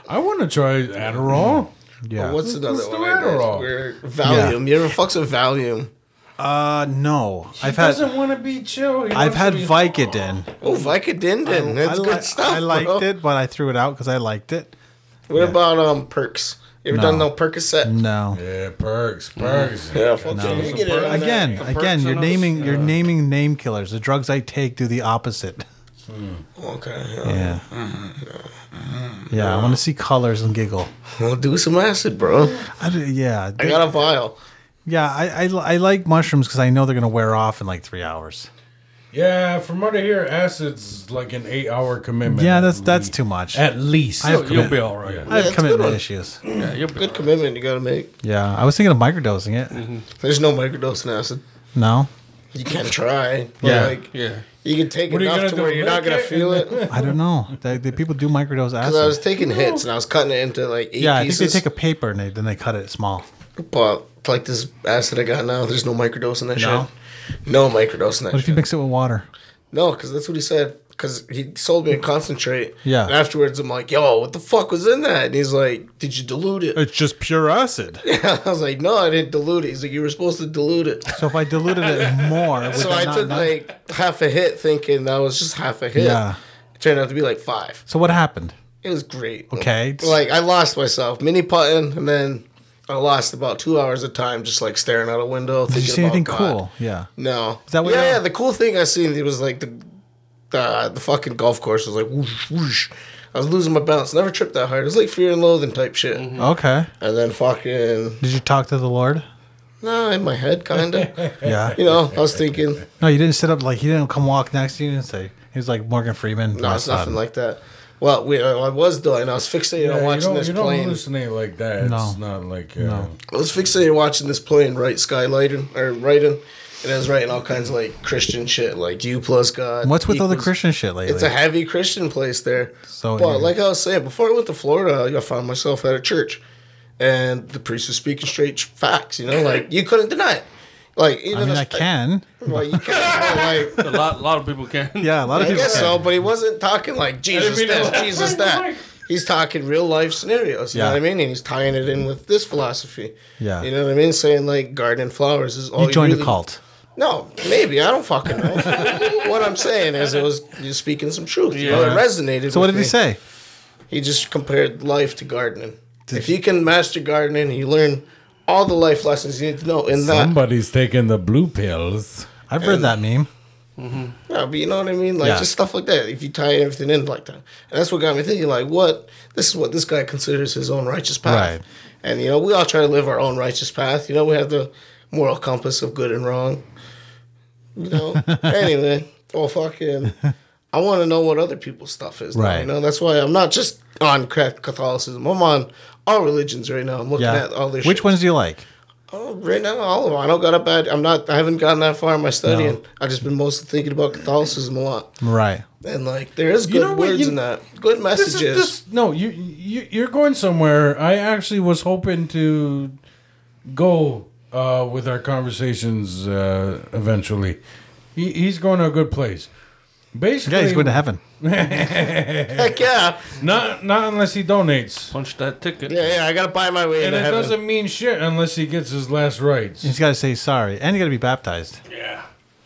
Speaker 1: I want to try Adderall.
Speaker 2: Yeah.
Speaker 4: What's another
Speaker 1: What's the
Speaker 4: one? I did?
Speaker 1: Adderall?
Speaker 4: Where- Valium. You ever fucks with Valium?
Speaker 2: uh, no. I've had
Speaker 1: doesn't want to be chill. He
Speaker 2: I've
Speaker 1: wants
Speaker 2: had
Speaker 1: to be-
Speaker 2: Vicodin.
Speaker 4: Oh, Vicodin. That's
Speaker 2: I
Speaker 4: good
Speaker 2: li-
Speaker 4: stuff.
Speaker 2: I liked
Speaker 4: bro.
Speaker 2: it, but I threw it out because I liked it.
Speaker 4: What about um perks? You ever
Speaker 2: No.
Speaker 4: done no Percocet?
Speaker 2: No.
Speaker 1: Yeah, perks, perks.
Speaker 4: Yeah, fuck
Speaker 2: No.
Speaker 4: you. You get in on that.
Speaker 2: Again,
Speaker 3: The
Speaker 2: again,
Speaker 3: perks
Speaker 2: you're
Speaker 3: on us?
Speaker 2: naming
Speaker 4: uh,
Speaker 2: you're naming name killers. The drugs I take do the opposite.
Speaker 4: Okay. yeah.
Speaker 2: Yeah. Yeah, I want to see colors and giggle.
Speaker 4: Well, do some acid, bro.
Speaker 2: I d yeah,
Speaker 4: I got a vial.
Speaker 2: yeah. I, I, I like mushrooms because I know they're gonna wear off in like three hours.
Speaker 1: Yeah, from what I hear, acid's like an eight-hour commitment.
Speaker 2: Yeah,
Speaker 1: at
Speaker 2: that's that's
Speaker 1: least.
Speaker 2: too much.
Speaker 1: At least
Speaker 2: I have
Speaker 3: You'll
Speaker 2: commit-
Speaker 3: be all right.
Speaker 2: I have
Speaker 4: that's good
Speaker 2: commitment
Speaker 4: one.
Speaker 2: issues.
Speaker 3: Yeah, you'll be
Speaker 4: Good commitment you gotta make.
Speaker 2: Yeah, I was thinking of microdosing it.
Speaker 4: There's no microdosing acid.
Speaker 2: No,
Speaker 4: You can try. But
Speaker 2: Yeah.
Speaker 4: Like,
Speaker 3: Yeah.
Speaker 4: you can take
Speaker 1: What are you
Speaker 4: enough
Speaker 1: gonna
Speaker 4: to
Speaker 1: do,
Speaker 4: where you're not
Speaker 1: lick
Speaker 4: gonna
Speaker 1: it?
Speaker 4: feel it.
Speaker 2: I don't know. They, they, people do microdose
Speaker 4: Because I was
Speaker 2: acid.
Speaker 4: taking hits and I was cutting it into like eight
Speaker 2: Yeah, I think
Speaker 4: pieces.
Speaker 2: they take a paper and they, then they cut it small.
Speaker 4: But like this acid I got now, there's no microdose in that
Speaker 2: No?
Speaker 4: shit. No microdose in that
Speaker 2: What if you
Speaker 4: shit.
Speaker 2: mix it with water?
Speaker 4: No, because that's what he said. Because he sold me a concentrate.
Speaker 2: Yeah.
Speaker 4: And afterwards, I'm like, yo, what the fuck was in that? And he's like, did you dilute it?
Speaker 2: It's just pure acid.
Speaker 4: I was like, no, I didn't dilute it. He's like, you were supposed to dilute it.
Speaker 2: So if I diluted it more, would
Speaker 4: so
Speaker 2: that
Speaker 4: I
Speaker 2: not-
Speaker 4: took
Speaker 2: not-
Speaker 4: like half a hit thinking that was just half a hit.
Speaker 2: yeah.
Speaker 4: It turned out to be like five.
Speaker 2: So what happened?
Speaker 4: It was great.
Speaker 2: Okay.
Speaker 4: Like, I lost myself mini putting, and then I lost about two hours of time just like staring out a window.
Speaker 2: Did you see anything cool? Yeah.
Speaker 4: No.
Speaker 2: Is that what
Speaker 4: yeah,
Speaker 2: you're-
Speaker 4: yeah, the cool thing I seen it was like the the, the fucking golf course was like whoosh whoosh. I was losing my balance. Never tripped that hard. It was like fear and loathing type shit.
Speaker 2: Okay.
Speaker 4: And then fucking
Speaker 2: Did you talk to the Lord?
Speaker 4: nah, in my head kinda.
Speaker 2: Yeah.
Speaker 4: you know, I was thinking,
Speaker 2: No, you didn't sit up like he didn't come walk next to you and say he was like Morgan Freeman.
Speaker 4: no,
Speaker 2: my
Speaker 4: it's
Speaker 2: son.
Speaker 4: nothing like that. Well, we, uh, I was doing. I was fixated
Speaker 1: Yeah,
Speaker 4: on watching
Speaker 1: you don't,
Speaker 4: this
Speaker 1: you don't
Speaker 4: plane.
Speaker 1: hallucinate like that.
Speaker 2: No.
Speaker 1: It's not like uh,
Speaker 4: I was fixated watching this plane write skylighting or writing, and I was writing all kinds of like Christian shit, like you plus God.
Speaker 2: What's with all the
Speaker 4: equals-
Speaker 2: Christian shit lately?
Speaker 4: It's a heavy Christian place there.
Speaker 2: So,
Speaker 4: but
Speaker 2: yeah.
Speaker 4: like I was saying, before I went to Florida, I found myself at a church, and the priest was speaking straight facts. You know, like you couldn't deny it. Like even
Speaker 2: I mean,
Speaker 4: if-
Speaker 2: I can.
Speaker 4: Like, you can't. but,
Speaker 3: A lot, lot of people can.
Speaker 2: Yeah, a lot of
Speaker 4: like, I
Speaker 2: people.
Speaker 4: guess
Speaker 2: can.
Speaker 4: so, but he wasn't talking like Jesus
Speaker 3: mean to
Speaker 4: this,
Speaker 3: laugh.
Speaker 4: Jesus that. He's talking real life scenarios. You
Speaker 2: Yeah.
Speaker 4: know what I mean? And he's tying it in with this philosophy.
Speaker 2: Yeah.
Speaker 4: You know what I mean? Saying like garden flowers is all
Speaker 2: You joined
Speaker 4: really-
Speaker 2: a cult.
Speaker 4: no, maybe I don't fucking know. what I'm saying is, it was you speaking some truth. You know, it resonated.
Speaker 2: So what
Speaker 4: with
Speaker 2: did he
Speaker 4: me.
Speaker 2: say?
Speaker 4: He just compared life to gardening. if you can master gardening, you learn all the life lessons you need to know in that.
Speaker 1: somebody's taking the blue pills.
Speaker 2: I've read that meme.
Speaker 4: Yeah, but you know what I mean? Like
Speaker 2: Yeah.
Speaker 4: just stuff like that. If you tie everything in like that. And that's what got me thinking, like, what this is what this guy considers his own righteous path.
Speaker 2: Right.
Speaker 4: And you know, we all try to live our own righteous path. You know, we have the moral compass of good and wrong. You know. anyway. Well fucking I wanna know what other people's stuff is. though,
Speaker 2: Right.
Speaker 4: You know, that's why I'm not just on crack Catholicism. I'm on all religions right now. I'm looking
Speaker 2: Yeah.
Speaker 4: at all their
Speaker 2: Which
Speaker 4: shit.
Speaker 2: ones do you like?
Speaker 4: Oh, right now, all of them. I don't got a bad. I'm not. I haven't gotten that far in my studying. I've just been mostly thinking about Catholicism a lot.
Speaker 2: Right.
Speaker 4: And like, there is good
Speaker 1: You know what,
Speaker 4: words
Speaker 1: you-
Speaker 4: in that. Good
Speaker 1: This is
Speaker 4: messages.
Speaker 1: this. No, you, you you're going somewhere. I actually was hoping to go uh, with our conversations uh, eventually. He, he's going to a good place. Basically,
Speaker 2: Yeah, he's going to heaven.
Speaker 4: Heck yeah,
Speaker 1: Not not unless he donates,
Speaker 3: Punch that ticket.
Speaker 4: yeah, yeah. I gotta buy my way
Speaker 1: and
Speaker 4: into
Speaker 1: it
Speaker 4: heaven.
Speaker 1: doesn't mean shit unless he gets his last rites.
Speaker 2: He's got to say sorry, and you got to be baptized.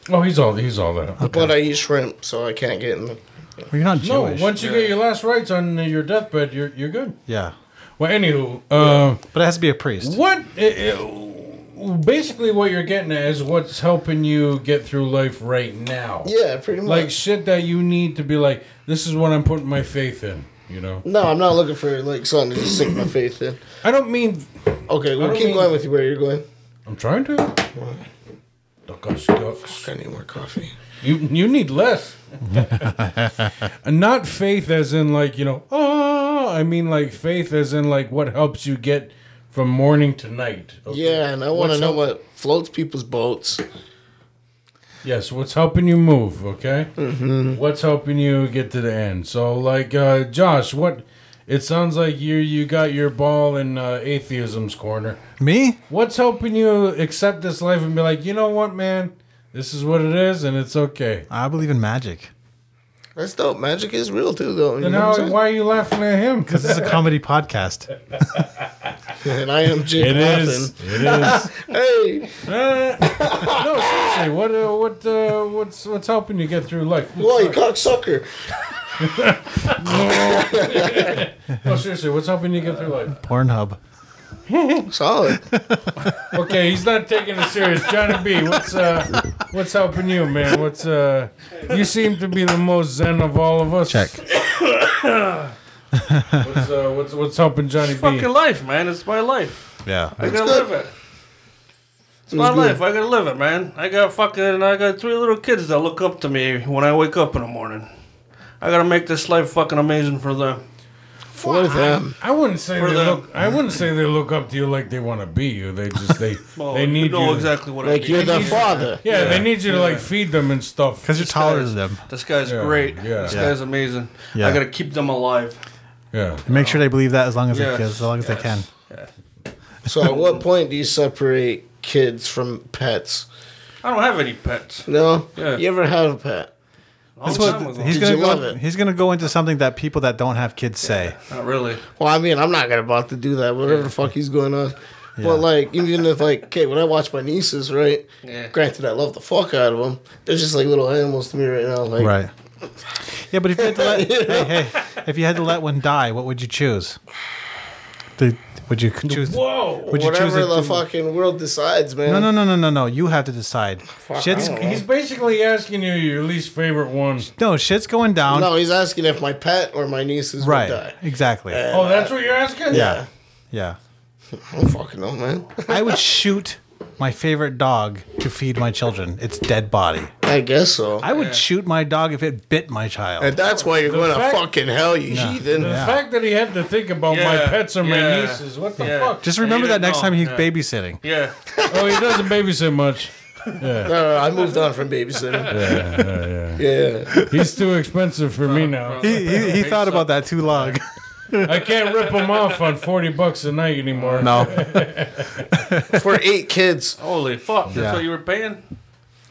Speaker 1: Oh, he's all he's all that.
Speaker 4: But I eat shrimp, so I can't get in. The,
Speaker 2: Well, you're not
Speaker 1: No,
Speaker 2: Jewish.
Speaker 1: once you get your last rites on your deathbed, you're you're good.
Speaker 2: yeah,
Speaker 1: Well, anywho, uh,
Speaker 2: but it has to be a priest.
Speaker 1: what i- i- basically what you're getting at is what's helping you get through life right now.
Speaker 4: yeah, pretty much.
Speaker 1: Like shit that you need to be like, this is what I'm putting my faith in. You know,
Speaker 4: no, I'm not looking for like something to just sink my faith in.
Speaker 1: I don't mean
Speaker 4: Okay, we'll
Speaker 1: don't
Speaker 4: keep
Speaker 1: mean-
Speaker 4: going with you where you're going.
Speaker 1: I'm trying to. Ducks, ducks.
Speaker 4: I need more coffee.
Speaker 1: You you need less. And Not faith as in like, you know, oh, I mean like faith as in like what helps you get from morning to night. Okay.
Speaker 4: Yeah, and I want to
Speaker 1: What's
Speaker 4: know
Speaker 1: up?
Speaker 4: what floats people's boats.
Speaker 1: Yes, what's helping you move, okay?
Speaker 4: Mm-hmm.
Speaker 1: What's helping you get to the end? So like uh Josh, what it sounds like you you got your ball in uh, atheism's corner.
Speaker 2: Me?
Speaker 1: What's helping you accept this life and be like, "You know what, man? This is what it is and it's okay."
Speaker 2: I believe in magic
Speaker 4: That's dope. Magic is real too, though. You
Speaker 1: And
Speaker 4: know
Speaker 1: now
Speaker 4: what I'm
Speaker 1: why are you laughing at him?
Speaker 2: because this is a comedy podcast.
Speaker 4: saying? And I am Jake
Speaker 1: It is.
Speaker 4: Laughlin.
Speaker 1: It is.
Speaker 4: Hey,
Speaker 1: Uh, no, seriously, what uh, what uh, what's what's helping you get through life?
Speaker 4: whoa, you cocksucker!
Speaker 1: No, Oh, seriously, what's helping you get through life?
Speaker 2: Pornhub.
Speaker 4: Solid.
Speaker 1: Okay, he's not taking it serious. Johnny B, what's uh, what's helping you, man? What's uh, you seem to be the most zen of all of us.
Speaker 2: Check.
Speaker 1: What's uh, what's what's helping Johnny
Speaker 3: Fucking
Speaker 1: B?
Speaker 3: life, man. It's my life.
Speaker 2: Yeah.
Speaker 3: I gotta live it.
Speaker 4: It
Speaker 3: My
Speaker 4: was good.
Speaker 3: life, I gotta live it, man. I got fucking, I got three little kids that look up to me when I wake up in the morning. I gotta make this life fucking amazing for them.
Speaker 4: For them.
Speaker 1: I wouldn't say
Speaker 3: For
Speaker 1: they
Speaker 3: the-
Speaker 1: look. I wouldn't say they look up to you like they want to be you. They just they
Speaker 3: Well,
Speaker 1: they
Speaker 3: Oh, you
Speaker 1: need
Speaker 3: know
Speaker 1: you.
Speaker 3: exactly what
Speaker 4: Like
Speaker 3: I
Speaker 4: you're
Speaker 3: mean.
Speaker 4: the father.
Speaker 1: Yeah, they need you to like feed them and stuff.
Speaker 2: Because you're taller than them.
Speaker 3: This guy's
Speaker 1: Yeah,
Speaker 3: great.
Speaker 1: yeah.
Speaker 3: This
Speaker 1: Yeah.
Speaker 3: guy's amazing.
Speaker 2: Yeah.
Speaker 3: I gotta keep them alive.
Speaker 1: yeah,
Speaker 2: And make sure they believe that as long as
Speaker 3: Yes,
Speaker 2: they, as long as they can.
Speaker 3: yes.
Speaker 4: So at what point do you separate kids from pets?
Speaker 3: I don't have any pets.
Speaker 4: No?
Speaker 3: Yeah.
Speaker 4: You ever have a pet?
Speaker 3: All
Speaker 2: That's
Speaker 3: the time
Speaker 2: what
Speaker 3: ago.
Speaker 2: he's
Speaker 4: Did
Speaker 2: gonna
Speaker 4: you love
Speaker 2: go.
Speaker 4: it?
Speaker 2: He's gonna go into something that people that don't have kids say.
Speaker 3: Not really.
Speaker 4: Well, I mean, I'm not gonna about to do that. Whatever the fuck he's going on. But like, even if like, okay, when I watch my nieces, right?
Speaker 3: Yeah.
Speaker 4: Granted, I love the fuck out of them. They're just like little animals to me right now. Like,
Speaker 2: Right. Yeah, but if you had to let hey, hey, if you had to let one die, what would you choose? The, would you choose?
Speaker 1: Whoa!
Speaker 2: Would you choose?
Speaker 4: whatever
Speaker 2: A,
Speaker 4: the fucking world decides, man.
Speaker 2: no, no, no, no, no, no. You have to decide. shit's
Speaker 4: I don't know.
Speaker 1: He's basically asking you your least favorite one.
Speaker 2: no shit's going down.
Speaker 4: No, he's asking if my pet or my nieces
Speaker 2: right.
Speaker 4: would die.
Speaker 2: Exactly.
Speaker 1: Oh, that's what you're asking?
Speaker 2: yeah. Yeah.
Speaker 4: I don't fucking know, man.
Speaker 2: I would shoot my favorite dog to feed my children. Its dead body.
Speaker 4: I guess so.
Speaker 2: I would shoot my dog if it bit my child.
Speaker 4: and that's why you're going to
Speaker 1: fact-
Speaker 4: fucking hell, you heathen.
Speaker 1: The fact that he had to think about my
Speaker 3: Yeah,
Speaker 1: pets or my
Speaker 3: yeah,
Speaker 1: nieces, what the
Speaker 3: yeah.
Speaker 1: fuck?
Speaker 2: Just remember
Speaker 3: Yeah, you didn't
Speaker 2: that next
Speaker 3: know.
Speaker 2: time he's
Speaker 3: Yeah.
Speaker 2: babysitting.
Speaker 3: Yeah.
Speaker 1: oh, he doesn't babysit much.
Speaker 4: No, no, I moved on from babysitting. yeah.
Speaker 1: He's too expensive for me now.
Speaker 2: He, he, he thought about that too long.
Speaker 1: I can't rip him off on forty bucks a night anymore.
Speaker 2: No.
Speaker 4: For eight kids.
Speaker 3: Holy fuck! That's
Speaker 2: Yeah.
Speaker 3: what you were paying.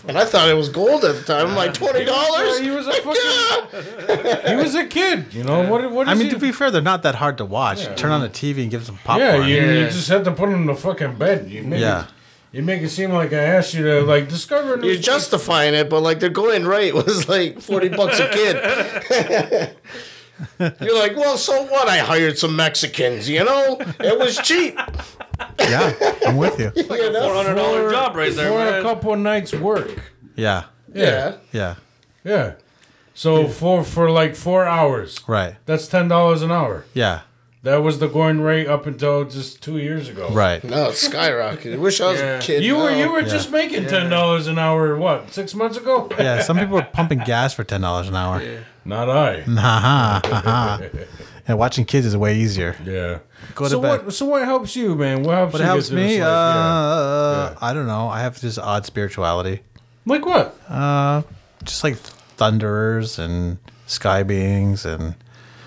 Speaker 4: And I thought it was gold at the time. I'm like, $20?
Speaker 1: He was a fucking. he was a kid. You know what? What is
Speaker 2: I mean,
Speaker 1: he?
Speaker 2: to be fair, they're not that hard to watch. Turn on the TV and give some
Speaker 1: yeah,
Speaker 2: popcorn.
Speaker 1: you, you
Speaker 3: Yeah.
Speaker 1: just have to put him in the fucking bed. You make
Speaker 2: Yeah.
Speaker 1: It, you make it seem like I asked you to like discover.
Speaker 4: You're
Speaker 1: New
Speaker 4: justifying it, but like they're going right was like 40 bucks a kid. You're like, well, so what? I hired some Mexicans, you know? It was cheap.
Speaker 2: Yeah, I'm with you.
Speaker 4: you know?
Speaker 3: Four hundred dollar job right there,
Speaker 1: for a
Speaker 3: man.
Speaker 1: couple nights work.
Speaker 2: Yeah,
Speaker 4: Yeah.
Speaker 2: yeah,
Speaker 1: Yeah. So for for like four hours,
Speaker 2: right.
Speaker 1: that's ten dollars an hour.
Speaker 2: Yeah,
Speaker 1: That was the going rate up until just two years ago.
Speaker 2: right.
Speaker 4: No, it's skyrocketed. Wish I was
Speaker 3: Yeah.
Speaker 4: a kid.
Speaker 1: You were
Speaker 4: now.
Speaker 1: you were just making ten dollars an hour. What six months ago?
Speaker 2: Yeah, some people are pumping gas for ten dollars an hour.
Speaker 1: Not I.
Speaker 2: Ha ha ha ha. And watching kids is way easier.
Speaker 1: Yeah.
Speaker 2: Go to
Speaker 1: so
Speaker 2: bed.
Speaker 1: what so what helps you, man? What helps
Speaker 2: What
Speaker 1: you get
Speaker 2: helps
Speaker 1: through this
Speaker 2: me? Uh,
Speaker 1: life? Yeah.
Speaker 2: I don't know. I have just odd spirituality,
Speaker 1: Like what?
Speaker 2: just like thunderers and sky beings and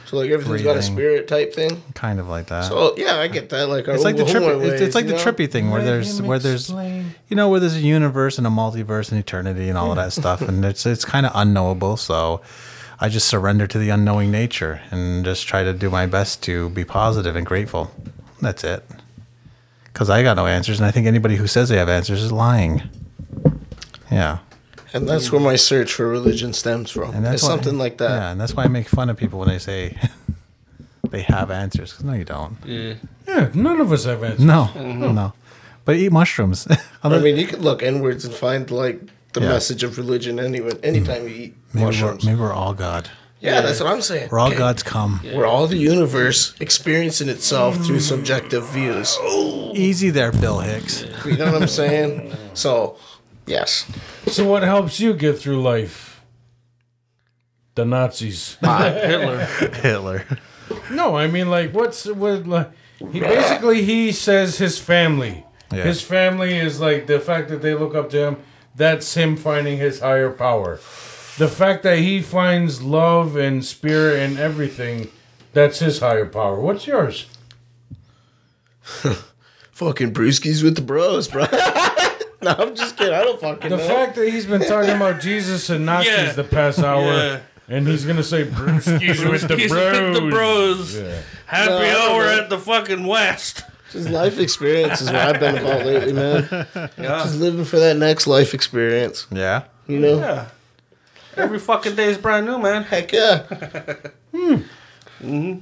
Speaker 4: So like everything's got a
Speaker 2: breathing.
Speaker 4: spirit type thing.
Speaker 2: kind of like that.
Speaker 4: So yeah, I get that. Like our
Speaker 2: it's like the
Speaker 4: Oklahoma
Speaker 2: trippy. It's, it's
Speaker 4: ways,
Speaker 2: like
Speaker 4: you
Speaker 2: the
Speaker 4: know?
Speaker 2: trippy thing where
Speaker 1: Let
Speaker 2: there's
Speaker 1: him
Speaker 2: where there's
Speaker 1: explain.
Speaker 2: you know where there's a universe and a multiverse and eternity and all of that stuff, and it's it's kind of unknowable. So I just surrender to the unknowing nature and just try to do my best to be positive and grateful. That's it. Because I got no answers, and I think anybody who says they have answers is lying. Yeah,
Speaker 4: And that's where my search for religion stems from.
Speaker 2: and that's
Speaker 4: it's
Speaker 2: why-
Speaker 4: something like that.
Speaker 2: Yeah, and that's why I make fun of people when they say they have answers. 'Cause no, you don't.
Speaker 3: Yeah.
Speaker 1: Yeah, none of us have answers.
Speaker 2: No, no. But eat mushrooms.
Speaker 4: I mean, you could look inwards and find like the
Speaker 2: Yeah.
Speaker 4: message of religion anyway. Anytime you eat
Speaker 2: Maybe we're,
Speaker 4: mushrooms,
Speaker 2: maybe we're all God.
Speaker 4: yeah, that's what I'm saying.
Speaker 2: We're all
Speaker 4: Okay.
Speaker 2: God's come.
Speaker 4: We're all the universe experiencing itself through subjective views.
Speaker 2: Easy there, Bill Hicks.
Speaker 4: You know what I'm saying? So, yes,
Speaker 1: So what helps you get through life? The Nazis.
Speaker 3: Ah, Hitler.
Speaker 2: Hitler.
Speaker 1: No, I mean like what's what like he basically he says his family.
Speaker 2: Yeah.
Speaker 1: His family is like the fact that they look up to him, that's him finding his higher power. The fact that he finds love and spirit and everything, that's his higher power. What's yours?
Speaker 4: fucking brewskis with the bros, bro. no, I'm just kidding. I don't fucking
Speaker 1: The
Speaker 4: know.
Speaker 1: fact that he's been talking about Jesus and Nazis
Speaker 3: Yeah.
Speaker 1: the past hour,
Speaker 3: Yeah.
Speaker 1: and he's gonna say brewskis with the
Speaker 3: He's
Speaker 1: bros.
Speaker 3: with the bros. Happy
Speaker 4: No, I don't
Speaker 3: hour
Speaker 4: know.
Speaker 3: at the fucking West.
Speaker 4: Just life experience is what I've been about lately, man. Just living for that next life experience,
Speaker 2: Yeah.
Speaker 4: you know?
Speaker 3: Yeah. Every fucking day is brand new, man.
Speaker 4: Heck yeah.
Speaker 3: What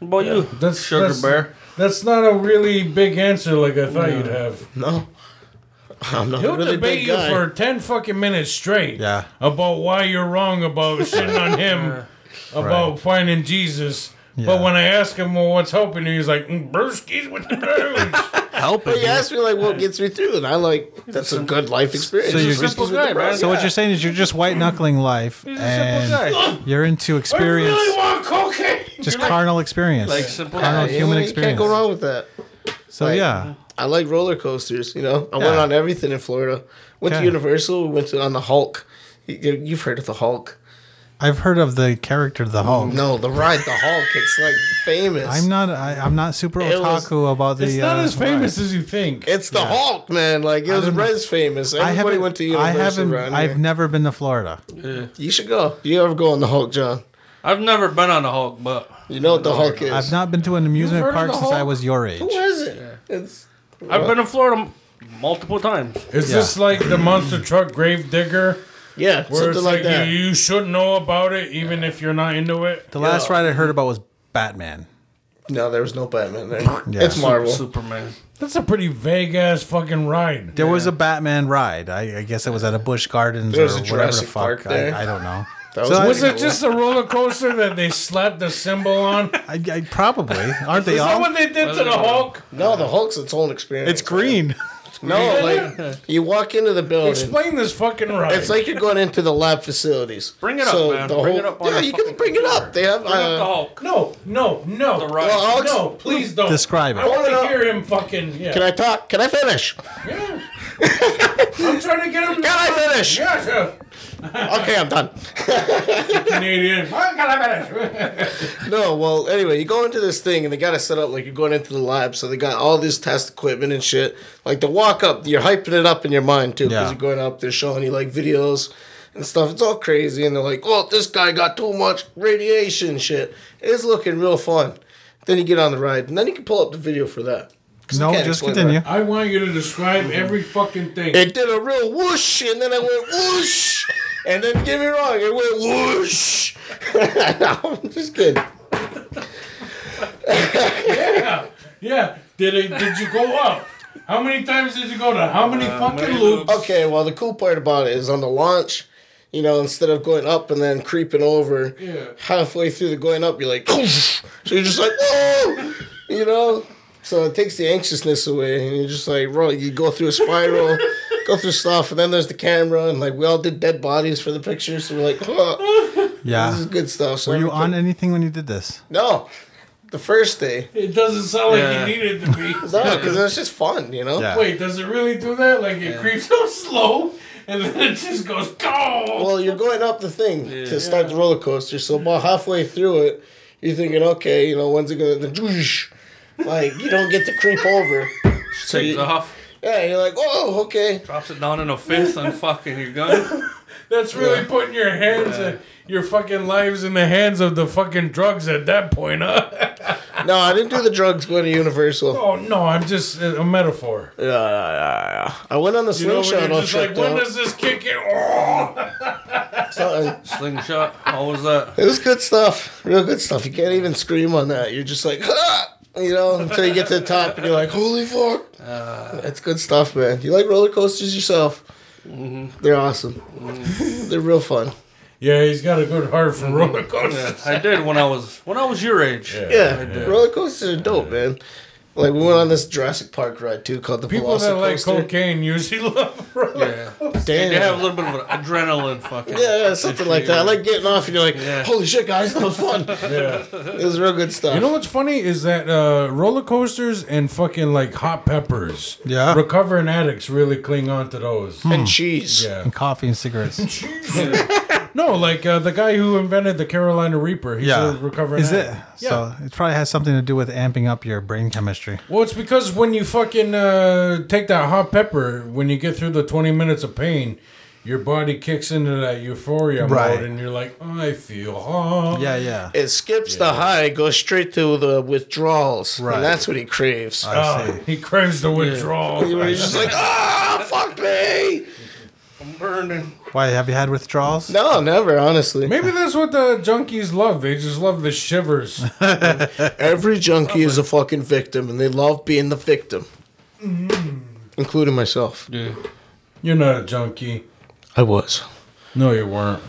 Speaker 3: about you?
Speaker 1: That's
Speaker 3: Sugar
Speaker 1: that's-
Speaker 3: bear.
Speaker 1: That's not a really big answer like I thought you'd have.
Speaker 4: No. I'm not
Speaker 1: He'll
Speaker 4: a really
Speaker 1: debate
Speaker 4: big
Speaker 1: you
Speaker 4: guy.
Speaker 1: for ten fucking minutes straight.
Speaker 2: Yeah.
Speaker 1: About why you're wrong about shitting on him, about finding Jesus.
Speaker 2: Yeah.
Speaker 1: But when I ask him, well, what's helping you? He's like, mm, brewskis with the bros.
Speaker 6: help
Speaker 4: But
Speaker 6: it.
Speaker 4: you asked me like what gets me through, and I like that's a good life experience.
Speaker 2: So you're
Speaker 4: Just
Speaker 2: simple
Speaker 4: gives me the
Speaker 3: guy, man.
Speaker 4: bro-
Speaker 2: So what you're saying is you're just white knuckling life,
Speaker 3: a simple
Speaker 2: and you're into experience,
Speaker 4: want cocaine.
Speaker 2: just carnal experience,
Speaker 3: like simple
Speaker 2: carnal
Speaker 3: guy.
Speaker 2: human
Speaker 4: you
Speaker 2: experience.
Speaker 4: Can't go wrong with that.
Speaker 2: So
Speaker 4: Like- uh,
Speaker 2: yeah,
Speaker 4: I like roller coasters. You know, I went
Speaker 2: Yeah.
Speaker 4: on everything in Florida. Went
Speaker 2: Yeah.
Speaker 4: to Universal. We went to on the Hulk. You, you've heard of the Hulk?
Speaker 2: I've heard of the character
Speaker 4: Oh,
Speaker 2: the Hulk.
Speaker 4: No, the ride, the Hulk. It's like famous.
Speaker 2: I'm not. I, I'm not super
Speaker 4: It was-
Speaker 2: otaku about the.
Speaker 1: It's not
Speaker 2: uh,
Speaker 1: as famous as you think.
Speaker 4: It's the Hulk, man. Like it was
Speaker 2: don't know.
Speaker 4: res famous.
Speaker 2: I
Speaker 4: Everybody
Speaker 2: haven't.
Speaker 4: went to
Speaker 2: I
Speaker 4: Universal
Speaker 2: haven't.
Speaker 4: around
Speaker 2: I've
Speaker 4: here.
Speaker 2: never been to Florida.
Speaker 4: you should go. You ever go on the Hulk, John?
Speaker 3: I've never been on a Hulk, but
Speaker 4: You know what the Hulk is.
Speaker 2: I've not been to an amusement
Speaker 1: heard of
Speaker 2: park
Speaker 1: the
Speaker 2: since I
Speaker 1: Hulk?
Speaker 2: was your age.
Speaker 4: Who is it? It's
Speaker 3: I've been in Florida m- multiple times.
Speaker 1: Is this like the monster truck grave digger? Where
Speaker 4: yeah, something
Speaker 1: it's
Speaker 4: like,
Speaker 1: like,
Speaker 4: that.
Speaker 1: You, you should know about it even if you're not into it.
Speaker 2: The last ride I heard about was Batman.
Speaker 4: no, there was no Batman there.
Speaker 2: Yeah.
Speaker 4: It's Marvel.
Speaker 3: Superman.
Speaker 1: That's a pretty vague ass fucking ride.
Speaker 2: There was a Batman ride. I, I guess it was at a Busch Gardens
Speaker 4: There
Speaker 2: or
Speaker 4: was a
Speaker 2: whatever the
Speaker 4: Jurassic
Speaker 2: fuck.
Speaker 4: Park there.
Speaker 2: I, I don't know.
Speaker 4: That
Speaker 2: So
Speaker 1: Was it
Speaker 4: a good
Speaker 1: just a roller coaster that they slapped the symbol on? Is
Speaker 2: I, I probably aren't they
Speaker 1: that
Speaker 2: all?
Speaker 1: what they did to the Hulk?
Speaker 4: one. No, the Hulk's its own experience.
Speaker 2: It's green.
Speaker 4: No, like you walk into the building.
Speaker 1: Explain this fucking ride.
Speaker 4: It's like you're going into the lab facilities.
Speaker 3: Bring it up, man.
Speaker 4: the
Speaker 3: Bring
Speaker 4: whole-
Speaker 3: it up on
Speaker 4: yeah,
Speaker 3: our
Speaker 4: you can
Speaker 3: fucking
Speaker 4: bring it up. They have.
Speaker 3: Bring up the
Speaker 4: uh,
Speaker 3: Hulk.
Speaker 1: no, no, no.
Speaker 3: The ride.
Speaker 4: Well, I'll ex-
Speaker 1: No, please don't.
Speaker 2: Describe it.
Speaker 1: I want
Speaker 4: Hold it
Speaker 1: to
Speaker 4: up.
Speaker 1: hear him fucking. Yeah.
Speaker 4: Can I talk? Can I finish?
Speaker 1: Yeah. I'm trying to get him.
Speaker 4: Can I finish?
Speaker 1: Yes, uh,
Speaker 4: Okay, I'm done.
Speaker 1: Canadian. How can I finish?
Speaker 4: No, well, anyway, you go into this thing and they got to set up like you're going into the lab. So they got all this test equipment and shit. Like the walk up, you're hyping it up in your mind too because
Speaker 2: Yeah.
Speaker 4: you're going up. They're showing you like videos and stuff. It's all crazy. And they're like, well, this guy got too much radiation shit. It's looking real fun. Then you get on the ride and then you can pull up the video for that. 'Cause I
Speaker 2: No,
Speaker 4: can't
Speaker 2: just
Speaker 4: explain
Speaker 2: continue.
Speaker 4: that.
Speaker 1: I want you to describe every fucking thing.
Speaker 4: It did a real whoosh and then I went whoosh. And then get me wrong, it went whoosh. I'm just kidding.
Speaker 1: yeah. Did it? Did you go up? How many times did you go down? How
Speaker 3: Uh,
Speaker 1: many fucking loops?
Speaker 4: Okay, well, the cool part about it is on the launch, you know, instead of going up and then creeping over, halfway through the going up, you're like, so you're just like, whoa, you know? So it takes the anxiousness away, and you're just like, bro, you go through a spiral, go through stuff, and then there's the camera, and like, we all did dead bodies for the pictures, so we're like, oh, this
Speaker 2: Yeah.
Speaker 4: is good stuff. So
Speaker 2: Were you
Speaker 4: we
Speaker 2: on
Speaker 4: put-
Speaker 2: anything when you did this?
Speaker 4: No. The first day.
Speaker 1: It doesn't sound like
Speaker 3: Yeah.
Speaker 1: you needed to be.
Speaker 4: No, because it's just fun, you know?
Speaker 2: Yeah.
Speaker 1: Wait, does it really do that? Like it creeps so slow, and then it just goes go.
Speaker 4: Well, you're going up the thing to start the roller coaster. So about halfway through it, you're thinking, okay, you know, when's it gonna the whoosh. like you don't get to creep over. So
Speaker 3: Takes
Speaker 4: you,
Speaker 3: off,
Speaker 4: yeah, you're like, oh, okay.
Speaker 3: drops it down in a fifth, and fucking you're gone.
Speaker 1: That's really putting your hands, and your fucking lives in the hands of the fucking drugs at that point, huh?
Speaker 4: No, I didn't do the drugs going to Universal.
Speaker 1: oh no, I'm just a metaphor.
Speaker 4: Yeah, yeah, yeah, yeah. I went on the
Speaker 1: You know,
Speaker 4: slingshot
Speaker 1: when you're
Speaker 4: all
Speaker 1: just like,
Speaker 4: tripped
Speaker 1: when
Speaker 4: out.
Speaker 1: does this kick in? Oh!
Speaker 4: Something.
Speaker 3: Slingshot. How was that?
Speaker 4: It was good stuff, real good stuff. You can't even scream on that. You're just like, ah! you know, until you get to the top and you're like, holy fuck.
Speaker 1: Uh.
Speaker 4: That's good stuff, man. You like roller coasters yourself?
Speaker 1: Mm-hmm.
Speaker 4: They're awesome. They're real fun.
Speaker 1: Yeah, he's got a good heart for roller
Speaker 3: Yeah,
Speaker 1: coasters.
Speaker 3: I did when I was when I was your age.
Speaker 4: Yeah, roller coasters are dope, man. Like we went on this Jurassic Park ride too called the
Speaker 1: People that like
Speaker 4: Velocicoaster.
Speaker 1: cocaine usually love roller.
Speaker 3: Yeah.
Speaker 4: Damn.
Speaker 3: They have a little bit of an adrenaline fucking.
Speaker 4: yeah, yeah, something like that. I like getting off and you're like,
Speaker 3: Yeah.
Speaker 4: holy shit, guys, that was fun.
Speaker 1: Yeah.
Speaker 4: It was real good stuff.
Speaker 1: You know what's funny is that uh, roller coasters and fucking like hot peppers.
Speaker 2: Yeah.
Speaker 1: Recovering addicts really cling on to those.
Speaker 4: and cheese.
Speaker 1: Yeah.
Speaker 2: And coffee and cigarettes.
Speaker 1: No, like uh, the guy who invented the Carolina Reaper. He's
Speaker 2: yeah.
Speaker 1: a recovering
Speaker 2: Is it?
Speaker 1: addict.
Speaker 2: So it probably has something to do with amping up your brain chemistry.
Speaker 1: Well, it's because when you fucking uh, take that hot pepper, when you get through the 20 minutes of pain, your body kicks into that euphoria
Speaker 2: Right.
Speaker 1: mode and you're like, I feel hot.
Speaker 2: Yeah, yeah.
Speaker 4: It skips the high, goes straight to the withdrawals.
Speaker 2: Right.
Speaker 4: And that's what he craves.
Speaker 1: Oh, he craves the withdrawal.
Speaker 4: Where he's just like, ah, fuck me.
Speaker 3: I'm burning.
Speaker 2: Why have you had withdrawals?
Speaker 4: No, never, honestly.
Speaker 1: Maybe that's what the junkies love. They just love the shivers.
Speaker 4: Every junkie is a fucking victim, and they love being the victim,
Speaker 2: Mm-hmm.
Speaker 4: including myself.
Speaker 3: Yeah.
Speaker 1: You're not a junkie.
Speaker 4: I was.
Speaker 1: No, you weren't.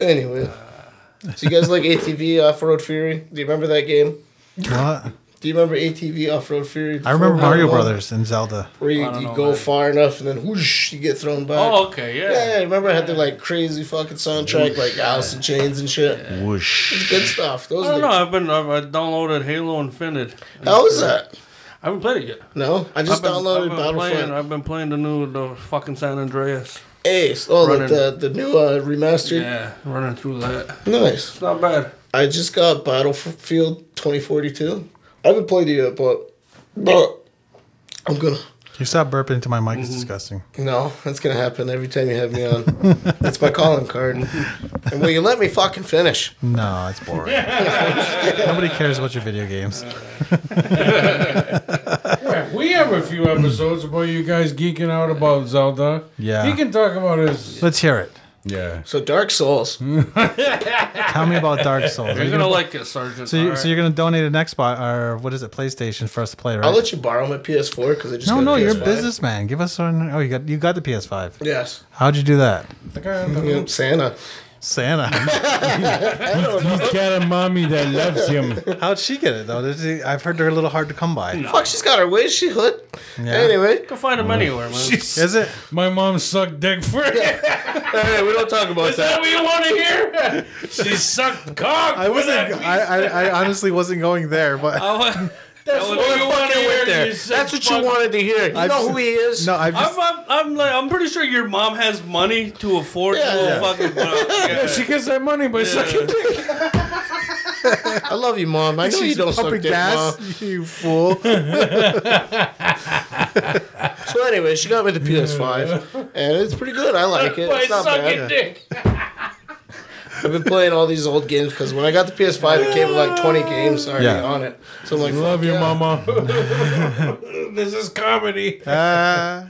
Speaker 4: Anyway,
Speaker 2: Ah.
Speaker 4: So you guys like ATV Off Road Fury? Do you remember that game?
Speaker 2: What?
Speaker 4: Do you remember ATV Off Road Fury?
Speaker 2: I remember
Speaker 4: Before
Speaker 2: Mario
Speaker 4: Pokemon?
Speaker 2: Brothers and Zelda.
Speaker 4: Where you,
Speaker 3: I don't
Speaker 4: you
Speaker 3: know,
Speaker 4: go
Speaker 3: man.
Speaker 4: far enough and then whoosh, you get thrown back.
Speaker 3: Oh, okay, yeah.
Speaker 4: Uh, Yeah, yeah, remember I had the like crazy fucking soundtrack, like Alice in Chains and shit.
Speaker 6: Whoosh.
Speaker 4: Good stuff. Those
Speaker 3: I
Speaker 4: are
Speaker 3: don't
Speaker 4: the,
Speaker 3: know. I've been I've, I downloaded Halo Infinite.
Speaker 4: How was that?
Speaker 3: I haven't played it yet.
Speaker 4: No, I just
Speaker 3: I've been,
Speaker 4: downloaded
Speaker 3: I've been Playing,
Speaker 4: Battlefront
Speaker 3: I've been playing the new the fucking San Andreas.
Speaker 4: Ace. Oh, like
Speaker 3: running.
Speaker 4: the the new uh, remastered.
Speaker 3: Yeah, running through that.
Speaker 4: Nice.
Speaker 3: It's not bad.
Speaker 4: I just got Battlefield 2042. I haven't played it yet, but but I'm gonna.
Speaker 2: You stop burping into my mic. It's disgusting.
Speaker 4: No, that's gonna happen every time you have me on. that's my calling card. And will you let me fucking finish?
Speaker 2: No, it's boring. Nobody cares about your video games.
Speaker 1: Yeah, we have a few episodes about you guys geeking out about Zelda.
Speaker 2: Yeah.
Speaker 1: He can talk about his.
Speaker 2: Let's hear it.
Speaker 1: Yeah.
Speaker 4: So Dark Souls.
Speaker 2: Hmm. Tell me about Dark Souls. Are
Speaker 3: You're
Speaker 2: you
Speaker 3: gonna
Speaker 2: gonna-
Speaker 3: like it, Sergeant.
Speaker 2: so, you,
Speaker 3: Alright.
Speaker 2: so you're gonna donate an Xbox or what is it, PlayStation for us to play, right?
Speaker 4: I'll let you borrow my PS4 because I just
Speaker 2: no,
Speaker 4: got a
Speaker 2: no, you're a
Speaker 4: PS5.
Speaker 2: businessman. Give us an. Oh, you got you got the PS5.
Speaker 4: Yes,
Speaker 2: How'd you do that,
Speaker 1: The guy on the
Speaker 4: Yeah, Santa.
Speaker 2: Santa?
Speaker 1: He's got a mommy that loves him.
Speaker 2: How'd she get it though? Did she- I've heard they're a little hard to come by.
Speaker 4: Fuck, she's got her way. She hood.
Speaker 2: Yeah.
Speaker 4: Anyway,
Speaker 3: You can find them anywhere, man.
Speaker 2: Is it?
Speaker 1: My mom sucked dick for it.
Speaker 4: hey, we don't talk about
Speaker 1: Is that what you want to hear? She sucked cock.
Speaker 2: I wasn't. I, I, I honestly wasn't going there, but
Speaker 3: I wa-
Speaker 1: That's what
Speaker 3: was- we
Speaker 1: you
Speaker 3: fucking
Speaker 1: want to hear.
Speaker 3: went there.
Speaker 1: You said
Speaker 4: That's what you
Speaker 1: fuck-
Speaker 4: wanted to hear. You
Speaker 2: I've
Speaker 4: know
Speaker 2: s-
Speaker 4: who he is.
Speaker 2: no, I
Speaker 3: I'm,
Speaker 2: just.
Speaker 3: I'm, I'm like I'm pretty sure your mom has money to afford
Speaker 4: Yeah,
Speaker 3: to
Speaker 4: yeah.
Speaker 3: fucking.
Speaker 1: Yeah, she gets that money by sucking dick.
Speaker 4: I love you, mom. I know you don't suck
Speaker 2: pumping
Speaker 4: dick,
Speaker 2: gas,
Speaker 4: mom.
Speaker 2: you fool.
Speaker 4: So anyway, she got me the PS5, and it's pretty good. I like it. It's not bad.
Speaker 1: dick.
Speaker 4: I've been playing all these old games because when I got the PS5, it came with like 20 games already
Speaker 2: Yeah.
Speaker 4: on it. So I'm like,
Speaker 1: Love
Speaker 4: fuck
Speaker 1: you,
Speaker 4: yeah.
Speaker 1: mama. this is comedy.
Speaker 2: Uh,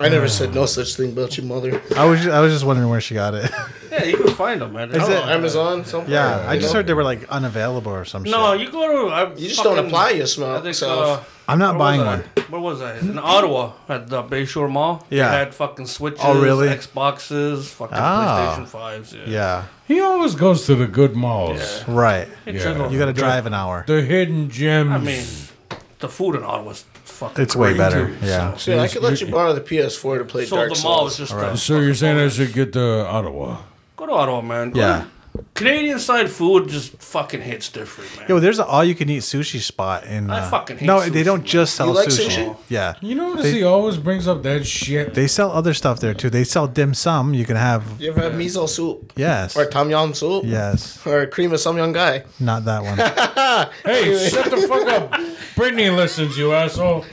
Speaker 4: I never said no such thing about your mother.
Speaker 2: I was. ju- I was just wondering where she got it.
Speaker 3: yeah, you can find them, man.
Speaker 4: I
Speaker 3: Oh,
Speaker 4: don't know, Amazon, somewhere.
Speaker 2: Yeah, I
Speaker 4: you
Speaker 2: just
Speaker 4: know?
Speaker 2: heard they were like unavailable or some
Speaker 3: No,
Speaker 2: shit.
Speaker 3: you go to. I
Speaker 4: You just don't apply yourself.
Speaker 3: I think
Speaker 4: so.
Speaker 3: uh,
Speaker 2: I'm not
Speaker 3: where
Speaker 2: buying
Speaker 3: was I?
Speaker 2: one.
Speaker 3: Where was I? In Ottawa at the Bayshore Mall.
Speaker 2: Yeah.
Speaker 3: They had fucking switches.
Speaker 2: Oh, really?
Speaker 3: Xboxes, fucking
Speaker 2: Ah.
Speaker 3: PlayStation fives. Yeah.
Speaker 2: Yeah,
Speaker 1: He always goes to the good malls.
Speaker 2: right.
Speaker 3: Hey,
Speaker 1: Yeah.
Speaker 3: check out-
Speaker 2: You got to drive an hour.
Speaker 1: The hidden gems.
Speaker 3: I mean, the food in Ottawa's fucking.
Speaker 2: It's way
Speaker 3: great,
Speaker 2: better.
Speaker 3: too.
Speaker 2: Yeah.
Speaker 4: Dude, I could let you borrow the PS4 to play
Speaker 3: So
Speaker 4: Dark
Speaker 3: the mall is
Speaker 4: Souls.
Speaker 3: just. a-
Speaker 1: So you're saying I should get to Ottawa?
Speaker 3: Go to Ottawa, man. Go
Speaker 2: Yeah.
Speaker 3: to- Canadian side food just fucking hits different, man.
Speaker 2: Yo, there's an all-you-can-eat sushi spot in.
Speaker 3: I
Speaker 2: uh,
Speaker 3: fucking hate
Speaker 2: no.
Speaker 3: sushi,
Speaker 2: They don't
Speaker 3: man.
Speaker 2: just sell
Speaker 4: You like
Speaker 2: sushi.
Speaker 4: sushi?
Speaker 2: Yeah,
Speaker 1: You notice he always brings up that shit.
Speaker 2: they sell other stuff there too. They sell dim sum. You can have
Speaker 4: You ever have miso soup?
Speaker 2: yes,
Speaker 4: Or tom yum soup?
Speaker 2: yes,
Speaker 4: Or cream of some young guy?
Speaker 2: not that one.
Speaker 1: Hey, shut the fuck up. Brittany listens, you asshole.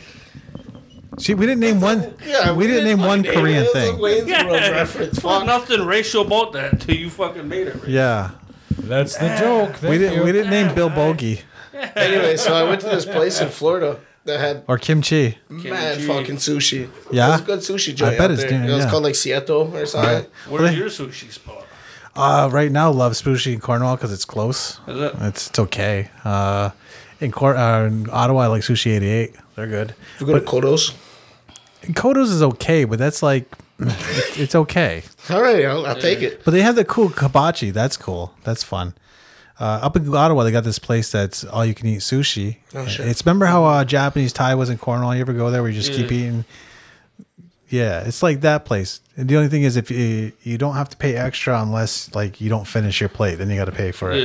Speaker 2: See, we didn't name one.
Speaker 4: Yeah,
Speaker 2: we didn't name one
Speaker 4: fucking name
Speaker 2: Korean
Speaker 4: it. It was a
Speaker 2: thing.
Speaker 4: Wayne's World
Speaker 3: Yeah.
Speaker 4: reference.
Speaker 3: There's
Speaker 4: Fuck.
Speaker 3: nothing racial about that until you fucking made it. Right?
Speaker 2: Yeah,
Speaker 1: That's the joke. Thank
Speaker 2: we didn't.
Speaker 1: you.
Speaker 2: We didn't name Bill Bogey
Speaker 4: Anyway, so I went to this place in Florida that had
Speaker 2: or kimchi.
Speaker 4: mad
Speaker 3: Kimchi.
Speaker 4: fucking sushi.
Speaker 2: Yeah?
Speaker 4: it was a good sushi joint.
Speaker 2: I bet
Speaker 4: out
Speaker 2: it's
Speaker 4: there.
Speaker 2: doing-
Speaker 4: It was
Speaker 2: yeah.
Speaker 4: called like Seattle or something.
Speaker 2: Right.
Speaker 3: Where's
Speaker 2: Well, they-
Speaker 3: your sushi spot?
Speaker 2: Uh, right now, love sushi in Cornwall because it's close.
Speaker 3: Is it?
Speaker 2: It's, it's okay. Uh, in, Cor- uh, in Ottawa, I like Sushi 88. They're good.
Speaker 4: We go to Kodos.
Speaker 2: And Kodos is okay, but that's like, it- it's okay.
Speaker 4: All right, I'll, I'll take it.
Speaker 2: But they have the cool kibachi. That's cool. That's fun. Uh, up in Ottawa, they got this place that's all you can eat sushi.
Speaker 4: Oh, shit.
Speaker 2: It's remember how uh, Japanese Thai was in Cornwall. You ever go there where you just keep eating? Yeah, it's like that place. And the only thing is, if you you don't have to pay extra unless like you don't finish your plate, then you got to pay for it.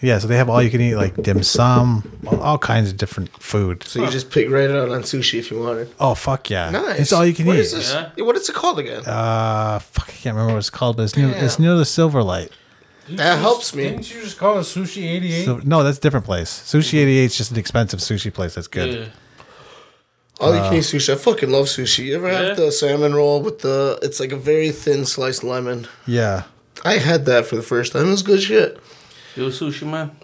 Speaker 3: Yeah.
Speaker 2: Yeah, so they have all you can eat like dim sum, all- all kinds of different food.
Speaker 4: So you just pick right out on sushi if you wanted.
Speaker 2: Oh fuck yeah!
Speaker 4: Nice.
Speaker 2: It's all you can
Speaker 4: What
Speaker 2: eat.
Speaker 4: is this?
Speaker 3: Yeah.
Speaker 4: What is it called again?
Speaker 2: Uh, fuck, I can't remember what it's called, but it's near it's
Speaker 4: Damn.
Speaker 2: near the Silver Light.
Speaker 4: that helps me.
Speaker 1: Didn't you just call it Sushi Mm-hmm. 88?
Speaker 2: So, no, that's a different place. Sushi 88 is just an expensive sushi place. That's good.
Speaker 3: Yeah.
Speaker 4: All you can
Speaker 2: Uh.
Speaker 4: eat sushi. I fucking love sushi. You ever
Speaker 3: Yeah.
Speaker 4: have the salmon roll with the? It's like a very thin sliced lemon.
Speaker 2: Yeah.
Speaker 4: I had that for the first time. It was good shit.
Speaker 3: You a sushi man?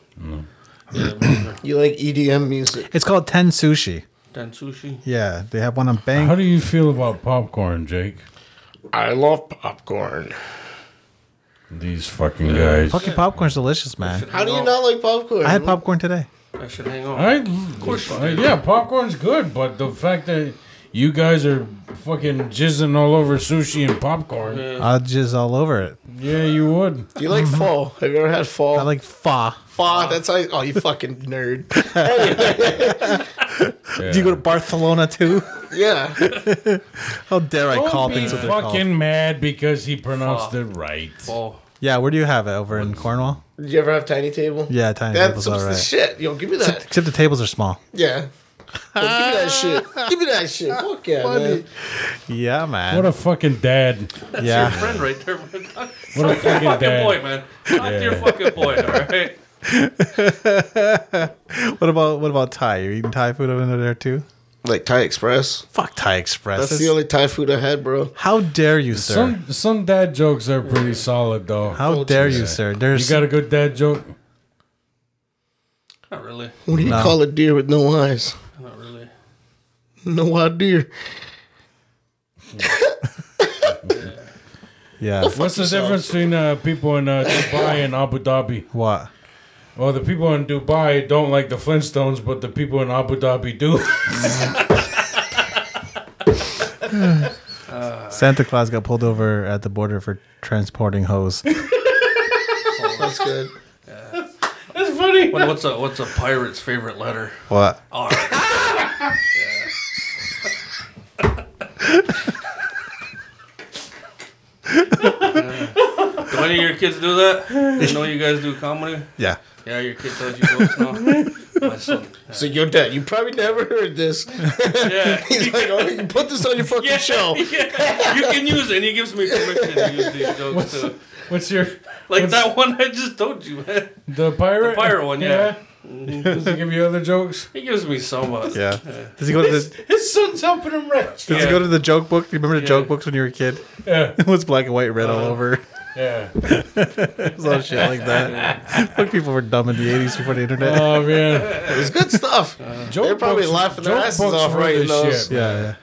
Speaker 3: Yeah, brother.
Speaker 4: You like EDM music?
Speaker 2: It's called Ten Sushi.
Speaker 3: Then sushi.
Speaker 2: Yeah, they have one on Bank.
Speaker 1: How do you feel about popcorn, Jake?
Speaker 4: I love popcorn.
Speaker 1: These fucking guys.
Speaker 2: Fucking popcorn's delicious, man.
Speaker 4: How do you not like popcorn?
Speaker 2: I had popcorn today.
Speaker 3: I should hang on.
Speaker 1: I, of course, yeah, popcorn's good, but the fact that you guys are fucking jizzing all over sushi and popcorn. Yeah,
Speaker 2: I'll just all over it.
Speaker 1: you would.
Speaker 4: Do you like pho? Have you ever had pho?
Speaker 2: Mm-hmm. I like fa.
Speaker 4: pho. That's how. Oh, you fucking nerd.
Speaker 2: Do you go to Barcelona too?
Speaker 4: Yeah.
Speaker 2: How dare I
Speaker 1: Don't
Speaker 2: call
Speaker 1: be
Speaker 2: things what they're called?
Speaker 1: fucking mad because he pronounced it right.
Speaker 3: Oh,
Speaker 2: Yeah, where do you have it? Over in Cornwall?
Speaker 4: Did you ever have tiny table?
Speaker 2: Yeah, tiny
Speaker 4: That's
Speaker 2: tables,
Speaker 4: some
Speaker 2: all right.
Speaker 4: shit. Yo, give me that.
Speaker 2: Except the tables are small.
Speaker 4: Yeah. Yo, give me that shit. Give me that shit. Fuck yeah, man.
Speaker 2: Yeah, man.
Speaker 1: What a fucking dad.
Speaker 3: your
Speaker 2: yeah.
Speaker 3: friend right there. man. Talk to
Speaker 1: What a
Speaker 3: your
Speaker 1: fucking
Speaker 3: fucking
Speaker 1: dad.
Speaker 3: boy, man. Talk to your fucking boy, all right?
Speaker 2: What about what about Thai? You're eating Thai food over there too?
Speaker 4: Like Thai Express.
Speaker 2: Fuck Thai Express.
Speaker 4: That's
Speaker 2: It's-
Speaker 4: the only Thai food I had, bro.
Speaker 2: How dare you, sir?
Speaker 1: Some some dad jokes are pretty solid though.
Speaker 2: How dare you, sir?
Speaker 1: you
Speaker 2: There's
Speaker 1: got a good dad joke?
Speaker 3: Not really.
Speaker 4: What do you call a deer with no eyes?
Speaker 3: Not really.
Speaker 4: No eye deer.
Speaker 2: yeah.
Speaker 1: What's the difference between uh, people in uh, Dubai and Abu Dhabi?
Speaker 2: What?
Speaker 1: Well, the people in Dubai don't like the Flintstones, but the people in Abu Dhabi do.
Speaker 2: Santa Claus got pulled over at the border for transporting hoes.
Speaker 4: That's good.
Speaker 1: That's funny.
Speaker 3: What, what's a what's a pirate's favorite letter?
Speaker 2: what?
Speaker 3: R. Do any of your kids do that? I know you guys do comedy.
Speaker 2: Yeah.
Speaker 3: Yeah, your kid tells you jokes now. My son.
Speaker 4: So your dad, you probably never heard this.
Speaker 3: Yeah.
Speaker 4: He's like, oh, you put this on your fucking show.
Speaker 3: Yeah, you can use it. And he gives me permission to use these jokes too.
Speaker 1: What's your
Speaker 3: Like
Speaker 1: what's
Speaker 3: that one I just told you, man.
Speaker 1: The pirate.
Speaker 3: The pirate one, yeah.
Speaker 1: Does he give you other jokes?
Speaker 3: He gives me so much.
Speaker 2: Yeah. Does he go to the Does
Speaker 1: His son's helping him rich.
Speaker 2: he
Speaker 3: Yeah.
Speaker 2: go to the joke book? Do you remember the joke books when you were a kid?
Speaker 1: Yeah,
Speaker 2: It was black and white red all over.
Speaker 1: yeah.
Speaker 2: It was all shit like that. Like people were dumb in the eighties before the internet.
Speaker 1: Oh man,
Speaker 4: It was good stuff.
Speaker 1: joke
Speaker 4: They're probably
Speaker 1: books-
Speaker 4: laughing their
Speaker 1: joke
Speaker 4: asses
Speaker 1: books
Speaker 4: off
Speaker 1: were
Speaker 4: writing
Speaker 1: the
Speaker 4: those.
Speaker 1: shit.
Speaker 2: yeah, yeah.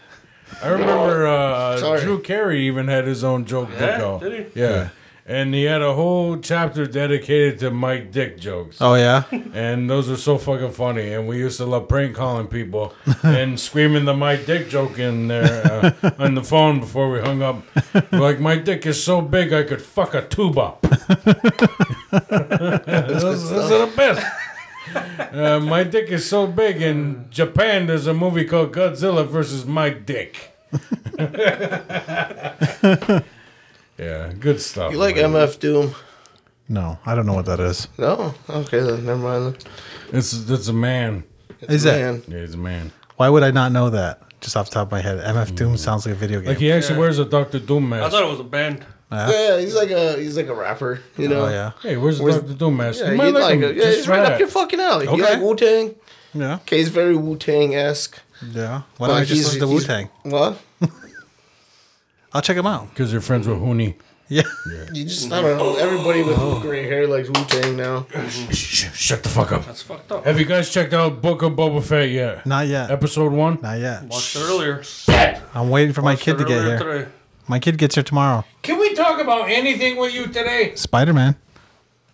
Speaker 1: I remember uh,
Speaker 4: Sorry.
Speaker 1: Drew Carey even had his own joke
Speaker 3: Yeah,
Speaker 1: book out.
Speaker 3: did
Speaker 1: Yeah. And he had a whole chapter dedicated to Mike Dick jokes.
Speaker 2: Oh yeah?
Speaker 1: And those were so fucking funny. And we used to love prank calling people and screaming the my dick joke in there uh, on the phone before we hung up. like, my dick is so big I could fuck a tuba. those, those are the best. Uh, my dick is so big in Japan, there's a movie called Godzilla versus My Dick. yeah, good stuff.
Speaker 4: You like
Speaker 1: man.
Speaker 4: MF Doom?
Speaker 2: No, I don't know what that is.
Speaker 4: No. Okay, then never mind. then.
Speaker 1: It's, it's a man.
Speaker 2: Is that
Speaker 4: Man,
Speaker 1: Yeah, he's a man.
Speaker 2: why would I not know that? Just off the top of my head. MF Doom sounds like a video game.
Speaker 1: Like he actually
Speaker 3: Yeah.
Speaker 1: wears a Doctor Doom mask.
Speaker 3: I thought it was a band.
Speaker 4: yeah, he's like a he's like a rapper. You know.
Speaker 2: oh yeah.
Speaker 1: Hey, where's,
Speaker 4: Where's-
Speaker 1: Dr. Doom mask?
Speaker 4: Yeah,
Speaker 1: You
Speaker 4: he's
Speaker 1: might
Speaker 4: like,
Speaker 1: him.
Speaker 4: a, yeah, he's
Speaker 1: Just
Speaker 4: right
Speaker 1: try
Speaker 4: up
Speaker 1: it.
Speaker 4: your fucking alley. He
Speaker 2: Okay.
Speaker 4: like Wu Tang.
Speaker 2: Yeah.
Speaker 4: Okay, he's very Wu Tang esque.
Speaker 2: Yeah. Why don't I just listen to Wu Tang?
Speaker 4: What?
Speaker 2: I'll check him out.
Speaker 1: Because you're friends with Hooney.
Speaker 2: Yeah.
Speaker 4: You just I don't know. Everybody with
Speaker 2: Oh.
Speaker 4: gray hair likes Wu Tang now.
Speaker 1: Shh, shut the fuck up.
Speaker 3: That's fucked up.
Speaker 1: Have you guys checked out Book of Boba Fett yet?
Speaker 2: Not yet.
Speaker 1: Episode one.
Speaker 2: Not yet.
Speaker 3: Watched it earlier.
Speaker 2: I'm waiting for my
Speaker 3: Watched
Speaker 2: kid to
Speaker 3: it
Speaker 2: get
Speaker 3: earlier
Speaker 2: here.
Speaker 3: Today.
Speaker 2: My kid gets here tomorrow.
Speaker 1: Can we talk about anything with you today?
Speaker 2: Spider Man.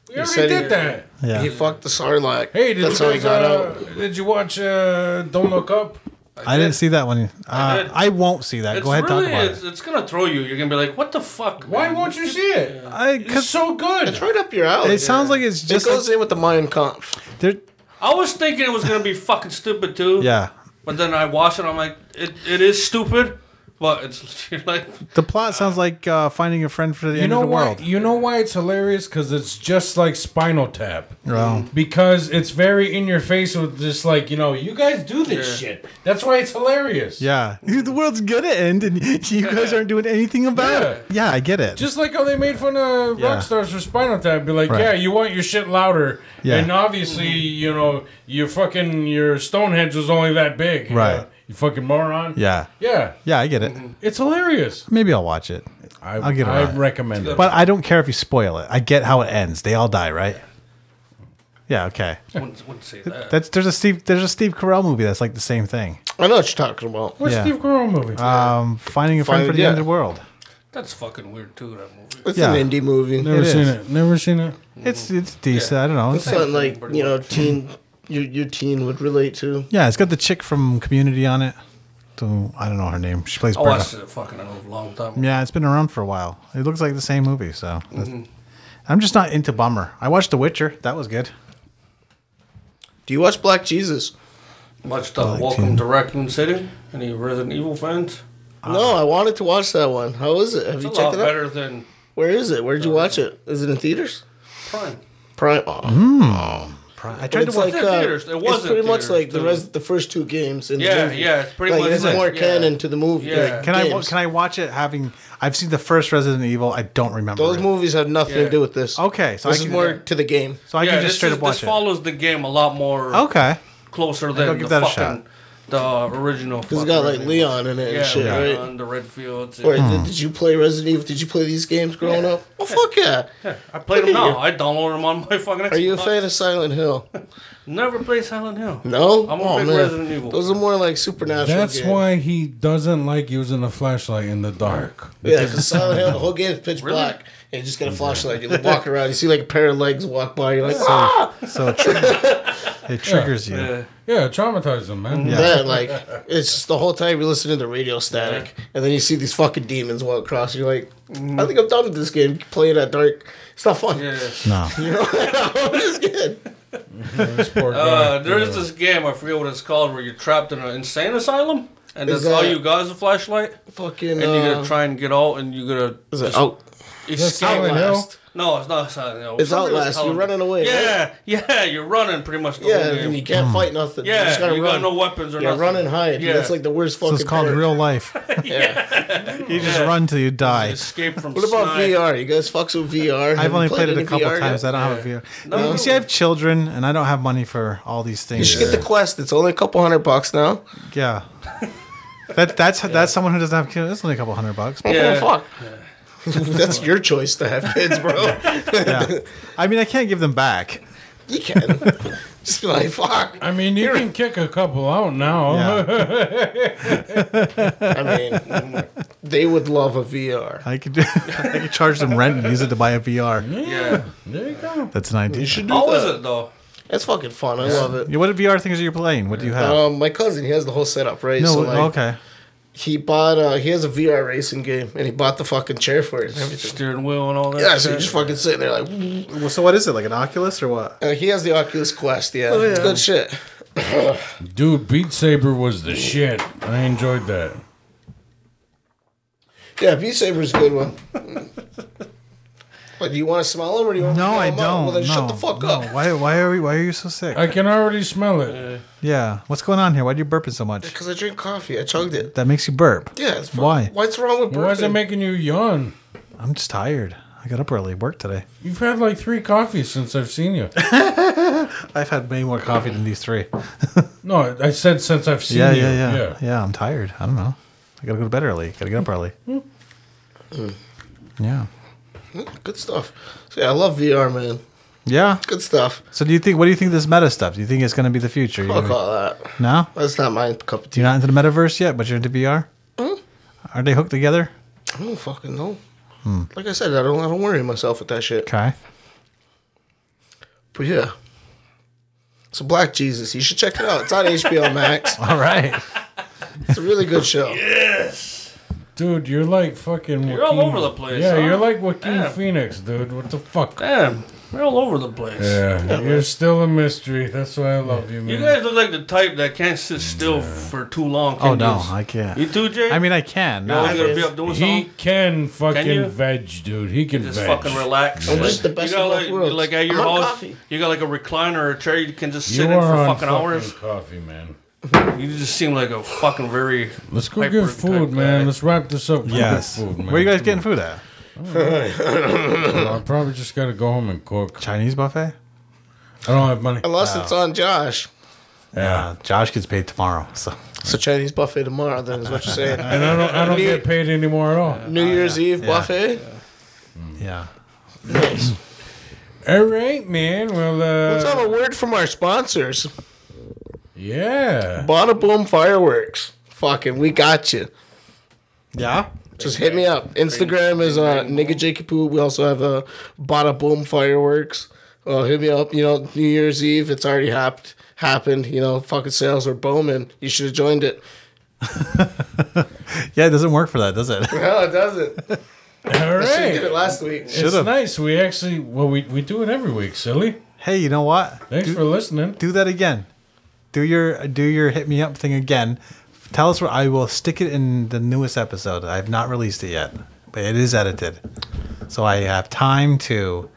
Speaker 1: We already
Speaker 4: said
Speaker 1: did
Speaker 4: it.
Speaker 1: that.
Speaker 2: Yeah.
Speaker 4: He fucked the Sarlacc.
Speaker 1: Hey, did
Speaker 4: That's
Speaker 1: you
Speaker 4: how he
Speaker 1: guys,
Speaker 4: got
Speaker 1: uh,
Speaker 4: out.
Speaker 1: Did you watch uh, Don't Look Up?
Speaker 2: I didn't see that one.
Speaker 3: I
Speaker 2: Uh,
Speaker 3: did.
Speaker 2: I won't see that.
Speaker 3: It's
Speaker 2: Go ahead,
Speaker 3: really,
Speaker 2: talk about
Speaker 3: it's,
Speaker 2: it.
Speaker 3: it's gonna throw you. You're gonna be like, what the fuck?
Speaker 1: Why
Speaker 3: man?
Speaker 1: won't you see it?
Speaker 2: I,
Speaker 1: It's
Speaker 2: cause
Speaker 1: so good.
Speaker 4: It's right up your alley.
Speaker 2: it sounds like it's
Speaker 4: It
Speaker 2: just
Speaker 4: goes in with the Mayan Kampf.
Speaker 2: like they're-
Speaker 3: I was thinking it was gonna be fucking stupid too.
Speaker 2: yeah.
Speaker 3: But then I watched it. I'm like, it, it is stupid, but it's you're like
Speaker 2: The plot sounds like uh, finding a friend for the
Speaker 1: You
Speaker 2: end
Speaker 1: know
Speaker 2: of the
Speaker 1: why?
Speaker 2: world.
Speaker 1: You know why it's hilarious? Because it's just like Spinal Tap.
Speaker 2: Wow.
Speaker 1: Because it's very in your face with just like you know you guys do this shit. That's why it's hilarious.
Speaker 2: Yeah. The world's gonna end, and you guys aren't doing anything about it. Yeah, I get it.
Speaker 1: Just like how they made fun of
Speaker 2: Yeah.
Speaker 1: rock stars for Spinal Tap, be like,
Speaker 2: Right.
Speaker 1: yeah, you want your shit louder,
Speaker 2: Yeah.
Speaker 1: and obviously, you know, your fucking your Stonehenge was only that big, you
Speaker 2: Right.
Speaker 1: know, You fucking moron.
Speaker 2: yeah.
Speaker 1: yeah,
Speaker 2: Yeah, I get it.
Speaker 1: it's hilarious.
Speaker 2: Maybe I'll watch it,
Speaker 1: I,
Speaker 2: I'll get
Speaker 1: I
Speaker 2: around it.
Speaker 1: recommend it.
Speaker 2: but I don't care if you spoil it. I get how it ends. They all die, right? Yeah. Okay.
Speaker 3: wouldn't, wouldn't say that.
Speaker 2: That's there's a Steve there's a Steve Carell movie that's like the same thing.
Speaker 4: I know what you're talking about.
Speaker 1: What's
Speaker 2: yeah.
Speaker 1: Steve Carell movie?
Speaker 2: Um, finding a friend
Speaker 4: Find-
Speaker 2: for the end
Speaker 4: yeah.
Speaker 2: of the world.
Speaker 3: That's fucking weird too. That movie.
Speaker 4: It's
Speaker 2: Yeah.
Speaker 4: an indie movie.
Speaker 1: Never
Speaker 2: it
Speaker 1: seen
Speaker 2: is.
Speaker 1: it. Never seen it.
Speaker 2: It's it's decent. I don't know.
Speaker 4: It's something like you know, teen your your teen would relate to.
Speaker 2: yeah, it's got the chick from Community on it. to Oh, I don't know her name. She plays
Speaker 3: I
Speaker 2: Berta.
Speaker 3: watched it fucking a long time.
Speaker 2: Yeah, it's been around for a while. It looks like the same movie, so that's- I'm just not into bummer. I watched The Witcher. That was good.
Speaker 4: Uh, Do you watch Black Jesus?
Speaker 3: Watched uh, Welcome to Raccoon City. Any Resident Evil fans?
Speaker 4: no, I wanted to watch that one. How is it? Have
Speaker 3: It's
Speaker 4: you
Speaker 3: a lot
Speaker 4: checked it out?
Speaker 3: better than
Speaker 4: Where is it? Where'd you watch it? Is it in theaters?
Speaker 3: Prime.
Speaker 4: Prime. Oh.
Speaker 2: I tried
Speaker 4: But
Speaker 2: to
Speaker 4: it's
Speaker 2: watch.
Speaker 4: like
Speaker 3: It's in
Speaker 4: uh,
Speaker 3: theaters. It was
Speaker 4: it's
Speaker 3: in
Speaker 4: pretty much
Speaker 3: theaters,
Speaker 4: like the
Speaker 3: too.
Speaker 4: res- the first two games in the
Speaker 3: Yeah,
Speaker 4: movie.
Speaker 3: yeah, it's pretty
Speaker 4: like,
Speaker 3: much
Speaker 4: it's
Speaker 3: it,
Speaker 4: more
Speaker 3: yeah.
Speaker 4: canon to the movie.
Speaker 3: Yeah.
Speaker 4: like,
Speaker 2: Can I wa-
Speaker 4: games.
Speaker 2: can I watch it having? I've seen the first Resident Evil. I don't remember.
Speaker 4: Those
Speaker 2: it.
Speaker 4: movies have nothing
Speaker 3: Yeah.
Speaker 4: to do with this.
Speaker 2: Okay, so I
Speaker 4: this
Speaker 2: can
Speaker 4: is more to the game.
Speaker 2: So I
Speaker 3: yeah,
Speaker 2: can just
Speaker 3: this
Speaker 2: straight
Speaker 3: is-
Speaker 2: up watch
Speaker 3: This
Speaker 2: it.
Speaker 3: follows the game a lot more
Speaker 2: okay.
Speaker 3: closer
Speaker 2: I'll
Speaker 3: than
Speaker 2: give
Speaker 3: the
Speaker 2: that a
Speaker 3: fucking the original.
Speaker 4: Cause
Speaker 3: fucking
Speaker 4: it's got like
Speaker 3: Resident Evil.
Speaker 4: Leon in it
Speaker 3: yeah,
Speaker 4: and shit, right?
Speaker 3: Leon, the Redfields. and-
Speaker 4: Or
Speaker 2: Hmm.
Speaker 4: did, did you play Resident Evil? Did you play these games growing up? Well, fuck yeah.
Speaker 3: I played them
Speaker 4: Look at
Speaker 3: now. I downloaded them on my fucking.
Speaker 4: Are you a
Speaker 3: Xbox.
Speaker 4: fan of Silent Hill?
Speaker 3: Never played Silent Hill.
Speaker 4: No.
Speaker 3: I'm a
Speaker 4: oh
Speaker 3: big
Speaker 4: man,
Speaker 3: Resident Evil.
Speaker 4: those are more like supernatural.
Speaker 1: That's
Speaker 4: games.
Speaker 1: why he doesn't like using a flashlight in the dark.
Speaker 4: Yeah, because Silent Hill, the whole game is pitch
Speaker 3: Really?
Speaker 4: black, and you just got a flashlight. You walk around, you see like a pair of legs walk by. You're like, ah,
Speaker 2: So it, tr- it triggers you.
Speaker 3: Yeah.
Speaker 1: Yeah, it traumatized him, man.
Speaker 2: Yeah.
Speaker 4: that like it's just the whole time you're listening to radio static, and then you see these fucking demons walk across. You're like, I think I'm done with this game. Playing that dark, it's not fun.
Speaker 3: Mm. Yeah.
Speaker 2: No.
Speaker 4: You know, it's good.
Speaker 1: This poor guy.
Speaker 3: Uh, there is this game I forget what it's called where you're trapped in an insane asylum and
Speaker 4: Is
Speaker 3: that's all
Speaker 4: that-
Speaker 3: you got is a flashlight
Speaker 4: Fucking.
Speaker 3: and you
Speaker 4: uh,
Speaker 3: gotta try and get out and you gotta
Speaker 4: Is it out?
Speaker 1: That's
Speaker 3: escape.
Speaker 1: Silent Hill.
Speaker 4: Outlast.
Speaker 3: No, it's not Silent Hill.
Speaker 4: It's
Speaker 3: Something was
Speaker 4: Outlast. You're
Speaker 3: telling me.
Speaker 4: running away. right?
Speaker 3: Yeah, yeah, you're running pretty much the
Speaker 4: Yeah,
Speaker 3: whole
Speaker 4: and you
Speaker 3: game.
Speaker 4: can't fight nothing. you
Speaker 3: Yeah,
Speaker 4: just gotta
Speaker 3: you
Speaker 4: run.
Speaker 3: got no weapons or
Speaker 4: yeah,
Speaker 3: nothing.
Speaker 4: run and hide.
Speaker 3: Yeah.
Speaker 4: Yeah. That's like the worst
Speaker 2: So
Speaker 4: fucking.
Speaker 2: it's called
Speaker 4: part.
Speaker 2: real life.
Speaker 4: Yeah.
Speaker 2: You just run till you die.
Speaker 3: Escape from
Speaker 4: What about
Speaker 3: Snide.
Speaker 4: VR? You guys fucks with VR? Have
Speaker 2: I've
Speaker 4: you
Speaker 2: only played, it
Speaker 4: any
Speaker 2: a couple
Speaker 4: VR
Speaker 2: times.
Speaker 4: yet?
Speaker 2: I don't have a VR.
Speaker 3: No.
Speaker 2: You see, I have children, and I don't have money for all these
Speaker 4: You
Speaker 2: things.
Speaker 4: should get the Quest. It's only a couple hundred bucks now.
Speaker 2: Yeah. That that's that's someone who doesn't have kids. It's only a couple hundred bucks. but
Speaker 3: Yeah.
Speaker 4: Oh, fuck. That's your choice to have kids, bro.
Speaker 2: yeah. I mean, I can't give them back.
Speaker 4: you can. Just be like, fuck.
Speaker 1: I mean, you can kick a couple out now.
Speaker 2: Yeah.
Speaker 4: I mean, they would love a VR.
Speaker 2: I could I could charge them rent and use it to buy a VR.
Speaker 3: Yeah.
Speaker 1: There you go.
Speaker 2: That's an idea.
Speaker 4: You should do
Speaker 3: How
Speaker 4: that.
Speaker 3: is it though?
Speaker 4: It's fucking fun. I love it.
Speaker 2: Yeah, What VR things are you playing? What do you have?
Speaker 4: Um, my cousin, he has the whole setup, right?
Speaker 2: no.
Speaker 4: So, like,
Speaker 2: okay.
Speaker 4: He bought. Uh, he has a VR racing game, and he bought the fucking chair for it. and everything.
Speaker 3: Steering wheel and all that.
Speaker 4: Yeah, so
Speaker 3: shit.
Speaker 4: you're just fucking sitting there like.
Speaker 2: Well, so what is it? Like an Oculus or what?
Speaker 4: Uh, he has the Oculus Quest. Yeah, it's good shit.
Speaker 1: Dude, Beat Saber was the shit. I enjoyed that.
Speaker 4: Yeah, Beat Saber's a good one. But do you want to smell them or do you want
Speaker 2: No,
Speaker 4: to
Speaker 2: I don't.
Speaker 4: Well, then
Speaker 2: no,
Speaker 4: shut the fuck
Speaker 2: no.
Speaker 4: up.
Speaker 2: Why? Why are we? Why are you so sick?
Speaker 1: I can already smell it.
Speaker 2: yeah. What's going on here? Why are you burping so much?
Speaker 4: Because I drink coffee. I chugged it.
Speaker 2: That makes you burp.
Speaker 4: Yeah. It's fun.
Speaker 2: Why?
Speaker 4: What's wrong with burping?
Speaker 1: Why is it making you yawn?
Speaker 2: I'm just tired. I got up early. Work today.
Speaker 1: You've had like three coffees since I've seen you.
Speaker 2: I've had way more coffee than these three.
Speaker 1: No, I said since I've seen
Speaker 2: Yeah,
Speaker 1: you.
Speaker 2: yeah, yeah, yeah. I'm tired. I don't know. I gotta go to bed early. Gotta get up early. Hmm. yeah.
Speaker 4: good stuff. So, yeah, I love VR, man.
Speaker 2: Yeah.
Speaker 4: Good stuff.
Speaker 2: So do you think? What do you think of this meta stuff? Do you think it's gonna be the future? You
Speaker 4: Fuck
Speaker 2: gonna-
Speaker 4: all that.
Speaker 2: no.
Speaker 4: That's not my cup of tea.
Speaker 2: You're not into the metaverse yet, but you're into VR. Are they hooked together?
Speaker 4: I don't fucking know.
Speaker 2: Hmm.
Speaker 4: Like I said, I don't. I don't worry myself with that shit.
Speaker 2: Okay.
Speaker 4: But yeah. So Black Jesus, you should check it out. It's on HBO Max.
Speaker 2: All right.
Speaker 4: It's a really good show.
Speaker 1: Dude, you're like fucking.
Speaker 3: You're all over the place,
Speaker 1: Yeah,
Speaker 3: huh?
Speaker 1: you're like Joaquin
Speaker 3: Damn.
Speaker 1: Phoenix, dude. What the fuck?
Speaker 3: Damn, we're all over the place.
Speaker 1: Yeah, you're still a mystery. That's why I love you,
Speaker 3: You
Speaker 1: man.
Speaker 3: guys look like the type that can't sit still for too long. Can
Speaker 2: Oh no,
Speaker 3: you?
Speaker 2: I can't.
Speaker 3: You too, Jay?
Speaker 2: I mean, I can.
Speaker 3: you're always
Speaker 2: No.
Speaker 3: gonna be up doing
Speaker 1: he
Speaker 3: something.
Speaker 1: can fucking
Speaker 3: you?
Speaker 1: veg, dude. He can
Speaker 3: Just
Speaker 1: veg.
Speaker 3: fucking relax.
Speaker 4: I'm just the best
Speaker 3: you got
Speaker 4: of both
Speaker 3: like,
Speaker 4: worlds.
Speaker 3: like at your
Speaker 4: I'm on
Speaker 3: house,
Speaker 4: coffee.
Speaker 3: you got like a recliner or a chair you can just
Speaker 1: You
Speaker 3: sit in
Speaker 1: are
Speaker 3: for
Speaker 1: on
Speaker 3: fucking hours.
Speaker 1: coffee, man.
Speaker 3: You just seem like a fucking very.
Speaker 1: Let's go
Speaker 3: Hyper
Speaker 1: get
Speaker 3: type
Speaker 1: food, man.
Speaker 3: guy.
Speaker 1: Let's wrap this up. Go get
Speaker 2: Yes.
Speaker 1: food, man.
Speaker 2: Where are you guys getting food at?
Speaker 1: I probably just gotta go home and cook.
Speaker 2: Chinese buffet.
Speaker 1: I don't have money.
Speaker 4: Unless it's on Josh.
Speaker 1: Yeah,
Speaker 2: Uh, Josh gets paid tomorrow, so
Speaker 4: So Chinese buffet tomorrow. Then is what you're saying.
Speaker 1: and I don't. I don't get paid anymore at all.
Speaker 4: New Year's
Speaker 2: Oh,
Speaker 4: Eve buffet.
Speaker 2: yeah.
Speaker 1: All right, man. Well, uh,
Speaker 4: Let's have a word from our sponsors.
Speaker 1: yeah.
Speaker 4: Bada Boom Fireworks. Fucking, we got you.
Speaker 2: Yeah.
Speaker 4: Just hit me up. Instagram is uh, nigga Jakey Poo. We also have uh, Bada Boom Fireworks. Uh, hit me up. You know, New Year's Eve. It's already hap- happened. You know, fucking sales are booming. You should have joined it.
Speaker 2: Yeah, it doesn't work for that, does it?
Speaker 4: No, it doesn't. Should
Speaker 1: All
Speaker 4: have did it
Speaker 1: right.
Speaker 4: last week.
Speaker 1: It's
Speaker 2: Should've.
Speaker 1: nice. We actually, well, we, we do it every week, silly.
Speaker 2: hey, you know what?
Speaker 1: Thanks
Speaker 2: do,
Speaker 1: for listening.
Speaker 2: do that again. Do your do your hit me up thing again. Tell us where I will stick it in the newest episode. I've not released it yet, but it is edited, so I have time to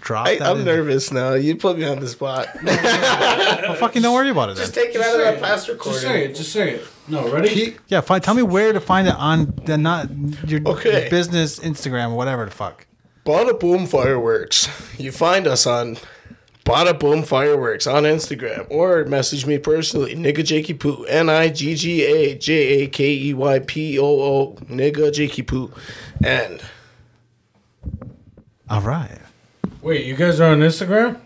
Speaker 2: drop
Speaker 4: I,
Speaker 2: that.
Speaker 4: I'm
Speaker 2: in.
Speaker 4: nervous now. You put me on the spot.
Speaker 2: Oh, fucking don't worry about it. Then.
Speaker 4: Just take it out of that past
Speaker 1: Just say
Speaker 4: recording.
Speaker 1: it. Just say it. No, ready?
Speaker 2: yeah, fi- tell me where to find it on the not your,
Speaker 4: Okay.
Speaker 2: your business Instagram, whatever the fuck.
Speaker 4: Bada Boom Fireworks. You find us on Bada Boom Fireworks on Instagram or message me personally, Nigga Jakey Poo, N I G G A J A K E Y P O O, Nigga Jakey Poo. And
Speaker 2: All right.
Speaker 1: Wait, you guys are on Instagram?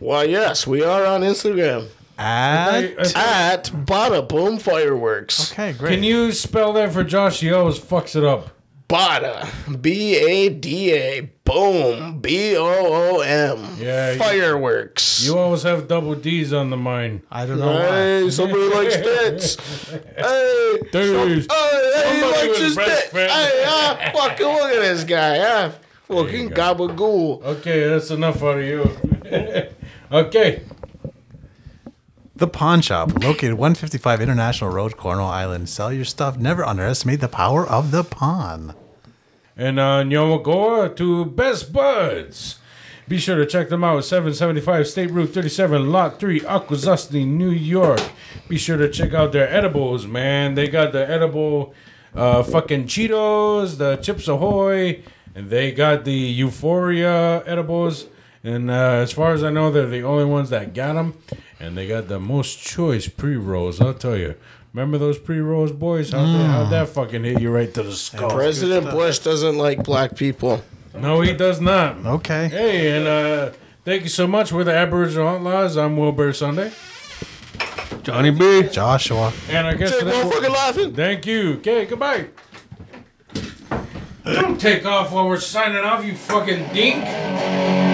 Speaker 4: why, yes, we are on Instagram
Speaker 1: I-
Speaker 2: At,
Speaker 1: I-
Speaker 4: at Bada Boom Fireworks.
Speaker 2: okay, great.
Speaker 1: can you spell that for Josh? He always fucks it up.
Speaker 4: Bada, B A D A, Boom, B O O M.
Speaker 1: Yeah, you-
Speaker 4: Fireworks.
Speaker 1: You always have double D's on the mind.
Speaker 2: I don't know why.
Speaker 4: Hey, somebody likes tits. Hey,
Speaker 1: Dude,
Speaker 4: hey,
Speaker 1: Somebody
Speaker 4: he likes
Speaker 1: was
Speaker 4: his tits.
Speaker 1: breastfed.
Speaker 4: Hey, ah, fucking look at this guy. Ah, fucking
Speaker 1: Oh,
Speaker 4: gabagool.
Speaker 1: okay, that's enough out of you. okay.
Speaker 2: The pawn shop, located 155 International Road, Cornwall Island. Sell your stuff. Never underestimate the power of the pawn.
Speaker 1: and uh, Nyomagoa to Best Buds. Be sure to check them out at 775 State Route 37, Lot 3, Akwesasne, New York. Be sure to check out their edibles, man. They got the edible uh, fucking Cheetos, the Chips Ahoy, and they got the Euphoria edibles. And uh, as far as I know, they're the only ones that got them. And they got the most choice pre rolls, I'll tell you. Remember those pre rolls, boys? How'd, they- how'd that fucking hit you right to the skull?
Speaker 4: President Bush doesn't like black people.
Speaker 1: No, he does not.
Speaker 2: Okay.
Speaker 1: Hey, and uh, thank you so much. We're the Aboriginal Outlaws. I'm Wilbur Sunday.
Speaker 7: Johnny B.
Speaker 2: Joshua.
Speaker 1: And I guess
Speaker 4: Jake
Speaker 1: today-
Speaker 4: motherfucking laughing.
Speaker 1: thank you. Okay, goodbye. Don't take off while we're signing off, you fucking dink.